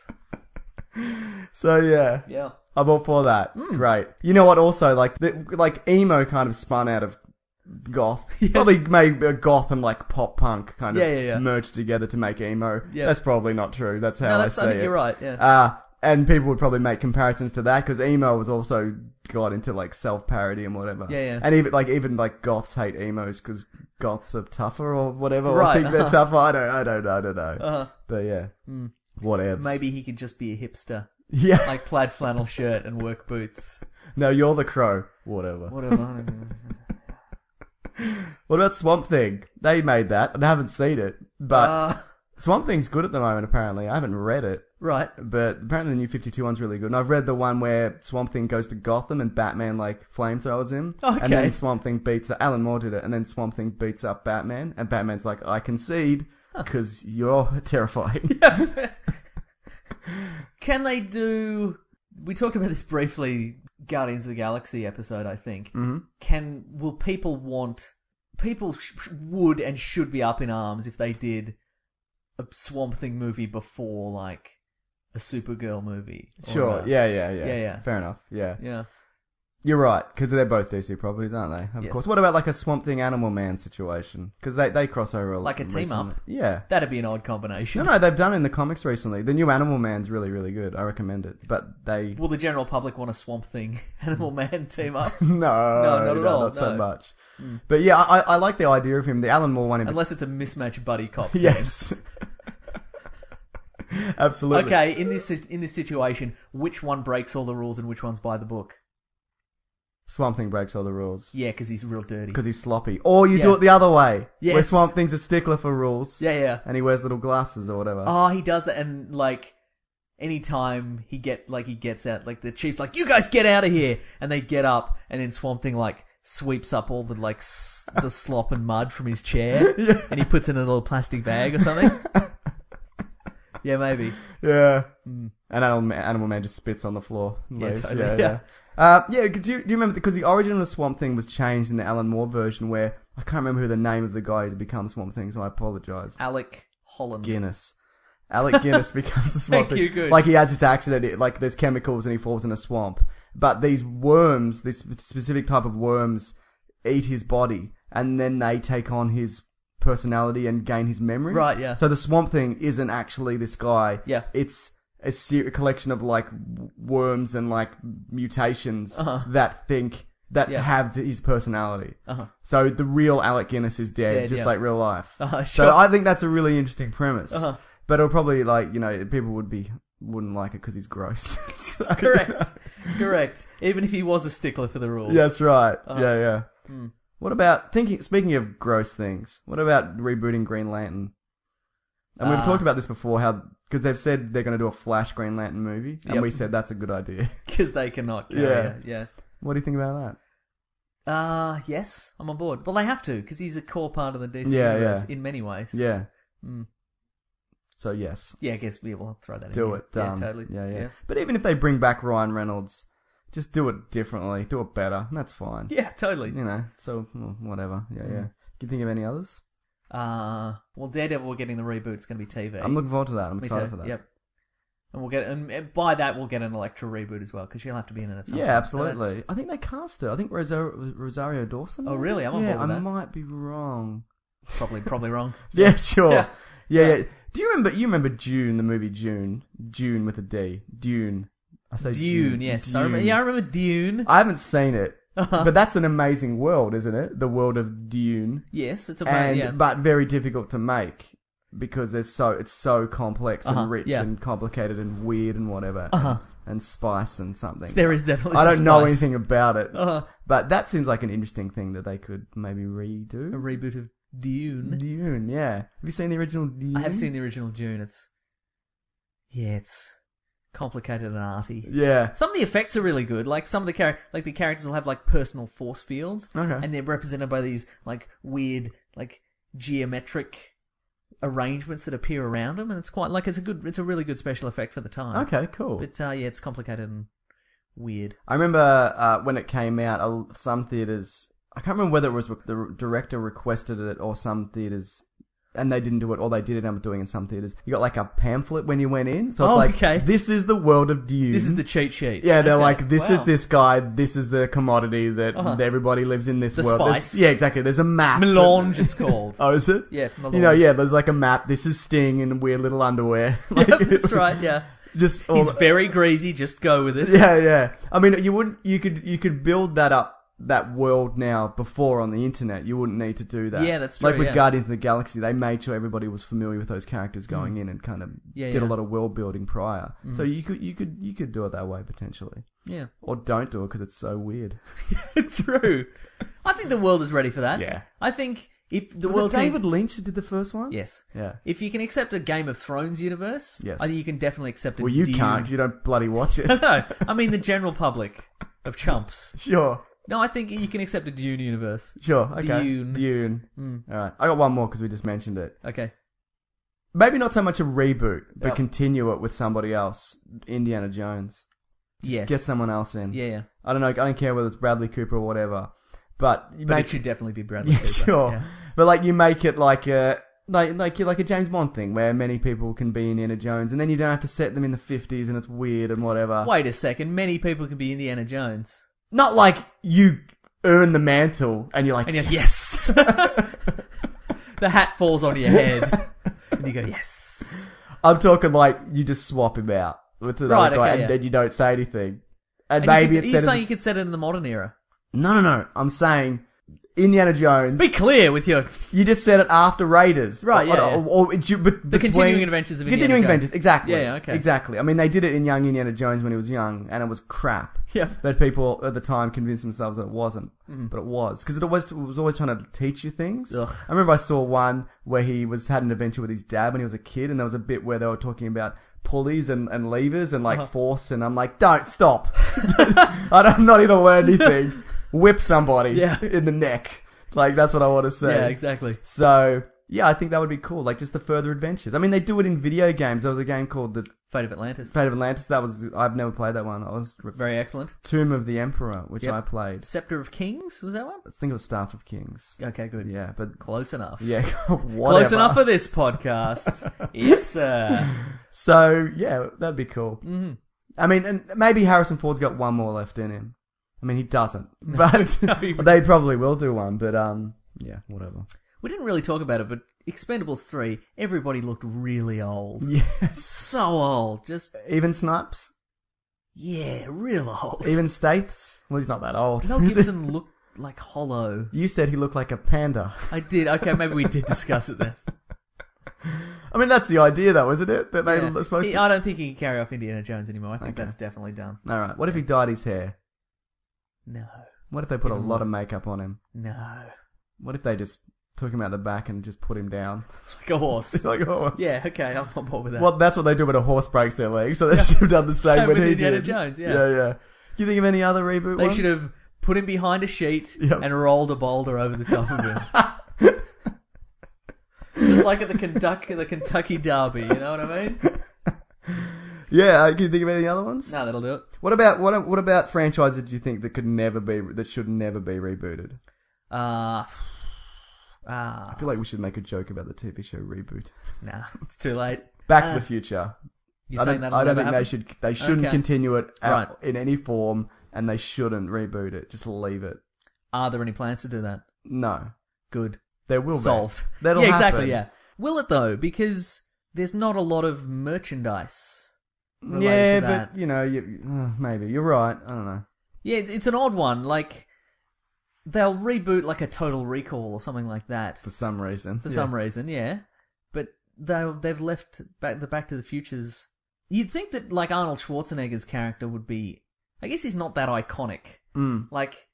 [SPEAKER 3] So yeah,
[SPEAKER 4] Yeah.
[SPEAKER 3] I'm all for that.
[SPEAKER 4] Hmm.
[SPEAKER 3] Great. You know what? Also, like, the, like emo kind of spun out of goth. Probably made a goth and like pop punk kind
[SPEAKER 4] Yeah,
[SPEAKER 3] of
[SPEAKER 4] yeah, yeah.
[SPEAKER 3] merged together to make emo.
[SPEAKER 4] Yeah.
[SPEAKER 3] That's probably not true. That's how
[SPEAKER 4] No, that's,
[SPEAKER 3] I
[SPEAKER 4] I
[SPEAKER 3] see
[SPEAKER 4] think
[SPEAKER 3] it.
[SPEAKER 4] you're right, yeah.
[SPEAKER 3] Uh, and people would probably make comparisons to that because emo was also got into like self parody and whatever.
[SPEAKER 4] Yeah, yeah.
[SPEAKER 3] And even like even like goths hate emos because goths are tougher or whatever. Or
[SPEAKER 4] Right,
[SPEAKER 3] think they're
[SPEAKER 4] uh-huh.
[SPEAKER 3] tougher. I don't. I don't. I don't know. But yeah. Whatever.
[SPEAKER 4] Hmm. Maybe he could just be a hipster.
[SPEAKER 3] Yeah.
[SPEAKER 4] Like plaid flannel shirt and work boots.
[SPEAKER 3] no, you're the crow. Whatever.
[SPEAKER 4] Whatever.
[SPEAKER 3] What about Swamp Thing? They made that, and I haven't seen it. But
[SPEAKER 4] Uh,
[SPEAKER 3] Swamp Thing's good at the moment, apparently. I haven't read it,
[SPEAKER 4] right.
[SPEAKER 3] but apparently the new 52 one's really good. And I've read the one where Swamp Thing goes to Gotham and Batman, like, flamethrowers him.
[SPEAKER 4] Okay.
[SPEAKER 3] And then Swamp Thing beats up... Alan Moore did it, and then Swamp Thing beats up Batman, and Batman's like, I concede, because you're terrifying.
[SPEAKER 4] Can they do? We talked about this briefly. Guardians of the Galaxy episode, I think. Mm-hmm. Can will people want? People sh- would and should be up in arms if they did a Swamp Thing movie before, like a Supergirl movie. or
[SPEAKER 3] sure,
[SPEAKER 4] no.
[SPEAKER 3] yeah, yeah, yeah.
[SPEAKER 4] Yeah, yeah.
[SPEAKER 3] Fair enough, yeah.
[SPEAKER 4] yeah.
[SPEAKER 3] You're right, because they're both DC properties, aren't they? Of
[SPEAKER 4] Yes.
[SPEAKER 3] course. What about, like, a Swamp Thing Animal Man situation? Because they, they cross over a lot.
[SPEAKER 4] Like a team-up?
[SPEAKER 3] recently. Yeah.
[SPEAKER 4] That'd be an odd combination.
[SPEAKER 3] No, no, they've done it in the comics recently. The new Animal Man's really, really good. I recommend it. But they
[SPEAKER 4] Will the general public want a Swamp Thing Animal
[SPEAKER 3] Mm.
[SPEAKER 4] Man team up?
[SPEAKER 3] no, no,
[SPEAKER 4] not at all,
[SPEAKER 3] not so
[SPEAKER 4] no. Hmm.
[SPEAKER 3] much. But yeah, I, I like the idea of him. The Alan Moore one, in
[SPEAKER 4] Unless it's a mismatch buddy cop. team.
[SPEAKER 3] yes, absolutely.
[SPEAKER 4] Okay. In this in this situation, which one breaks all the rules and which one's by the book?
[SPEAKER 3] Swamp Thing breaks all the rules
[SPEAKER 4] Yeah, because he's real dirty.
[SPEAKER 3] because he's sloppy. Or you do
[SPEAKER 4] Yeah.
[SPEAKER 3] it the other way, where
[SPEAKER 4] Yes.
[SPEAKER 3] Swamp Thing's a stickler for rules.
[SPEAKER 4] Yeah, yeah.
[SPEAKER 3] and he wears little glasses or whatever.
[SPEAKER 4] Oh, he does that, and like anytime he get like he gets out, like the chief's like, "You guys get out of here," and they get up, and then Swamp Thing like sweeps up all the like s- the slop and mud from his chair, and he puts it in a little plastic bag or something. yeah, maybe.
[SPEAKER 3] Yeah. And Animal Man, Animal Man just spits on the floor. and
[SPEAKER 4] Hmm. Yeah,
[SPEAKER 3] leaves.
[SPEAKER 4] totally,
[SPEAKER 3] yeah,
[SPEAKER 4] yeah.
[SPEAKER 3] yeah. Uh, yeah, could you, do you remember? Because the origin of the Swamp Thing was changed in the Alan Moore version, where I can't remember who the name of the guy who becomes Swamp Thing, so I apologize.
[SPEAKER 4] Alec Holland.
[SPEAKER 3] Guinness. Alec Guinness becomes the Swamp Thing.
[SPEAKER 4] Thank you, good.
[SPEAKER 3] Like he has this accident, it, like there's chemicals and he falls in a swamp. But these worms, this sp- specific type of worms, eat his body, and then they take on his personality and gain his memories.
[SPEAKER 4] Right, yeah.
[SPEAKER 3] So the Swamp Thing isn't actually this guy.
[SPEAKER 4] Yeah.
[SPEAKER 3] It's a, ser- a collection of like w- worms and like mutations that think that
[SPEAKER 4] Uh-huh. Yeah. Uh-huh.
[SPEAKER 3] have th- his personality. So the real Alec Guinness is dead,
[SPEAKER 4] Dead,
[SPEAKER 3] just
[SPEAKER 4] yeah.
[SPEAKER 3] like real life.
[SPEAKER 4] Uh, sure. Uh-huh.
[SPEAKER 3] So I think that's a really interesting premise. But it'll probably like you know people would be wouldn't like it because he's gross. So-
[SPEAKER 4] Correct. Correct. Even if he was a stickler for the rules.
[SPEAKER 3] Yeah, that's right.
[SPEAKER 4] Uh-huh.
[SPEAKER 3] Yeah, yeah.
[SPEAKER 4] Hmm.
[SPEAKER 3] What about thinking? Speaking of gross things, what about rebooting Green Lantern? And
[SPEAKER 4] Ah.
[SPEAKER 3] we've talked about this before, how because they've said they're going to do a Flash Green Lantern movie, and
[SPEAKER 4] Yep.
[SPEAKER 3] we said that's a good idea.
[SPEAKER 4] Because they cannot. Carry
[SPEAKER 3] Yeah.
[SPEAKER 4] It. Yeah.
[SPEAKER 3] What do you think about that?
[SPEAKER 4] Uh, yes, I'm on board. Well, they have to because he's a core part of the DC
[SPEAKER 3] Yeah,
[SPEAKER 4] universe
[SPEAKER 3] yeah.
[SPEAKER 4] in many ways.
[SPEAKER 3] Yeah.
[SPEAKER 4] Mm.
[SPEAKER 3] So yes.
[SPEAKER 4] Yeah, I guess we will throw that in.
[SPEAKER 3] do
[SPEAKER 4] here.
[SPEAKER 3] it. Um,
[SPEAKER 4] Yeah, totally.
[SPEAKER 3] Yeah, yeah, But even if they bring back Ryan Reynolds, just do it differently. Do it better. And that's fine.
[SPEAKER 4] Yeah, totally.
[SPEAKER 3] You know, so well, whatever. Yeah, yeah. Can you think of any others?
[SPEAKER 4] Uh, well, Daredevil, we're getting the reboot. It's going to be TV.
[SPEAKER 3] I'm looking forward to that. I'm
[SPEAKER 4] Me
[SPEAKER 3] excited
[SPEAKER 4] too.
[SPEAKER 3] for that.
[SPEAKER 4] Yep. And we'll get, and and by that, we'll get an Electra reboot as well because she'll have to be in it. At some
[SPEAKER 3] Yeah,
[SPEAKER 4] point. So
[SPEAKER 3] absolutely.
[SPEAKER 4] that's-
[SPEAKER 3] I think they cast her. I think Rosario, Rosario Dawson.
[SPEAKER 4] Oh,
[SPEAKER 3] maybe?
[SPEAKER 4] really? I'm on
[SPEAKER 3] yeah,
[SPEAKER 4] board with
[SPEAKER 3] I
[SPEAKER 4] that.
[SPEAKER 3] might be wrong.
[SPEAKER 4] probably, probably wrong.
[SPEAKER 3] Yeah, sure.
[SPEAKER 4] Yeah.
[SPEAKER 3] Yeah. yeah, Do you remember? You remember June, the movie June? June with a D. Dune. I say June.
[SPEAKER 4] Dune, yes. I remember,
[SPEAKER 3] Dune.
[SPEAKER 4] yeah, I remember Dune.
[SPEAKER 3] I haven't seen it,
[SPEAKER 4] Uh-huh.
[SPEAKER 3] but that's an amazing world, isn't it? The world of Dune.
[SPEAKER 4] yes, it's a
[SPEAKER 3] and
[SPEAKER 4] yeah.
[SPEAKER 3] but very difficult to make because there's so it's so complex
[SPEAKER 4] Uh-huh,
[SPEAKER 3] and rich
[SPEAKER 4] yeah. Uh-huh.
[SPEAKER 3] and complicated and weird and whatever and, and spice and something.
[SPEAKER 4] There is definitely
[SPEAKER 3] I
[SPEAKER 4] some
[SPEAKER 3] don't know
[SPEAKER 4] spice.
[SPEAKER 3] anything about it,
[SPEAKER 4] Uh-huh.
[SPEAKER 3] but that seems like an interesting thing that they could maybe redo.
[SPEAKER 4] a reboot of Dune.
[SPEAKER 3] Dune, yeah. Have you seen the original Dune?
[SPEAKER 4] I have seen the original Dune. It's yeah, it's complicated and arty.
[SPEAKER 3] Yeah.
[SPEAKER 4] Some of the effects are really good. Like some of the char- like the characters will have like personal force fields,
[SPEAKER 3] Okay.
[SPEAKER 4] and they're represented by these like weird like geometric arrangements that appear around them, and it's quite like it's a good, it's a really good special effect for the time.
[SPEAKER 3] Okay, cool.
[SPEAKER 4] but uh, yeah, it's complicated and weird.
[SPEAKER 3] I remember uh, when it came out, uh, some theaters. I can't remember whether it was the director requested it or some theaters, and they didn't do it, or they did end up doing it in some theaters. You got like a pamphlet when you went in, so it's
[SPEAKER 4] Oh,
[SPEAKER 3] like,
[SPEAKER 4] okay.
[SPEAKER 3] this is the world of Dune.
[SPEAKER 4] This is the cheat sheet.
[SPEAKER 3] Yeah, they're
[SPEAKER 4] Okay.
[SPEAKER 3] like, this
[SPEAKER 4] Wow.
[SPEAKER 3] is this guy, this is the commodity that
[SPEAKER 4] Uh-huh.
[SPEAKER 3] everybody lives in this
[SPEAKER 4] The
[SPEAKER 3] world. There's-
[SPEAKER 4] spice.
[SPEAKER 3] Yeah, exactly. There's a map. that-
[SPEAKER 4] melange. it's called.
[SPEAKER 3] oh, is it?
[SPEAKER 4] Yeah,
[SPEAKER 3] You know,
[SPEAKER 4] melange.
[SPEAKER 3] yeah, there's like a map. This is Sting in weird little underwear. like,
[SPEAKER 4] Yep, that's right. Yeah,
[SPEAKER 3] it's Just all
[SPEAKER 4] he's very greasy. Just go with it.
[SPEAKER 3] yeah, yeah. I mean, you would you could you could build that up that world now before on the internet. You wouldn't need to do that.
[SPEAKER 4] Yeah, that's
[SPEAKER 3] Like
[SPEAKER 4] true,
[SPEAKER 3] with
[SPEAKER 4] yeah. Mm.
[SPEAKER 3] Guardians of the Galaxy, they made sure everybody was familiar with those characters going in and kind of
[SPEAKER 4] Yeah,
[SPEAKER 3] did a
[SPEAKER 4] yeah. Mm.
[SPEAKER 3] lot of world building prior. So you could you could you could do it that way potentially,
[SPEAKER 4] yeah.
[SPEAKER 3] or don't do it because it's so weird.
[SPEAKER 4] True. I think the world is ready for that.
[SPEAKER 3] Yeah.
[SPEAKER 4] I think if the
[SPEAKER 3] Was
[SPEAKER 4] world
[SPEAKER 3] it
[SPEAKER 4] can-
[SPEAKER 3] David Lynch that did the first one?
[SPEAKER 4] yes.
[SPEAKER 3] Yeah.
[SPEAKER 4] If you can accept a Game of Thrones universe,
[SPEAKER 3] Yes.
[SPEAKER 4] I think you can definitely accept. A
[SPEAKER 3] Well, you
[SPEAKER 4] Dune-
[SPEAKER 3] can't. 'cause You don't bloody watch it.
[SPEAKER 4] no, I mean the general public of chumps.
[SPEAKER 3] sure.
[SPEAKER 4] No, I think you can accept a Dune universe.
[SPEAKER 3] Sure. Okay.
[SPEAKER 4] Dune. Mm.
[SPEAKER 3] Dune. All right. I got one more because we just mentioned it.
[SPEAKER 4] Okay.
[SPEAKER 3] maybe not so much a reboot, but
[SPEAKER 4] Yep.
[SPEAKER 3] continue it with somebody else. Indiana Jones.
[SPEAKER 4] Yes.
[SPEAKER 3] Get someone else in.
[SPEAKER 4] Yeah, yeah.
[SPEAKER 3] I don't know. I don't care whether it's Bradley Cooper or whatever, but you
[SPEAKER 4] But
[SPEAKER 3] make
[SPEAKER 4] it should definitely be Bradley
[SPEAKER 3] yeah,
[SPEAKER 4] Cooper.
[SPEAKER 3] sure.
[SPEAKER 4] Yeah.
[SPEAKER 3] But like you make it like a like like like a James Bond thing where many people can be Indiana Jones, and then you don't have to set them in the fifties, and it's weird and whatever.
[SPEAKER 4] Wait a second. Many people can be Indiana Jones.
[SPEAKER 3] Not like you earn the mantle, and you're like,
[SPEAKER 4] And you're like, yes. the hat falls on your head, and you go, yes.
[SPEAKER 3] I'm talking like you just swap him out with another
[SPEAKER 4] Right,
[SPEAKER 3] guy,
[SPEAKER 4] okay,
[SPEAKER 3] and
[SPEAKER 4] yeah.
[SPEAKER 3] then you don't say anything. And,
[SPEAKER 4] And
[SPEAKER 3] maybe
[SPEAKER 4] you could,
[SPEAKER 3] it's
[SPEAKER 4] you're
[SPEAKER 3] set in
[SPEAKER 4] saying
[SPEAKER 3] the-
[SPEAKER 4] you could set it in the modern era.
[SPEAKER 3] No, no, no. I'm saying Indiana Jones.
[SPEAKER 4] Be clear with your
[SPEAKER 3] you just said it after Raiders,
[SPEAKER 4] Right,
[SPEAKER 3] Or,
[SPEAKER 4] yeah, yeah.
[SPEAKER 3] Or, or, it's you- but
[SPEAKER 4] The
[SPEAKER 3] between-
[SPEAKER 4] Continuing Adventures of Indiana
[SPEAKER 3] Continuing
[SPEAKER 4] Jones.
[SPEAKER 3] Adventures, exactly.
[SPEAKER 4] Yeah, yeah, okay.
[SPEAKER 3] Exactly. I mean, they did it in Young Indiana Jones when he was young, and it was crap.
[SPEAKER 4] Yeah. Mm-hmm.
[SPEAKER 3] That people at the time convinced themselves that it wasn't, but it was because it always it was always trying to teach you things.
[SPEAKER 4] Ugh.
[SPEAKER 3] I remember I saw one where he was had an adventure with his dad when he was a kid, and there was a bit where they were talking about pulleys and, and levers and
[SPEAKER 4] Uh-huh.
[SPEAKER 3] like force, and I'm like, don't stop. I don't, I'm not even aware of anything. Whip somebody
[SPEAKER 4] Yeah.
[SPEAKER 3] in the neck. Like that's what I want to say.
[SPEAKER 4] Yeah, exactly.
[SPEAKER 3] So yeah, I think that would be cool. Like just the further adventures. I mean, they do it in video games. There was a game called The
[SPEAKER 4] Fate of Atlantis.
[SPEAKER 3] Fate of Atlantis. That was I've never played that one. I was
[SPEAKER 4] Very excellent.
[SPEAKER 3] Tomb of the Emperor, which
[SPEAKER 4] Yep.
[SPEAKER 3] I played.
[SPEAKER 4] Scepter of Kings, was that one?
[SPEAKER 3] I think it was Staff of Kings.
[SPEAKER 4] Okay, good.
[SPEAKER 3] Yeah, but
[SPEAKER 4] Close enough.
[SPEAKER 3] yeah,
[SPEAKER 4] Close
[SPEAKER 3] whatever.
[SPEAKER 4] enough for this podcast. yes, sir.
[SPEAKER 3] So yeah, that'd be cool. Mm-hmm. I mean, and maybe Harrison Ford's got one more left in him. I mean, he doesn't, but
[SPEAKER 4] he-
[SPEAKER 3] they probably will do one. But um, yeah, whatever.
[SPEAKER 4] We didn't really talk about it, but Expendables 3, everybody looked really old.
[SPEAKER 3] Yes.
[SPEAKER 4] So old. Just,
[SPEAKER 3] Even Snipes,
[SPEAKER 4] yeah, real old.
[SPEAKER 3] even Staths. Well, he's not that old.
[SPEAKER 4] Mel Gibson looked like hollow.
[SPEAKER 3] You said he looked like a panda.
[SPEAKER 4] I did. Okay, maybe we did discuss it then.
[SPEAKER 3] I mean, that's the idea, though, isn't it? That they
[SPEAKER 4] Yeah.
[SPEAKER 3] were supposed
[SPEAKER 4] He-
[SPEAKER 3] to.
[SPEAKER 4] I don't think he can carry off Indiana Jones anymore. I think
[SPEAKER 3] Okay.
[SPEAKER 4] that's definitely done.
[SPEAKER 3] All right. What if he dyed his hair?
[SPEAKER 4] No.
[SPEAKER 3] What if they put a
[SPEAKER 4] Even
[SPEAKER 3] lot of
[SPEAKER 4] worse.
[SPEAKER 3] makeup on him?
[SPEAKER 4] No.
[SPEAKER 3] What if they just took him out the back and just put him down?
[SPEAKER 4] Like a horse.
[SPEAKER 3] It's like a horse.
[SPEAKER 4] yeah, okay, I'm on board with that.
[SPEAKER 3] Well, that's what they do when a horse breaks their leg. So they should have done the same,
[SPEAKER 4] Same
[SPEAKER 3] when
[SPEAKER 4] with
[SPEAKER 3] he
[SPEAKER 4] Indiana
[SPEAKER 3] did.
[SPEAKER 4] Jones, yeah.
[SPEAKER 3] yeah, yeah. You think of any other reboot?
[SPEAKER 4] They
[SPEAKER 3] one?
[SPEAKER 4] should have put him behind a sheet
[SPEAKER 3] Yep.
[SPEAKER 4] and rolled a boulder over the top of him. Just like at the Kentucky, the Kentucky Derby, you know what I mean?
[SPEAKER 3] Yeah. uh, Can you think of any other ones?
[SPEAKER 4] No, that'll do it.
[SPEAKER 3] What about what? What about franchises? Do you think that could never be that should never be rebooted?
[SPEAKER 4] Uh,
[SPEAKER 3] I
[SPEAKER 4] ah,
[SPEAKER 3] feel like we should make a joke about the TV show reboot.
[SPEAKER 4] nah, it's too late.
[SPEAKER 3] Back
[SPEAKER 4] Ah.
[SPEAKER 3] to the Future.
[SPEAKER 4] You're
[SPEAKER 3] I
[SPEAKER 4] saying
[SPEAKER 3] don't,
[SPEAKER 4] that
[SPEAKER 3] I don't think they should. They shouldn't
[SPEAKER 4] Okay.
[SPEAKER 3] continue it at,
[SPEAKER 4] Right.
[SPEAKER 3] in any form, and they shouldn't reboot it. Just leave it.
[SPEAKER 4] Are there any plans to do that?
[SPEAKER 3] No,
[SPEAKER 4] Good.
[SPEAKER 3] there will
[SPEAKER 4] Solved.
[SPEAKER 3] be that'll
[SPEAKER 4] yeah, exactly,
[SPEAKER 3] happen.
[SPEAKER 4] yeah. Will it though? Because there's not a lot of merchandise. related
[SPEAKER 3] yeah,
[SPEAKER 4] to that.
[SPEAKER 3] but you know, you, uh, maybe you're right. I don't know.
[SPEAKER 4] Yeah, it's it's an odd one. Like they'll reboot like a Total Recall or something like that
[SPEAKER 3] For some reason,
[SPEAKER 4] for
[SPEAKER 3] Yeah.
[SPEAKER 4] some reason. Yeah, but they they've left back the Back to the Futures. You'd think that like Arnold Schwarzenegger's character would be. I guess he's not that iconic.
[SPEAKER 3] Mm.
[SPEAKER 4] Like,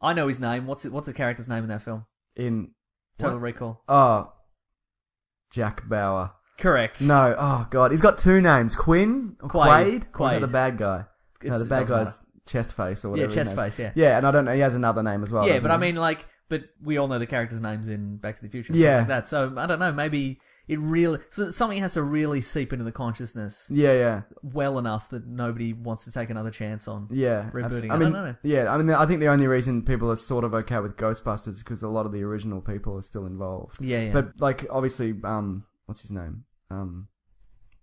[SPEAKER 4] I know his name. What's it, what's the character's name in that film?
[SPEAKER 3] in
[SPEAKER 4] Total
[SPEAKER 3] what?
[SPEAKER 4] Recall.
[SPEAKER 3] Oh, Jack Bauer.
[SPEAKER 4] Correct.
[SPEAKER 3] No, oh god, he's got two names: Quinn, or
[SPEAKER 4] Quaid.
[SPEAKER 3] Quaid, Or is
[SPEAKER 4] Quaid.
[SPEAKER 3] that the bad guy? no,
[SPEAKER 4] It's-
[SPEAKER 3] the
[SPEAKER 4] it
[SPEAKER 3] bad
[SPEAKER 4] doesn't
[SPEAKER 3] guy's Chestface or whatever. his
[SPEAKER 4] Chestface,
[SPEAKER 3] name is.
[SPEAKER 4] yeah.
[SPEAKER 3] yeah, and I don't know. He has another name as well.
[SPEAKER 4] yeah,
[SPEAKER 3] doesn't
[SPEAKER 4] but I
[SPEAKER 3] he?
[SPEAKER 4] mean, like, but we all know the characters' names in Back to the Future, and stuff
[SPEAKER 3] Yeah.
[SPEAKER 4] like that. So I don't know. Maybe it really so something has to really seep into the consciousness
[SPEAKER 3] yeah, yeah,
[SPEAKER 4] well enough that nobody wants to take another chance on.
[SPEAKER 3] yeah. abso-
[SPEAKER 4] rebooting. it.
[SPEAKER 3] I
[SPEAKER 4] I
[SPEAKER 3] mean,
[SPEAKER 4] don't know.
[SPEAKER 3] yeah, I mean, I think the only reason people are sort of okay with Ghostbusters is because a lot of the original people are still involved.
[SPEAKER 4] Yeah, yeah.
[SPEAKER 3] But like, obviously, um, what's his name? Um,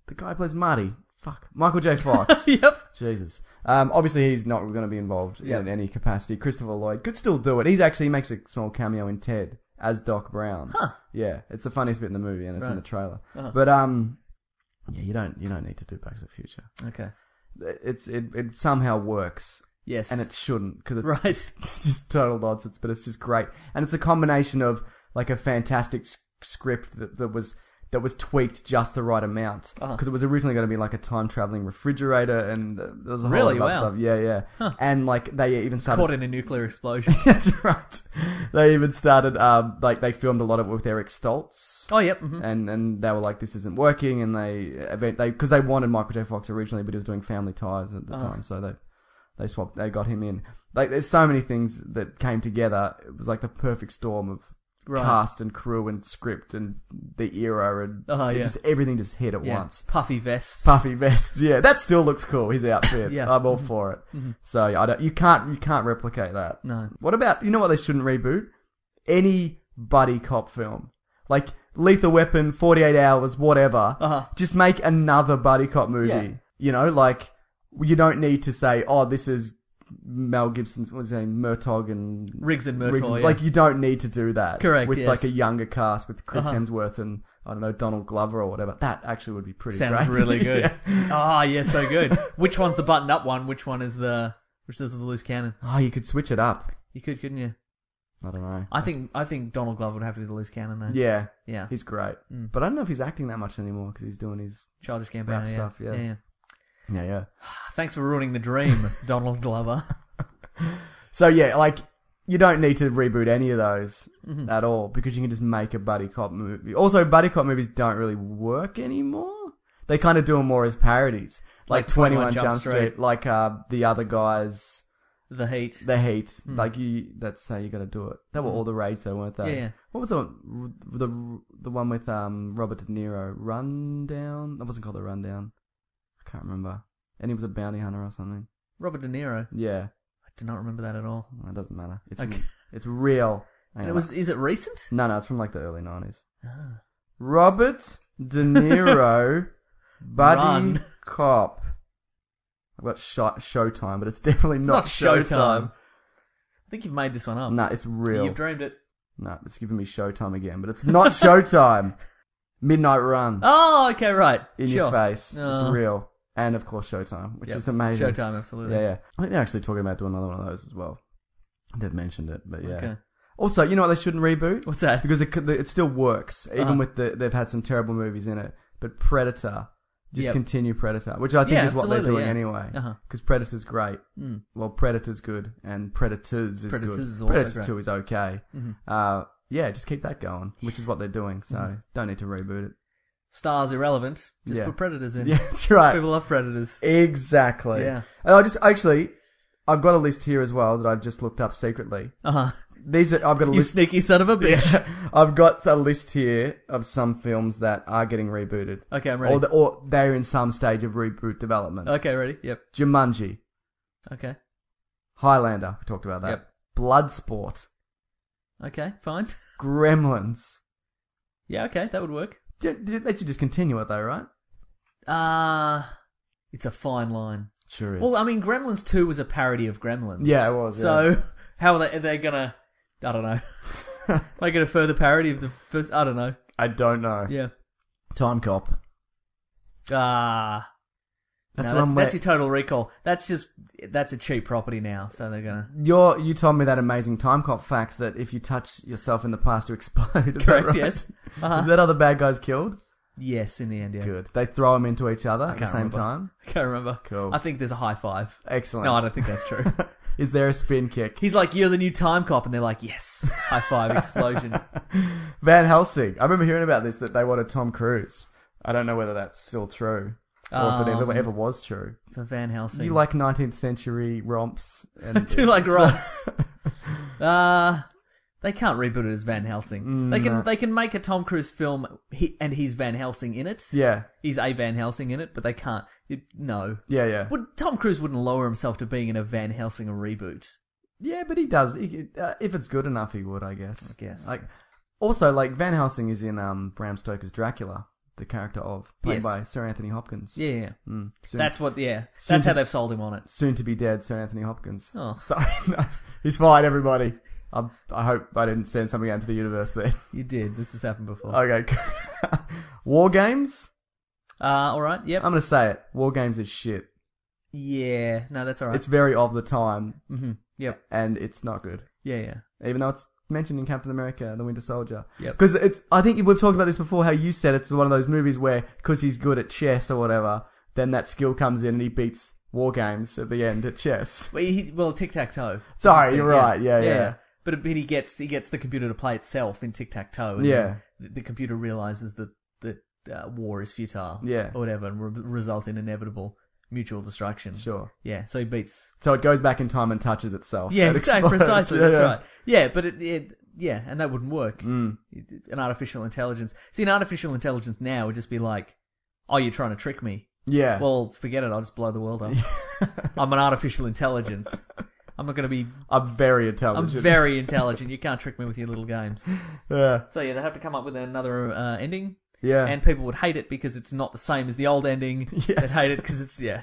[SPEAKER 3] the guy who plays Marty. Fuck, Michael J. Fox.
[SPEAKER 4] yep.
[SPEAKER 3] Jesus. Um, obviously, he's not going to be involved
[SPEAKER 4] Yeah.
[SPEAKER 3] in any capacity. Christopher Lloyd could still do it. He's actually he makes a small cameo in Ted as Doc Brown. Huh. Yeah, it's the funniest bit in the movie, and it's in
[SPEAKER 4] Right. Uh-huh.
[SPEAKER 3] the trailer. But um, yeah, you don't you don't need to do Back to the Future.
[SPEAKER 4] Okay.
[SPEAKER 3] It's it, it somehow works,
[SPEAKER 4] Yes.
[SPEAKER 3] and it shouldn't because it's
[SPEAKER 4] right.
[SPEAKER 3] it's just total nonsense, but it's just great. And it's a combination of like a fantastic s- script that, that was that was tweaked just the right amount because
[SPEAKER 4] Uh-huh.
[SPEAKER 3] it was originally going to be like a time traveling refrigerator, and uh, there was a whole
[SPEAKER 4] Really?
[SPEAKER 3] lot of
[SPEAKER 4] Wow.
[SPEAKER 3] other stuff. Yeah, yeah. And like they even started
[SPEAKER 4] Caught in a nuclear explosion.
[SPEAKER 3] That's right. They even started um, like they filmed a lot of it with Eric Stoltz.
[SPEAKER 4] oh, yep. mhm.
[SPEAKER 3] And and they were like, this isn't working, and they event they because they wanted Michael J. Fox originally, but he was doing Family Ties at the
[SPEAKER 4] Oh.
[SPEAKER 3] time, so they they swapped they got him in. Like, there's so many things that came together. It was like the perfect storm of
[SPEAKER 4] Right.
[SPEAKER 3] cast and crew and script and the era and
[SPEAKER 4] Oh,
[SPEAKER 3] it
[SPEAKER 4] yeah.
[SPEAKER 3] just everything just hit at
[SPEAKER 4] Yeah.
[SPEAKER 3] once.
[SPEAKER 4] Puffy vests.
[SPEAKER 3] Puffy vests, yeah, that still looks cool. His outfit,
[SPEAKER 4] Yeah. Mm-hmm.
[SPEAKER 3] I'm all for it. So yeah, I don't, you can't you can't replicate that.
[SPEAKER 4] No.
[SPEAKER 3] What about you know what they shouldn't reboot? Any buddy cop film. Like Lethal Weapon, 48 Hours, whatever.
[SPEAKER 4] Uh-huh.
[SPEAKER 3] Just make another buddy cop movie.
[SPEAKER 4] Yeah.
[SPEAKER 3] You know, like you don't need to say, "Oh, this is Mel Gibson's what was his name, Murtaugh and
[SPEAKER 4] Riggs and Murtaugh, yeah.
[SPEAKER 3] Like you don't need to do that.
[SPEAKER 4] Correct,
[SPEAKER 3] With
[SPEAKER 4] yes.
[SPEAKER 3] like a younger cast with Chris
[SPEAKER 4] Uh-huh.
[SPEAKER 3] Hemsworth and I don't know Donald Glover or whatever. That actually would be pretty
[SPEAKER 4] Sounds
[SPEAKER 3] great.
[SPEAKER 4] really good.
[SPEAKER 3] Yeah.
[SPEAKER 4] Ah, yeah. so good. Which one's the button-up one? Which one is the which is the loose cannon?
[SPEAKER 3] Oh, you could switch it up.
[SPEAKER 4] You could, couldn't you?
[SPEAKER 3] I don't know.
[SPEAKER 4] I think I think Donald Glover would have to be the loose cannon though.
[SPEAKER 3] Oh. Yeah, Mm.
[SPEAKER 4] Yeah.
[SPEAKER 3] he's great, but I don't know if he's acting that much anymore because he's doing his
[SPEAKER 4] Childish Gambino.
[SPEAKER 3] Rap
[SPEAKER 4] yeah.
[SPEAKER 3] stuff, yeah.
[SPEAKER 4] yeah.
[SPEAKER 3] yeah yeah.
[SPEAKER 4] Thanks for ruining the dream, Donald Glover.
[SPEAKER 3] So yeah, like you don't need to reboot any of those at all because you can just make a buddy cop movie. Also, buddy cop movies don't really work anymore. They kind of do them more as parodies, like,
[SPEAKER 4] Like
[SPEAKER 3] Twenty One Jump, Street, like uh, the other guys,
[SPEAKER 4] The Heat.
[SPEAKER 3] the Heat.
[SPEAKER 4] Hmm.
[SPEAKER 3] Like you, that's how you got to do it. They were all the rage, though, weren't they?
[SPEAKER 4] Yeah, yeah.
[SPEAKER 3] What was the one- the the one with um Robert De Niro? Rundown. That wasn't called the Rundown. I can't remember. And he was a bounty hunter or something.
[SPEAKER 4] Robert De Niro.
[SPEAKER 3] Yeah.
[SPEAKER 4] I do not remember that at all.
[SPEAKER 3] Well, It doesn't matter. It's
[SPEAKER 4] Okay.
[SPEAKER 3] it's real.
[SPEAKER 4] And it was Ah. is it recent?
[SPEAKER 3] no, no. It's from like the early nineties. Robert De Niro, buddy
[SPEAKER 4] Run.
[SPEAKER 3] cop. I've got shot Showtime, but it's definitely
[SPEAKER 4] It's
[SPEAKER 3] not,
[SPEAKER 4] not Showtime. Oh. I think you've made this one up.
[SPEAKER 3] No, it's real.
[SPEAKER 4] You've dreamed it.
[SPEAKER 3] no, it's giving me Showtime again, but it's not Showtime. Midnight Run
[SPEAKER 4] Oh, okay, right.
[SPEAKER 3] in
[SPEAKER 4] sure.
[SPEAKER 3] your face.
[SPEAKER 4] Oh.
[SPEAKER 3] It's real, and of course Showtime, which
[SPEAKER 4] Yep.
[SPEAKER 3] is amazing.
[SPEAKER 4] Showtime, absolutely.
[SPEAKER 3] Yeah, yeah. I think they're actually talking about doing another one of those as well. They've mentioned it, but yeah.
[SPEAKER 4] Okay.
[SPEAKER 3] Also, you know what they shouldn't reboot?
[SPEAKER 4] What's that?
[SPEAKER 3] Because it, could- it still works, even
[SPEAKER 4] Uh-huh.
[SPEAKER 3] with the they've had some terrible movies in it. But Predator, just
[SPEAKER 4] Yep.
[SPEAKER 3] continue Predator, which I think
[SPEAKER 4] Yeah,
[SPEAKER 3] is what they're
[SPEAKER 4] absolutely,
[SPEAKER 3] doing
[SPEAKER 4] yeah.
[SPEAKER 3] anyway. Because
[SPEAKER 4] Uh-huh.
[SPEAKER 3] Predator's great.
[SPEAKER 4] Mm.
[SPEAKER 3] Well, Predator's good, and Predators is
[SPEAKER 4] Predators
[SPEAKER 3] good.
[SPEAKER 4] is also
[SPEAKER 3] Predator
[SPEAKER 4] great. Mm-hmm.
[SPEAKER 3] Two is okay. Uh, yeah, just keep that going, which is what they're doing. So
[SPEAKER 4] Mm-hmm.
[SPEAKER 3] don't need to reboot it.
[SPEAKER 4] Stars irrelevant. Just
[SPEAKER 3] Yeah.
[SPEAKER 4] put predators in.
[SPEAKER 3] Yeah, that's right.
[SPEAKER 4] People love predators.
[SPEAKER 3] Exactly.
[SPEAKER 4] Yeah.
[SPEAKER 3] And I just actually, I've got a list here as well that I've just looked up secretly.
[SPEAKER 4] Uh huh.
[SPEAKER 3] These are I've got a
[SPEAKER 4] You
[SPEAKER 3] list.
[SPEAKER 4] sneaky son of a bitch.
[SPEAKER 3] I've got a list here of some films that are getting rebooted.
[SPEAKER 4] Okay, I'm ready.
[SPEAKER 3] Or, the, or they're in some stage of reboot development.
[SPEAKER 4] Okay, ready? Yep.
[SPEAKER 3] Jumanji,
[SPEAKER 4] Okay.
[SPEAKER 3] Highlander, we talked about that.
[SPEAKER 4] Yep.
[SPEAKER 3] Bloodsport,
[SPEAKER 4] Okay, fine.
[SPEAKER 3] Gremlins.
[SPEAKER 4] Yeah, okay, that would work.
[SPEAKER 3] Ju- ju- They should just continue it though, right?
[SPEAKER 4] Uh it's a fine line.
[SPEAKER 3] Sure
[SPEAKER 4] Well, I mean, Gremlins Two was a parody of Gremlins.
[SPEAKER 3] yeah, it was. yeah.
[SPEAKER 4] So how are they? Are they gonna? I don't know. Make it a further parody of the first. I don't know.
[SPEAKER 3] I don't know.
[SPEAKER 4] Yeah.
[SPEAKER 3] Time Cop.
[SPEAKER 4] Ah.
[SPEAKER 3] That's
[SPEAKER 4] no,
[SPEAKER 3] the
[SPEAKER 4] that's,
[SPEAKER 3] one
[SPEAKER 4] that's
[SPEAKER 3] where-
[SPEAKER 4] your total recall. That's just that's a cheap property now, so they're gonna.
[SPEAKER 3] You're, you told me that amazing time cop fact that if you touch yourself in the past, you explode. Is
[SPEAKER 4] Correct,
[SPEAKER 3] That right?
[SPEAKER 4] yes. Uh-huh.
[SPEAKER 3] Is that other bad guys killed?
[SPEAKER 4] Yes, in the end, yeah.
[SPEAKER 3] Good. They throw them into each other at the
[SPEAKER 4] can't
[SPEAKER 3] same
[SPEAKER 4] remember.
[SPEAKER 3] time.
[SPEAKER 4] I can't remember.
[SPEAKER 3] Cool.
[SPEAKER 4] I think there's a high five.
[SPEAKER 3] Excellent.
[SPEAKER 4] No, I don't think that's true.
[SPEAKER 3] Is there a spin kick?
[SPEAKER 4] He's like, "You're the new time cop," and they're like, "Yes." High five explosion.
[SPEAKER 3] Van Helsing. I remember hearing about this that they wanted Tom Cruise. I don't know whether that's still true or if it ever,
[SPEAKER 4] Um,
[SPEAKER 3] ever was true.
[SPEAKER 4] for Van Helsing.
[SPEAKER 3] You like 19th century romps? And
[SPEAKER 4] I do like
[SPEAKER 3] so-
[SPEAKER 4] romps. uh they can't reboot it as Van Helsing.
[SPEAKER 3] Mm,
[SPEAKER 4] they can they can make a Tom Cruise film he, and he's Van Helsing in it.
[SPEAKER 3] yeah,
[SPEAKER 4] He's a Van Helsing in it, but they can't. It, no.
[SPEAKER 3] yeah, yeah.
[SPEAKER 4] Would Tom Cruise wouldn't lower himself to being in a Van Helsing reboot.
[SPEAKER 3] Yeah, but he does. He, uh, if it's good enough, he would, I guess.
[SPEAKER 4] I guess.
[SPEAKER 3] Like, also, like Van Helsing is in um, Bram Stoker's Dracula, the character of played
[SPEAKER 4] Yes.
[SPEAKER 3] by Sir Anthony Hopkins.
[SPEAKER 4] Yeah, yeah.
[SPEAKER 3] Mm, soon,
[SPEAKER 4] That's what yeah.
[SPEAKER 3] soon
[SPEAKER 4] That's how
[SPEAKER 3] to-
[SPEAKER 4] they've sold him on it.
[SPEAKER 3] soon to be dead Sir Anthony Hopkins.
[SPEAKER 4] Oh.
[SPEAKER 3] sorry, no, he's fine. Everybody, I, I hope I didn't send something out into the universe there.
[SPEAKER 4] You did. This has happened before.
[SPEAKER 3] Okay, War Games.
[SPEAKER 4] Uh all right. Yep.
[SPEAKER 3] I'm gonna say it. War Games is shit.
[SPEAKER 4] yeah. No, that's all right.
[SPEAKER 3] It's very of the time,
[SPEAKER 4] Mhm. Yep.
[SPEAKER 3] and it's not good.
[SPEAKER 4] Yeah, yeah.
[SPEAKER 3] even though it's mentioned in Captain America: The Winter Soldier.
[SPEAKER 4] Yep.
[SPEAKER 3] Because it's, I think we've talked about this before. How you said it's one of those movies where because he's good at chess or whatever, then that skill comes in and he beats war games at the end at chess.
[SPEAKER 4] Well, he, well tic tac toe.
[SPEAKER 3] Sorry, you're right. Yeah, yeah.
[SPEAKER 4] But, but he gets he gets the computer to play itself in tic tac toe.
[SPEAKER 3] Yeah.
[SPEAKER 4] The, the computer realizes that that uh, war is futile.
[SPEAKER 3] Yeah.
[SPEAKER 4] Or whatever, and re- result in inevitable mutual destruction.
[SPEAKER 3] Sure.
[SPEAKER 4] Yeah. So he beats.
[SPEAKER 3] So it goes back in time and touches itself.
[SPEAKER 4] Yeah,
[SPEAKER 3] It
[SPEAKER 4] exactly.
[SPEAKER 3] explodes.
[SPEAKER 4] Precisely.
[SPEAKER 3] Yeah,
[SPEAKER 4] that's
[SPEAKER 3] yeah.
[SPEAKER 4] right. Yeah, but it, it yeah, and that wouldn't work. Mm. An artificial intelligence. See, an artificial intelligence now would just be like, "Oh, you're trying to trick me."
[SPEAKER 3] Yeah.
[SPEAKER 4] Well, forget it. I'll just blow the world up. I'm an artificial intelligence. I'm not going to be
[SPEAKER 3] I'm very
[SPEAKER 4] I'm
[SPEAKER 3] intelligent.
[SPEAKER 4] very intelligent. You can't trick me with your little games.
[SPEAKER 3] Yeah.
[SPEAKER 4] So yeah, they'd have to come up with another uh, ending,
[SPEAKER 3] Yeah.
[SPEAKER 4] and people would hate it because it's not the same as the old ending. They'd
[SPEAKER 3] Yes.
[SPEAKER 4] hate it because it's yeah.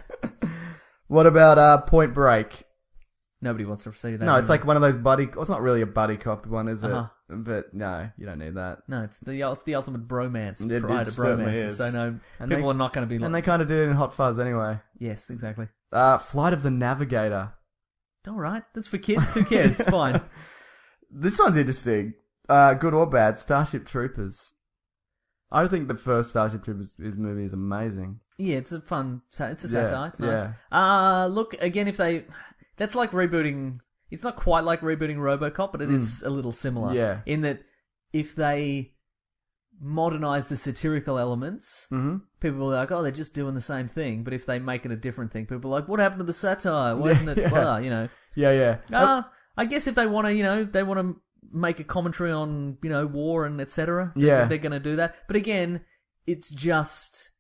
[SPEAKER 3] what about uh, Point Break?
[SPEAKER 4] Nobody wants to see that.
[SPEAKER 3] No, it's
[SPEAKER 4] anymore.
[SPEAKER 3] like one of those buddy. Well, it's not really a buddy cop one, is it?
[SPEAKER 4] Uh-huh.
[SPEAKER 3] But no, you don't need that.
[SPEAKER 4] no, it's the it's the ultimate bromance
[SPEAKER 3] It- it
[SPEAKER 4] prior to
[SPEAKER 3] certainly
[SPEAKER 4] bromance.
[SPEAKER 3] is.
[SPEAKER 4] So no,
[SPEAKER 3] And
[SPEAKER 4] people
[SPEAKER 3] they-
[SPEAKER 4] are not going to be
[SPEAKER 3] And they
[SPEAKER 4] like
[SPEAKER 3] kind of did it in Hot Fuzz anyway.
[SPEAKER 4] yes, exactly.
[SPEAKER 3] Uh, Flight of the Navigator.
[SPEAKER 4] All right, that's for kids. Who cares? It's fine.
[SPEAKER 3] This one's interesting. Uh, good or bad, Starship Troopers. I think the first Starship Troopers is movie is amazing.
[SPEAKER 4] Yeah, it's a fun. sa- It's a
[SPEAKER 3] Yeah,
[SPEAKER 4] satire. It's nice. Uh look again if they. That's like rebooting. It's not quite like rebooting RoboCop, but it is a little similar.
[SPEAKER 3] Hmm. Yeah.
[SPEAKER 4] In that, if they modernize the satirical elements,
[SPEAKER 3] Mhm.
[SPEAKER 4] people are like, "Oh, they're just doing the same thing." But if they make it a different thing, people are like, "What happened to the satire? Why
[SPEAKER 3] Yeah,
[SPEAKER 4] isn't it?"
[SPEAKER 3] yeah.
[SPEAKER 4] Blah, you know.
[SPEAKER 3] Yeah, yeah.
[SPEAKER 4] Uh, I guess if they want to, you know, they want to make a commentary on, you know, war and etc.
[SPEAKER 3] Yeah.
[SPEAKER 4] they're going to do that. But again, it's just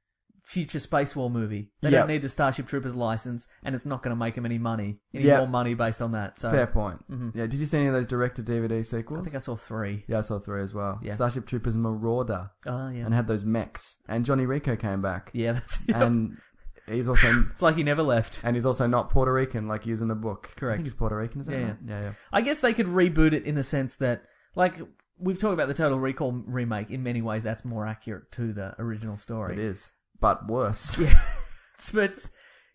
[SPEAKER 4] future space war movie. They
[SPEAKER 3] Yeah.
[SPEAKER 4] don't need the Starship Troopers license, and it's not going to make them any money, any
[SPEAKER 3] Yeah.
[SPEAKER 4] more money based on that. So
[SPEAKER 3] Fair point. Yeah. Did you see any of those director DVD sequels?
[SPEAKER 4] Mm-hmm. I think I saw three.
[SPEAKER 3] Yeah, I saw three as well.
[SPEAKER 4] Yeah.
[SPEAKER 3] Starship Troopers Marauder,
[SPEAKER 4] Oh yeah,
[SPEAKER 3] and had those mechs. And Johnny Rico came back.
[SPEAKER 4] yeah, that's
[SPEAKER 3] And he's also
[SPEAKER 4] it's like he never left.
[SPEAKER 3] and he's also not Puerto Rican like he is in the book. I
[SPEAKER 4] Correct.
[SPEAKER 3] think he's Puerto Rican. Is that
[SPEAKER 4] Yeah,
[SPEAKER 3] right? yeah, yeah.
[SPEAKER 4] I guess they could reboot it in the sense that, like, we've talked about the Total Recall remake. In many ways, that's more accurate to the original story.
[SPEAKER 3] It is, but worse.
[SPEAKER 4] Yeah. but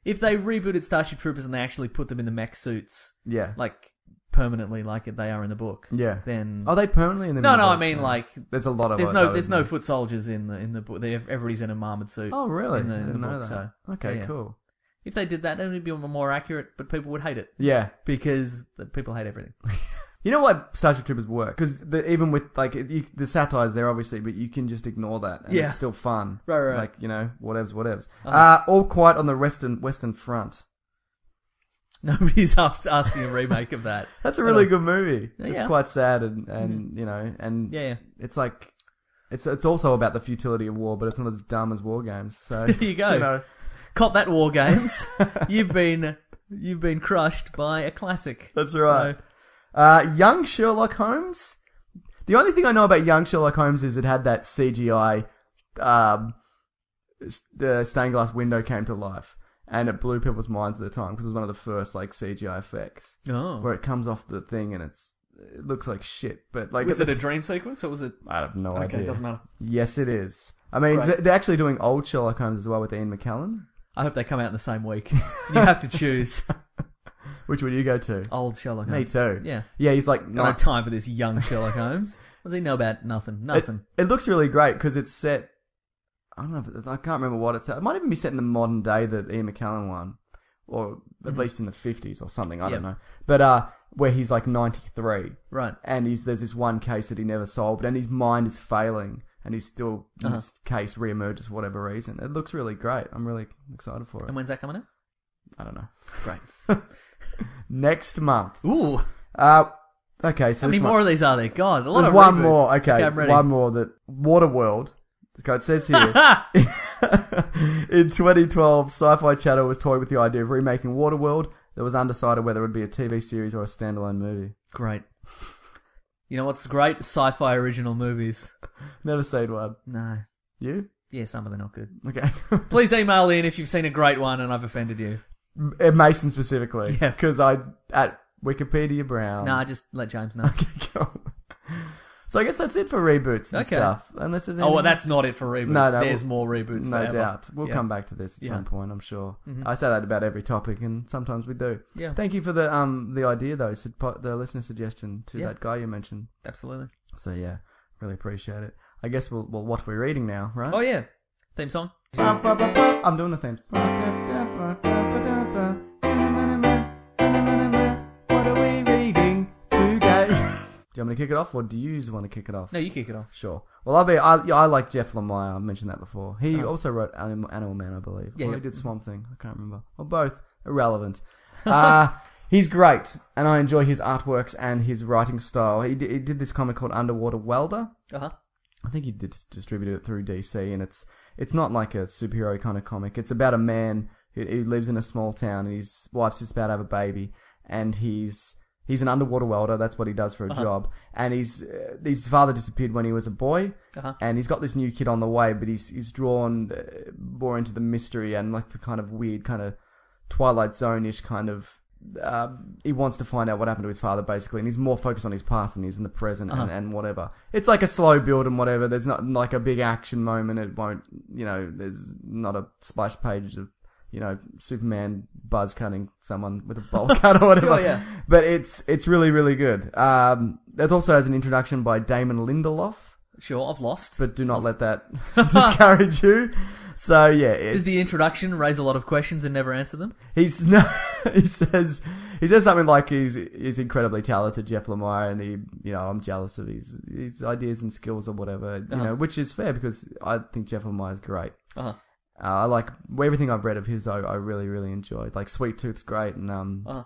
[SPEAKER 4] if they rebooted Starship Troopers and they actually put them in the mech suits,
[SPEAKER 3] Yeah.
[SPEAKER 4] like permanently, like they are in the book,
[SPEAKER 3] Yeah.
[SPEAKER 4] then
[SPEAKER 3] Are they permanently in the?
[SPEAKER 4] no,
[SPEAKER 3] middle?
[SPEAKER 4] no, I mean
[SPEAKER 3] Yeah.
[SPEAKER 4] like
[SPEAKER 3] there's a lot of
[SPEAKER 4] there's
[SPEAKER 3] it,
[SPEAKER 4] no
[SPEAKER 3] though,
[SPEAKER 4] there's
[SPEAKER 3] isn't
[SPEAKER 4] no
[SPEAKER 3] there?
[SPEAKER 4] foot soldiers in the in the book. They- Everybody's in a marmored suit.
[SPEAKER 3] Oh, really?
[SPEAKER 4] In the,
[SPEAKER 3] I
[SPEAKER 4] in the
[SPEAKER 3] didn't know
[SPEAKER 4] book,
[SPEAKER 3] that.
[SPEAKER 4] so
[SPEAKER 3] okay,
[SPEAKER 4] yeah.
[SPEAKER 3] cool.
[SPEAKER 4] If they did that, it would be more accurate, but people would hate it
[SPEAKER 3] Yeah.
[SPEAKER 4] because the people hate everything.
[SPEAKER 3] You know why Starship Troopers work? Because even with like it- you, the satires there, obviously, but you can just ignore that, and
[SPEAKER 4] Yeah.
[SPEAKER 3] it's still fun.
[SPEAKER 4] Right, right, right.
[SPEAKER 3] Like you know, whatevs, whatevs. uh
[SPEAKER 4] Uh-huh.
[SPEAKER 3] all quiet on the Western Western Front.
[SPEAKER 4] Nobody's asked, asking a remake of that.
[SPEAKER 3] That's a really good movie. It's
[SPEAKER 4] Oh. Yeah. Mm-hmm.
[SPEAKER 3] quite sad, and and you know, and
[SPEAKER 4] Yeah, yeah.
[SPEAKER 3] it's like. It's, it's also about the futility of war, but it's not as dumb as war games. So
[SPEAKER 4] There you go.
[SPEAKER 3] know,
[SPEAKER 4] Cop that war games. you've been you've been crushed by a classic.
[SPEAKER 3] That's right. Uh, young Sherlock Holmes. The only thing I know about young Sherlock Holmes is it had that CGI, um, s- the stained glass window came to life, and it blew people's minds at the time because it was one of the first like CGI effects
[SPEAKER 4] So, oh.
[SPEAKER 3] where it comes off the thing and it's it looks like shit. But like,
[SPEAKER 4] was it a
[SPEAKER 3] it's-
[SPEAKER 4] dream sequence or was it?
[SPEAKER 3] I have no
[SPEAKER 4] Okay,
[SPEAKER 3] idea.
[SPEAKER 4] doesn't matter.
[SPEAKER 3] Yes, it is. I mean,
[SPEAKER 4] Right.
[SPEAKER 3] th- they're actually doing old Sherlock Holmes as well with Ian McKellen.
[SPEAKER 4] I hope they come out in the same week. you have to choose
[SPEAKER 3] Which would you go to?
[SPEAKER 4] old Sherlock
[SPEAKER 3] Me
[SPEAKER 4] Holmes.
[SPEAKER 3] too.
[SPEAKER 4] Oh, Yeah.
[SPEAKER 3] Yeah, he's like
[SPEAKER 4] Got no
[SPEAKER 3] nine-
[SPEAKER 4] time for this young Sherlock Holmes. What does he know about? Nothing.
[SPEAKER 3] It,
[SPEAKER 4] Nothing.
[SPEAKER 3] it looks really great because it's set. I don't know. If it's, I can't remember what it's at. It might even be set in the modern day, the Ian McKellen one, or at least in the fifties or something. I
[SPEAKER 4] Mm-hmm. Yeah.
[SPEAKER 3] don't know. But uh, where he's like ninety three,
[SPEAKER 4] right.
[SPEAKER 3] and he's there's this one case that he never solved, and his mind is failing, and he's still
[SPEAKER 4] Uh-huh.
[SPEAKER 3] his case reemerges for whatever reason. It looks really great. I'm really excited for it.
[SPEAKER 4] And when's that coming out?
[SPEAKER 3] I don't know. Great. Next month.
[SPEAKER 4] Ooh,
[SPEAKER 3] Uh, okay, so
[SPEAKER 4] how many
[SPEAKER 3] this one-
[SPEAKER 4] more of these are there? God, a lot
[SPEAKER 3] there's
[SPEAKER 4] of
[SPEAKER 3] one
[SPEAKER 4] reboots.
[SPEAKER 3] more. Okay,
[SPEAKER 4] I'm ready.
[SPEAKER 3] one more that Waterworld. Okay, it says here. in 2012, Sci-Fi Channel was toying with the idea of remaking Waterworld. That was undecided whether it would be a TV series or a standalone movie.
[SPEAKER 4] Great. You know what's great? Sci-fi original movies.
[SPEAKER 3] Never seen one.
[SPEAKER 4] No.
[SPEAKER 3] You?
[SPEAKER 4] Yeah, some of them are not good.
[SPEAKER 3] Okay.
[SPEAKER 4] Please email in if you've seen a great one and I've offended you.
[SPEAKER 3] Uh, Mason specifically.
[SPEAKER 4] Yeah.
[SPEAKER 3] Because I at Wikipedia Brown.
[SPEAKER 4] Nah, just let James know. Oh,
[SPEAKER 3] Cool. So I guess that's it for reboots and
[SPEAKER 4] Okay.
[SPEAKER 3] stuff. Unless there's
[SPEAKER 4] Oh, well,
[SPEAKER 3] anything
[SPEAKER 4] that's
[SPEAKER 3] else.
[SPEAKER 4] not it for reboots.
[SPEAKER 3] No, no,
[SPEAKER 4] There's
[SPEAKER 3] we'll-
[SPEAKER 4] more reboots.
[SPEAKER 3] No
[SPEAKER 4] forever.
[SPEAKER 3] doubt. We'll
[SPEAKER 4] Yeah.
[SPEAKER 3] come back to this at
[SPEAKER 4] Yeah. Mm-hmm.
[SPEAKER 3] some point, I'm sure. I say that about every topic, and sometimes we do.
[SPEAKER 4] Yeah.
[SPEAKER 3] Thank you for the um the idea though, su- po- the listener suggestion to
[SPEAKER 4] Yeah.
[SPEAKER 3] that guy you mentioned.
[SPEAKER 4] Absolutely.
[SPEAKER 3] So yeah, really appreciate it. I guess we'll well what we're reading now, right?
[SPEAKER 4] Oh yeah. Theme song.
[SPEAKER 3] yeah. I'm doing the thing. What are we reading today? Do you want me to kick it off, or do you want to kick it off?
[SPEAKER 4] No, you kick it off.
[SPEAKER 3] Sure. Well, I mean, I, yeah, I like Jeff Lemire. I mentioned that before. He also wrote Animal, Animal Man, I believe.
[SPEAKER 4] Oh. Yeah,
[SPEAKER 3] or
[SPEAKER 4] yeah.
[SPEAKER 3] he did Swamp Thing. I can't remember. Or both. Irrelevant. uh, he's great, and I enjoy his artworks and his writing style. He, d- he did this comic called Underwater Welder.
[SPEAKER 4] Uh huh.
[SPEAKER 3] I think he did distribute it through DC, and it's it's not like a superhero kind of comic. It's about a man who, who lives in a small town, and his wife's just about to have a baby, and he's he's an underwater welder. That's what he does for a job. And he's uh, his father disappeared when he was a boy,
[SPEAKER 4] Uh-huh.
[SPEAKER 3] and he's got this new kid on the way, but he's he's drawn uh, more into the mystery and like the kind of weird kind of Twilight Zone ish kind of. Uh, he wants to find out what happened to his father, basically, and he's more focused on his past than he is in the present
[SPEAKER 4] Uh-huh.
[SPEAKER 3] and, and whatever. It's like a slow build and whatever. There's not like a big action moment. It won't, you know, there's not a splash page of, you know, Superman buzz cutting someone with a bowl cut or whatever.
[SPEAKER 4] Sure, yeah.
[SPEAKER 3] But it's it's really really good. Um, it also has an introduction by Damon Lindelof
[SPEAKER 4] Sure, I've lost.
[SPEAKER 3] but do not let that discourage you. So yeah,
[SPEAKER 4] Does
[SPEAKER 3] it's,
[SPEAKER 4] the introduction raise a lot of questions and never answer them?
[SPEAKER 3] he's no, he says he says something like he's he's incredibly talented, Jeff Lemire, and he you know I'm jealous of his his ideas and skills or whatever you know, which is fair because I think Jeff Lemire is great.
[SPEAKER 4] Uh-huh.
[SPEAKER 3] Uh, I like everything I've read of his. I, I really really enjoyed. Like Sweet Tooth's great, and um,
[SPEAKER 4] Uh-huh.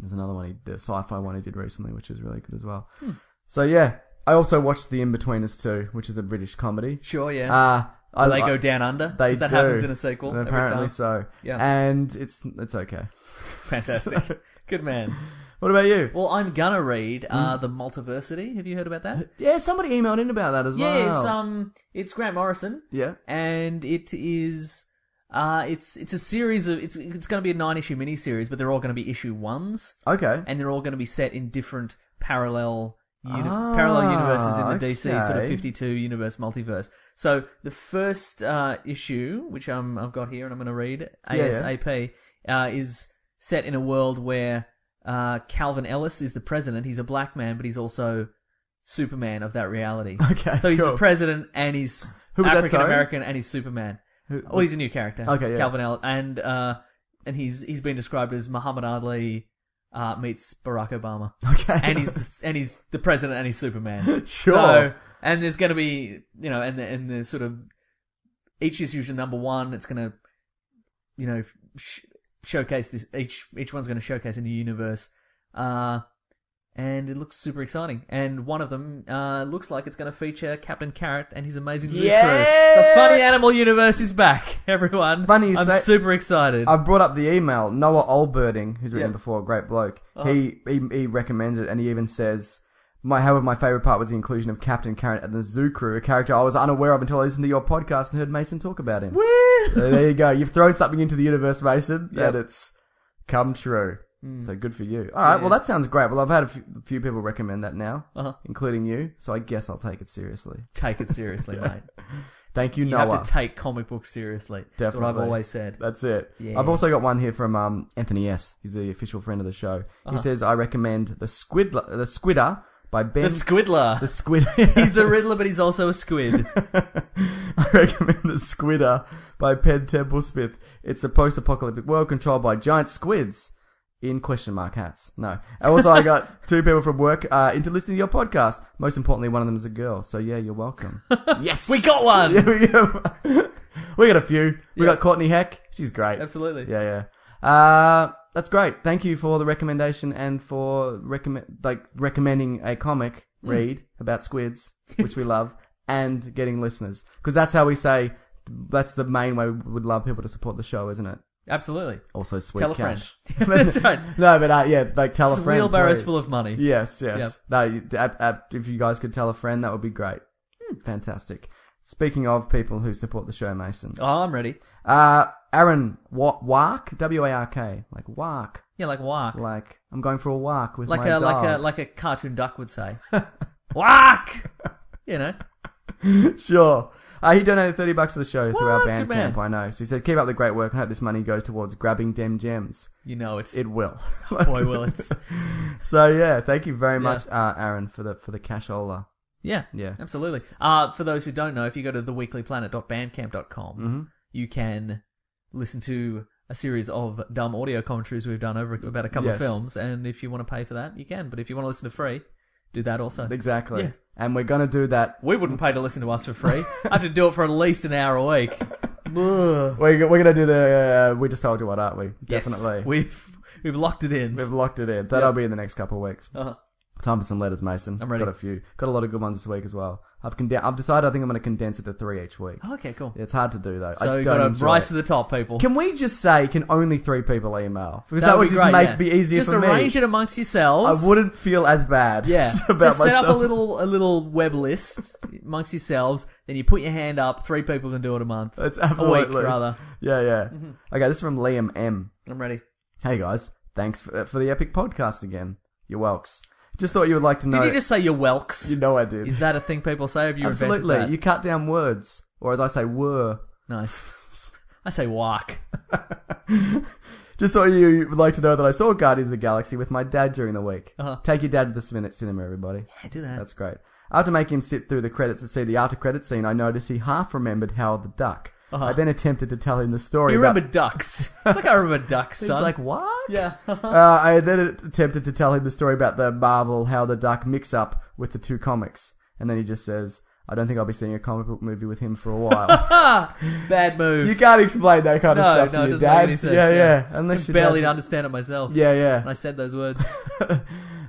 [SPEAKER 3] there's another one he the sci-fi one he did recently, which is really good as well.
[SPEAKER 4] Hmm.
[SPEAKER 3] So yeah. I also watched The Inbetweeners too, which is a British comedy.
[SPEAKER 4] Sure, yeah.
[SPEAKER 3] Uh, I,
[SPEAKER 4] Do they
[SPEAKER 3] I-
[SPEAKER 4] go down under?
[SPEAKER 3] They
[SPEAKER 4] 'Cause that
[SPEAKER 3] do.
[SPEAKER 4] happens in a sequel. every
[SPEAKER 3] Apparently
[SPEAKER 4] time.
[SPEAKER 3] so.
[SPEAKER 4] Yeah.
[SPEAKER 3] And it's it's okay.
[SPEAKER 4] Fantastic. Good man.
[SPEAKER 3] What about you?
[SPEAKER 4] Well, I'm gonna read uh,
[SPEAKER 3] Hmm.
[SPEAKER 4] the Multiversity. Have you heard about that?
[SPEAKER 3] yeah, somebody emailed in about that as well.
[SPEAKER 4] Yeah, it's um, it's Grant Morrison,
[SPEAKER 3] Yeah.
[SPEAKER 4] and it is, uh, it's it's a series of it's it's gonna be a nine issue miniseries, but they're all gonna be issue ones,
[SPEAKER 3] Okay.
[SPEAKER 4] and they're all gonna be set in different parallel. Uni-
[SPEAKER 3] Ah,
[SPEAKER 4] parallel universes in the DC sort of
[SPEAKER 3] okay.
[SPEAKER 4] 52 universe multiverse. So the first uh, issue, which um, I've got here and I'm going to read
[SPEAKER 3] yeah.
[SPEAKER 4] ASAP, Uh, is set in a world where uh, Calvin Ellis is the president. He's a black man, but he's also Superman of that reality.
[SPEAKER 3] Okay,
[SPEAKER 4] so he's
[SPEAKER 3] cool.
[SPEAKER 4] the president and he's
[SPEAKER 3] Who was that,
[SPEAKER 4] African American and he's Superman.
[SPEAKER 3] Who-
[SPEAKER 4] Oh, he's a new character.
[SPEAKER 3] Okay, yeah.
[SPEAKER 4] Calvin Ellis, and uh, and he's he's been described as Muhammad Ali uh, meets Barack Obama.
[SPEAKER 3] Okay.
[SPEAKER 4] and he's and he's the president and he's Superman.
[SPEAKER 3] Sure.
[SPEAKER 4] So, and there's going to be you know, and the, and the sort of each is usually number one. It's going to you know sh- showcase this. Each each one's going to showcase a new universe. Uh, and it looks super exciting. And one of them uh, looks like it's going to feature Captain Carrot and his amazing zoo crew. The Funny Animal Universe is back, everyone.
[SPEAKER 3] Funny you
[SPEAKER 4] I'm
[SPEAKER 3] say-
[SPEAKER 4] super excited.
[SPEAKER 3] I brought up the email. Noah Olbirding, who's written
[SPEAKER 4] Yeah. Uh-huh.
[SPEAKER 3] before, a great bloke. He, he he recommends it, and he even says, "My however, my favorite part was the inclusion of Captain Carrot and the Zoo Crew, a character I was unaware of until I listened to your podcast and heard Mason talk about him." So there you go. You've thrown something into the universe, Mason,
[SPEAKER 4] Yep. Hmm.
[SPEAKER 3] and it's come true. So good for you. All right. Well, that sounds great. Well, I've had a few, few people recommend that now,
[SPEAKER 4] Uh-huh.
[SPEAKER 3] including you. So I guess I'll take it seriously.
[SPEAKER 4] Take it seriously, mate.
[SPEAKER 3] Thank you,
[SPEAKER 4] You
[SPEAKER 3] Noah.
[SPEAKER 4] have to take comic books seriously. That's what I've
[SPEAKER 3] Definitely.
[SPEAKER 4] always said.
[SPEAKER 3] That's it.
[SPEAKER 4] Yeah.
[SPEAKER 3] I've also got one here from um, Anthony S. He's the official friend of the show.
[SPEAKER 4] Uh-huh.
[SPEAKER 3] He says I recommend the Squid the Squidder by Ben.
[SPEAKER 4] the Squiddler.
[SPEAKER 3] the Squid.
[SPEAKER 4] he's the Riddler, but he's also a squid.
[SPEAKER 3] I recommend the Squidder by Ben Temple Smith. It's a post-apocalyptic world controlled by giant squids. in question mark hats. No. Also, I got two people from work uh, into listening to your podcast. Most importantly, one of them is a girl. So yeah, you're welcome.
[SPEAKER 8] Yes.
[SPEAKER 4] We got one.
[SPEAKER 3] Yeah, we, got, we got a few. We
[SPEAKER 4] Yeah.
[SPEAKER 3] got Courtney Heck. She's great.
[SPEAKER 4] Absolutely.
[SPEAKER 3] Yeah, yeah. Uh, that's great. Thank you for the recommendation and for recommend like recommending a comic
[SPEAKER 4] Hmm.
[SPEAKER 3] read about squids, which we love, and getting listeners because that's how we say. That's the main way we would love people to support the show, isn't it?
[SPEAKER 4] Absolutely.
[SPEAKER 3] Also, sweet
[SPEAKER 4] Tell a friend.
[SPEAKER 3] cash.
[SPEAKER 4] That's right.
[SPEAKER 3] No, but uh, yeah, like tell
[SPEAKER 4] It's
[SPEAKER 3] a friend.
[SPEAKER 4] wheelbarrows
[SPEAKER 3] please.
[SPEAKER 4] full of money.
[SPEAKER 3] Yes, yes.
[SPEAKER 4] Yep.
[SPEAKER 3] No, you, ab, ab, if you guys could tell a friend, that would be great.
[SPEAKER 4] Hmm.
[SPEAKER 3] Fantastic. Speaking of people who support the show, Mason.
[SPEAKER 4] Oh, I'm ready.
[SPEAKER 3] Uh, Aaron Wa- Wark, W A R K, like Wark,
[SPEAKER 4] Yeah, like walk.
[SPEAKER 3] like I'm going for a walk with
[SPEAKER 4] Like
[SPEAKER 3] my
[SPEAKER 4] a
[SPEAKER 3] dog.
[SPEAKER 4] like a like a cartoon duck would say. Walk. You know.
[SPEAKER 3] sure. Uh, he donated 30 bucks to the show through our
[SPEAKER 4] What?
[SPEAKER 3] band
[SPEAKER 4] Good man.
[SPEAKER 3] camp, I know. So he said, keep up the great work and hope this money goes towards grabbing dem gems.
[SPEAKER 4] You know it's
[SPEAKER 3] It will.
[SPEAKER 4] boy will it's
[SPEAKER 3] so yeah, thank you very much, uh, Aaron, for the, for the cashola.
[SPEAKER 4] Yeah.
[SPEAKER 3] Yeah.
[SPEAKER 4] Absolutely. Uh for those who don't know, if you go to theweeklyplanet.bandcamp.com,
[SPEAKER 3] Mm-hmm.
[SPEAKER 4] you can listen to a series of dumb audio commentaries we've done over about a couple
[SPEAKER 3] Yes.
[SPEAKER 4] of films, and if you want to pay for that, you can. But if you want to listen to free, do that also.
[SPEAKER 3] Exactly.
[SPEAKER 4] Yeah.
[SPEAKER 3] And we're going to do that
[SPEAKER 4] We wouldn't pay to listen to us for free. I have to do it for at least an hour a week. Ugh.
[SPEAKER 3] We're, we're gonna do the uh, we just told you what, aren't we?
[SPEAKER 4] Yes,
[SPEAKER 3] Definitely.
[SPEAKER 4] we've we've locked it in.
[SPEAKER 3] We've locked it in. That'll be in the next couple of weeks.
[SPEAKER 4] Uh-huh.
[SPEAKER 3] Time for some letters, Mason.
[SPEAKER 4] I'm ready.
[SPEAKER 3] Got a few. Got a lot of good ones this week as well. I've conde- I've decided I think I'm gonna condense it to three each week.
[SPEAKER 4] Oh, okay, cool.
[SPEAKER 3] It's hard to do though.
[SPEAKER 4] So
[SPEAKER 3] I
[SPEAKER 4] you've
[SPEAKER 3] don't
[SPEAKER 4] got to
[SPEAKER 3] enjoy
[SPEAKER 4] rise
[SPEAKER 3] it.
[SPEAKER 4] to the top, people.
[SPEAKER 3] Can we just say can only three people email? Because that,
[SPEAKER 4] That
[SPEAKER 3] would,
[SPEAKER 4] be
[SPEAKER 3] just
[SPEAKER 4] great,
[SPEAKER 3] make
[SPEAKER 4] yeah.
[SPEAKER 3] be easier
[SPEAKER 4] Just
[SPEAKER 3] for
[SPEAKER 4] arrange
[SPEAKER 3] me.
[SPEAKER 4] it amongst yourselves.
[SPEAKER 3] I wouldn't feel as bad.
[SPEAKER 4] Yeah.
[SPEAKER 3] about
[SPEAKER 4] Just set up a
[SPEAKER 3] myself.
[SPEAKER 4] little a little web list amongst yourselves. Then you put your hand up. Three people can do it a month.
[SPEAKER 3] It's absolutely
[SPEAKER 4] a week rather. Mm-hmm.
[SPEAKER 3] Yeah, yeah. Okay, this is from Liam M.
[SPEAKER 4] I'm ready.
[SPEAKER 3] Hey guys, thanks for, for the epic podcast again. You're welks. Just thought you would like to know.
[SPEAKER 4] Did you just say your whelks?
[SPEAKER 3] You know I did.
[SPEAKER 4] Is that a thing people say? Have you
[SPEAKER 3] Absolutely. You
[SPEAKER 4] invented
[SPEAKER 3] cut down words, or as I say, were.
[SPEAKER 4] that? Nice. I say walk.
[SPEAKER 3] Just thought you would like to know that I saw Guardians of the Galaxy with my dad during the week.
[SPEAKER 4] Uh-huh.
[SPEAKER 3] Take your dad to the cin- cinema, everybody.
[SPEAKER 4] Yeah, do that.
[SPEAKER 3] That's great. After making him sit through the credits and see the after credit scene, I noticed he half remembered Howard the Duck.
[SPEAKER 4] Uh-huh.
[SPEAKER 3] I then attempted to tell him the story.
[SPEAKER 4] You
[SPEAKER 3] about-
[SPEAKER 4] remember ducks? It's like I remember ducks.
[SPEAKER 3] He's
[SPEAKER 4] son.
[SPEAKER 3] like, what?
[SPEAKER 4] yeah.
[SPEAKER 3] uh, I then attempted to tell him the story about the Marvel How the Duck mix up with the two comics. And then he just says, I don't think I'll be seeing a comic book movie with him for a while.
[SPEAKER 4] Bad move.
[SPEAKER 3] you can't explain that kind of
[SPEAKER 4] no,
[SPEAKER 3] stuff
[SPEAKER 4] no,
[SPEAKER 3] to
[SPEAKER 4] it
[SPEAKER 3] your
[SPEAKER 4] doesn't
[SPEAKER 3] dad.
[SPEAKER 4] make any sense.
[SPEAKER 3] yeah, yeah. Unless
[SPEAKER 4] I
[SPEAKER 3] your
[SPEAKER 4] barely
[SPEAKER 3] dad's-
[SPEAKER 4] understand it myself.
[SPEAKER 3] Yeah, yeah.
[SPEAKER 4] And I said those words.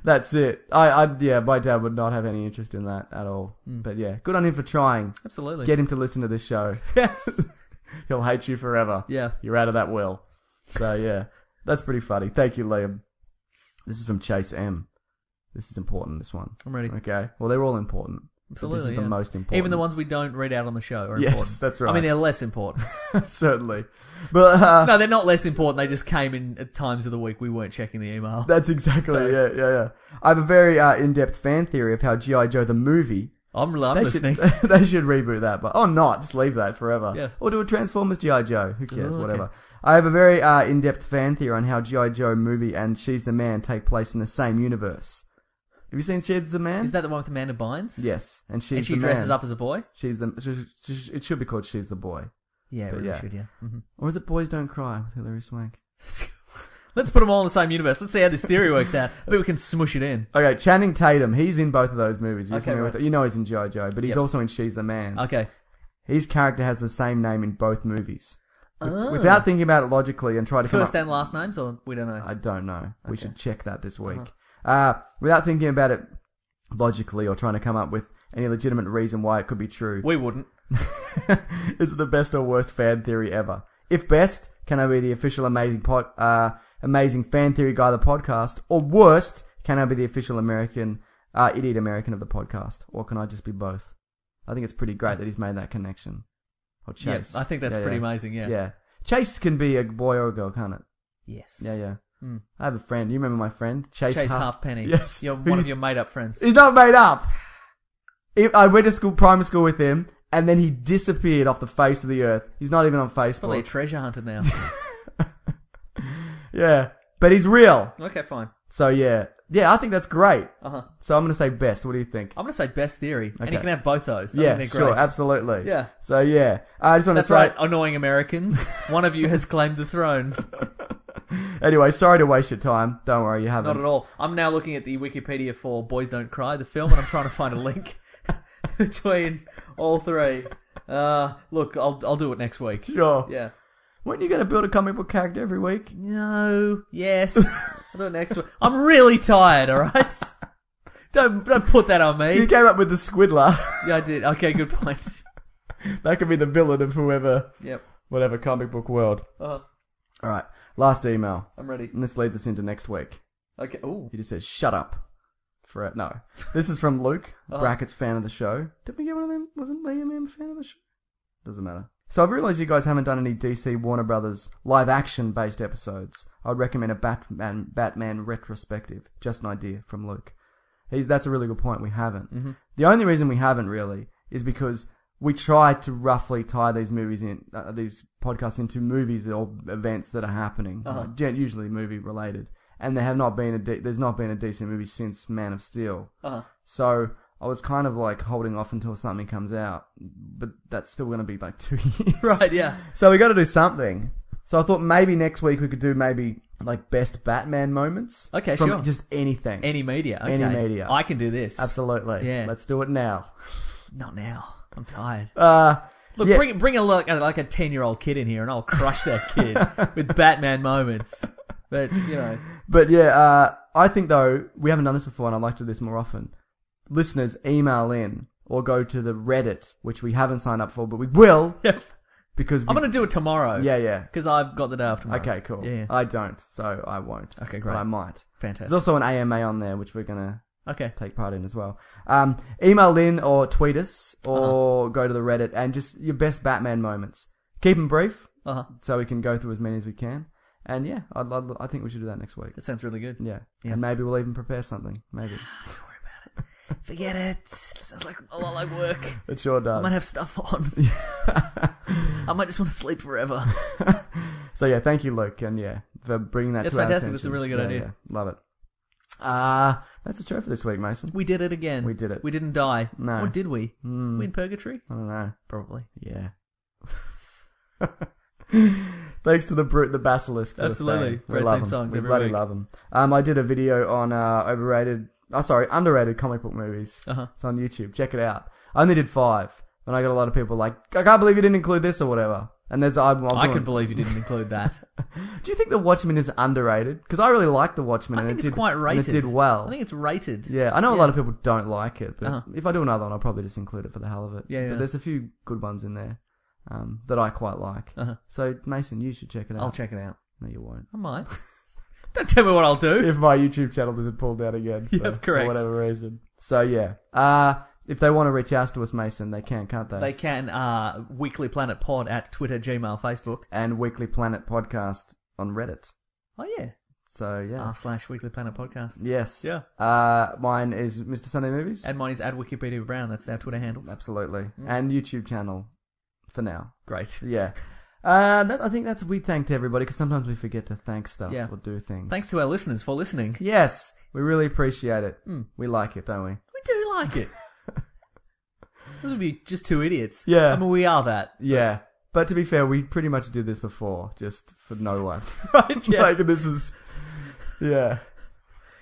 [SPEAKER 3] That's it. I, I, yeah, my dad would not have any interest in that at all.
[SPEAKER 4] Hmm.
[SPEAKER 3] But yeah, good on him for trying.
[SPEAKER 4] Absolutely.
[SPEAKER 3] Get him to listen to this show.
[SPEAKER 4] yes.
[SPEAKER 3] He'll hate you forever.
[SPEAKER 4] Yeah.
[SPEAKER 3] You're out of that will. So yeah, that's pretty funny. Thank you, Liam. This is from Chase M. This is important. This one.
[SPEAKER 4] I'm ready.
[SPEAKER 3] Okay. Well, they're all important. but
[SPEAKER 4] Absolutely.
[SPEAKER 3] This is
[SPEAKER 4] yeah.
[SPEAKER 3] the most important.
[SPEAKER 4] Even the ones we don't read out on the show are
[SPEAKER 3] Yes,
[SPEAKER 4] important.
[SPEAKER 3] that's
[SPEAKER 4] I
[SPEAKER 3] right.
[SPEAKER 4] mean, they're less important.
[SPEAKER 3] certainly. But uh,
[SPEAKER 4] no, they're not less important. They just came in at times of the week we weren't checking the email.
[SPEAKER 3] that's exactly
[SPEAKER 4] So-
[SPEAKER 3] yeah, yeah, yeah. I have a very uh, in-depth fan theory of how GI Joe the movie.
[SPEAKER 4] I'm, I'm
[SPEAKER 3] They should,
[SPEAKER 4] listening.
[SPEAKER 3] they should reboot that, but or not, just leave that forever.
[SPEAKER 4] Yeah.
[SPEAKER 3] Or do a Transformers GI Joe. Who cares?
[SPEAKER 4] Oh, okay.
[SPEAKER 3] Whatever. I have a very uh, in-depth fan theory on how GI Joe movie and She's the Man take place in the same universe. Have you seen She's the Man?
[SPEAKER 4] Is that the one with Amanda Bynes?
[SPEAKER 3] yes, and she's
[SPEAKER 4] and she
[SPEAKER 3] the
[SPEAKER 4] dresses
[SPEAKER 3] man.
[SPEAKER 4] up as a boy?
[SPEAKER 3] She's the. She, she- it should be called She's the Boy,
[SPEAKER 4] Yeah, it
[SPEAKER 3] But
[SPEAKER 4] really
[SPEAKER 3] yeah.
[SPEAKER 4] should, yeah. Mhm.
[SPEAKER 3] or is it Boys Don't Cry with Hilary Swank?
[SPEAKER 4] Let's put them all in the same universe. Let's see how this theory works out. Maybe we can smush it in.
[SPEAKER 3] Okay, Channing Tatum. He's in both of those movies. You're
[SPEAKER 4] Okay,
[SPEAKER 3] familiar
[SPEAKER 4] right.
[SPEAKER 3] with it. You know he's in GI Joe, but he's
[SPEAKER 4] Yep.
[SPEAKER 3] also in She's the Man.
[SPEAKER 4] Okay.
[SPEAKER 3] His character has the same name in both movies. With-
[SPEAKER 4] Oh.
[SPEAKER 3] Without thinking about it logically and try to come
[SPEAKER 4] First
[SPEAKER 3] up.
[SPEAKER 4] and last names, or we don't know.
[SPEAKER 3] I don't know. We should check that this week.
[SPEAKER 4] Uh-huh.
[SPEAKER 3] Uh, without thinking about it logically or trying to come up with any legitimate reason why it could be true.
[SPEAKER 4] we wouldn't.
[SPEAKER 3] is it the best or worst fan theory ever? If best, can I be the official amazing pod, uh, amazing fan theory guy of the podcast? Or worst, can I be the official American, uh, idiot American of the podcast? Or can I just be both? I think it's pretty great that he's made that connection. Or Chase.
[SPEAKER 4] Yeah, I think that's pretty amazing, yeah.
[SPEAKER 3] Yeah. Chase can be a boy or a girl, can't it?
[SPEAKER 4] Yes.
[SPEAKER 3] Yeah, yeah. I have a friend. You remember my friend? Chase,
[SPEAKER 4] Hmm. Chase
[SPEAKER 3] Half-
[SPEAKER 4] Halfpenny.
[SPEAKER 3] Yes.
[SPEAKER 4] You're
[SPEAKER 3] Who
[SPEAKER 4] one of
[SPEAKER 3] you-
[SPEAKER 4] your made up friends.
[SPEAKER 3] He's not made up. If- I went to school, primary school with him, and then he disappeared off the face of the earth. He's not even on
[SPEAKER 4] Probably a
[SPEAKER 3] Facebook.
[SPEAKER 4] treasure hunter now.
[SPEAKER 3] yeah, but he's real.
[SPEAKER 4] okay, fine.
[SPEAKER 3] So yeah, yeah, I think that's great.
[SPEAKER 4] Uh huh.
[SPEAKER 3] So I'm gonna say best. What do you think?
[SPEAKER 4] I'm going to say best theory. And
[SPEAKER 3] Okay.
[SPEAKER 4] you can have both those. Oh, I think
[SPEAKER 3] yeah,
[SPEAKER 4] they're
[SPEAKER 3] sure,
[SPEAKER 4] great.
[SPEAKER 3] absolutely.
[SPEAKER 4] Yeah.
[SPEAKER 3] So yeah, I just want to
[SPEAKER 4] That's
[SPEAKER 3] say
[SPEAKER 4] right, annoying Americans. One of you has claimed the throne.
[SPEAKER 3] Anyway, sorry to waste your time. Don't worry, you haven't.
[SPEAKER 4] Not at all. I'm now looking at the Wikipedia for Boys Don't Cry, the film, and I'm trying to find a link between all three. Uh, look, I'll I'll do it next week.
[SPEAKER 3] Sure.
[SPEAKER 4] Yeah.
[SPEAKER 3] Weren't you going to build a comic book character every week?
[SPEAKER 4] No. Yes. I'll do it next week. I'm really tired. All right. Don't don't put that on
[SPEAKER 3] You
[SPEAKER 4] me.
[SPEAKER 3] came up with the Squiddler.
[SPEAKER 4] Yeah, I did. Okay, good point.
[SPEAKER 3] that could be the villain of whoever,
[SPEAKER 4] Yep.
[SPEAKER 3] whatever comic book world.
[SPEAKER 4] Uh,
[SPEAKER 3] All right, last email,
[SPEAKER 4] I'm ready.
[SPEAKER 3] and this leads us into next week.
[SPEAKER 4] Okay. Ooh.
[SPEAKER 3] He just says, "Shut up." For no, this is from Luke brackets fan of the show. Did we get one of them? Wasn't Liam M fan of the show? Doesn't matter. So I've realised you guys haven't done any DC Warner Brothers live action based episodes. I'd recommend a Batman Batman retrospective. Just an idea from Luke. He's, that's a really good point. We haven't. The only reason we haven't really is because we try to roughly tie these movies in, uh, these podcasts into movies or events that are happening,
[SPEAKER 4] Uh-huh.
[SPEAKER 3] uh, gen- usually movie related. And there have not been a de- there's not been a decent movie since Man of Steel.
[SPEAKER 4] Uh,
[SPEAKER 3] So I was kind of like holding off until something comes out, but that's still going to be like two years.
[SPEAKER 4] right. Yeah.
[SPEAKER 3] So we got to do something. So I thought maybe next week we could do maybe like best Batman moments.
[SPEAKER 4] Okay,
[SPEAKER 3] from
[SPEAKER 4] sure.
[SPEAKER 3] Just anything.
[SPEAKER 4] Any media. Okay.
[SPEAKER 3] Any media.
[SPEAKER 4] I can do this.
[SPEAKER 3] Absolutely.
[SPEAKER 4] Yeah.
[SPEAKER 3] Let's do it now.
[SPEAKER 4] Not now. I'm tired.
[SPEAKER 3] Uh,
[SPEAKER 4] Look,
[SPEAKER 3] yeah.
[SPEAKER 4] bring bring a like a, like a ten year old kid in here, and I'll crush that kid with Batman moments. But you know,
[SPEAKER 3] But yeah, uh, I think though we haven't done this before, and I'd like to do this more often. Listeners, email in or go to the Reddit, which we haven't signed up for, but we will because we,
[SPEAKER 4] I'm gonna do it tomorrow.
[SPEAKER 3] Yeah, yeah.
[SPEAKER 4] because I've got the day after. tomorrow.
[SPEAKER 3] Okay, cool. Uh,
[SPEAKER 4] Yeah, yeah.
[SPEAKER 3] I don't, so I won't.
[SPEAKER 4] Okay,
[SPEAKER 3] But
[SPEAKER 4] great.
[SPEAKER 3] I might. There's
[SPEAKER 4] fantastic.
[SPEAKER 3] also an AMA on there, which we're gonna
[SPEAKER 4] okay,
[SPEAKER 3] take part in as well. Um, email in or tweet us or
[SPEAKER 4] Uh-huh.
[SPEAKER 3] go to the Reddit and just your best Batman moments. Keep them brief
[SPEAKER 4] uh-huh.
[SPEAKER 3] so we can go through as many as we can. And yeah, I'd, I'd, I think we should do that next week.
[SPEAKER 4] that sounds really good.
[SPEAKER 3] Yeah.
[SPEAKER 4] Yeah.
[SPEAKER 3] And maybe we'll even prepare something. Maybe.
[SPEAKER 4] Forget it. It sounds like a lot like work.
[SPEAKER 3] It sure does.
[SPEAKER 4] I might have stuff on. I might just want to sleep forever.
[SPEAKER 3] so yeah, thank you, Luke, and yeah, for bringing that
[SPEAKER 4] That's
[SPEAKER 3] to our
[SPEAKER 4] fantastic.
[SPEAKER 3] attention.
[SPEAKER 4] That's a really good
[SPEAKER 3] Yeah,
[SPEAKER 4] idea.
[SPEAKER 3] yeah. Love it. Ah, that's the show for this week, Mason.
[SPEAKER 4] We did it again.
[SPEAKER 3] We did it.
[SPEAKER 4] We didn't die.
[SPEAKER 3] No.
[SPEAKER 4] Or did we?
[SPEAKER 3] Mm.
[SPEAKER 4] We in purgatory?
[SPEAKER 3] I don't know.
[SPEAKER 4] Probably.
[SPEAKER 3] Yeah. Thanks to the brute, the basilisk. For
[SPEAKER 4] Absolutely.
[SPEAKER 3] the thing. we
[SPEAKER 4] Great
[SPEAKER 3] love
[SPEAKER 4] theme
[SPEAKER 3] them.
[SPEAKER 4] songs
[SPEAKER 3] We
[SPEAKER 4] every
[SPEAKER 3] bloody
[SPEAKER 4] week.
[SPEAKER 3] love them. Um, I did a video on uh, overrated. Oh, sorry, underrated comic book movies.
[SPEAKER 4] Uh-huh.
[SPEAKER 3] It's on YouTube. Check it out. I only did five, and I got a lot of people like, I can't believe you didn't include this or whatever. And there's I'm, I'm
[SPEAKER 4] I
[SPEAKER 3] doing-
[SPEAKER 4] could believe you didn't include that.
[SPEAKER 3] Do you think The Watchmen is underrated? Because I really like The Watchmen.
[SPEAKER 4] I
[SPEAKER 3] and
[SPEAKER 4] think
[SPEAKER 3] it
[SPEAKER 4] it's
[SPEAKER 3] did,
[SPEAKER 4] quite rated.
[SPEAKER 3] And it did well.
[SPEAKER 4] I think it's rated.
[SPEAKER 3] yeah, I know a lot of people don't like it, but
[SPEAKER 4] Uh-huh.
[SPEAKER 3] if I do another one, I'll probably just include it for the hell of it.
[SPEAKER 4] Yeah, yeah.
[SPEAKER 3] But there's a few good ones in there um, that I quite like.
[SPEAKER 4] Uh-huh.
[SPEAKER 3] So Mason, you should check it out.
[SPEAKER 4] I'll check it out.
[SPEAKER 3] No, you won't.
[SPEAKER 4] I might. Don't tell me what I'll do.
[SPEAKER 3] If my YouTube channel doesn't pull down again, for,
[SPEAKER 4] Yep, correct.
[SPEAKER 3] for whatever reason. So yeah, uh, if they want to reach out to us, Mason, they can, can't they?
[SPEAKER 4] They can uh, Weekly Planet Pod at Twitter, Gmail, Facebook.
[SPEAKER 3] And Weekly Planet podcast on Reddit.
[SPEAKER 4] Oh yeah,
[SPEAKER 3] So yeah.
[SPEAKER 4] r slash Weekly Planet Podcast.
[SPEAKER 3] Yes.
[SPEAKER 4] Yeah.
[SPEAKER 3] Uh, mine is Mr. Sunday Movies.
[SPEAKER 4] And mine is at Wikipedia Brown. That's our Twitter handle.
[SPEAKER 3] Absolutely.
[SPEAKER 4] Mm.
[SPEAKER 3] And YouTube channel for now.
[SPEAKER 4] Great.
[SPEAKER 3] Yeah. Uh, that, I think that's we thanked everybody because sometimes we forget to thank stuff
[SPEAKER 4] Yeah.
[SPEAKER 3] or do things.
[SPEAKER 4] Thanks to our listeners for listening.
[SPEAKER 3] Yes, we really appreciate it.
[SPEAKER 4] Mm.
[SPEAKER 3] We like it, don't we?
[SPEAKER 4] We do like it. Those would be just two idiots.
[SPEAKER 3] Yeah.
[SPEAKER 4] I mean, we are that.
[SPEAKER 3] Yeah. But to be fair, we pretty much did this before, just for no one.
[SPEAKER 4] Right.
[SPEAKER 3] like
[SPEAKER 4] Yes.
[SPEAKER 3] this is, yeah,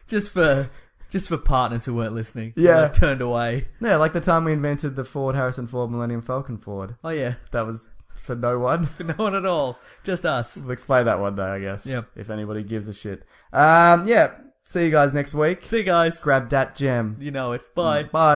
[SPEAKER 4] just for just for partners who weren't listening. who
[SPEAKER 3] Yeah.
[SPEAKER 4] were Turned away.
[SPEAKER 3] yeah. Like the time we invented the Ford Harrison Ford Millennium Falcon Ford.
[SPEAKER 4] Oh yeah.
[SPEAKER 3] That was for no one.
[SPEAKER 4] No one at all. Just us.
[SPEAKER 3] We'll explain that one day, I guess.
[SPEAKER 4] Yeah.
[SPEAKER 3] If anybody gives a shit. Um, yeah. See you guys next week.
[SPEAKER 4] See you guys.
[SPEAKER 3] Grab that gem.
[SPEAKER 4] You know it. Bye.
[SPEAKER 3] Bye.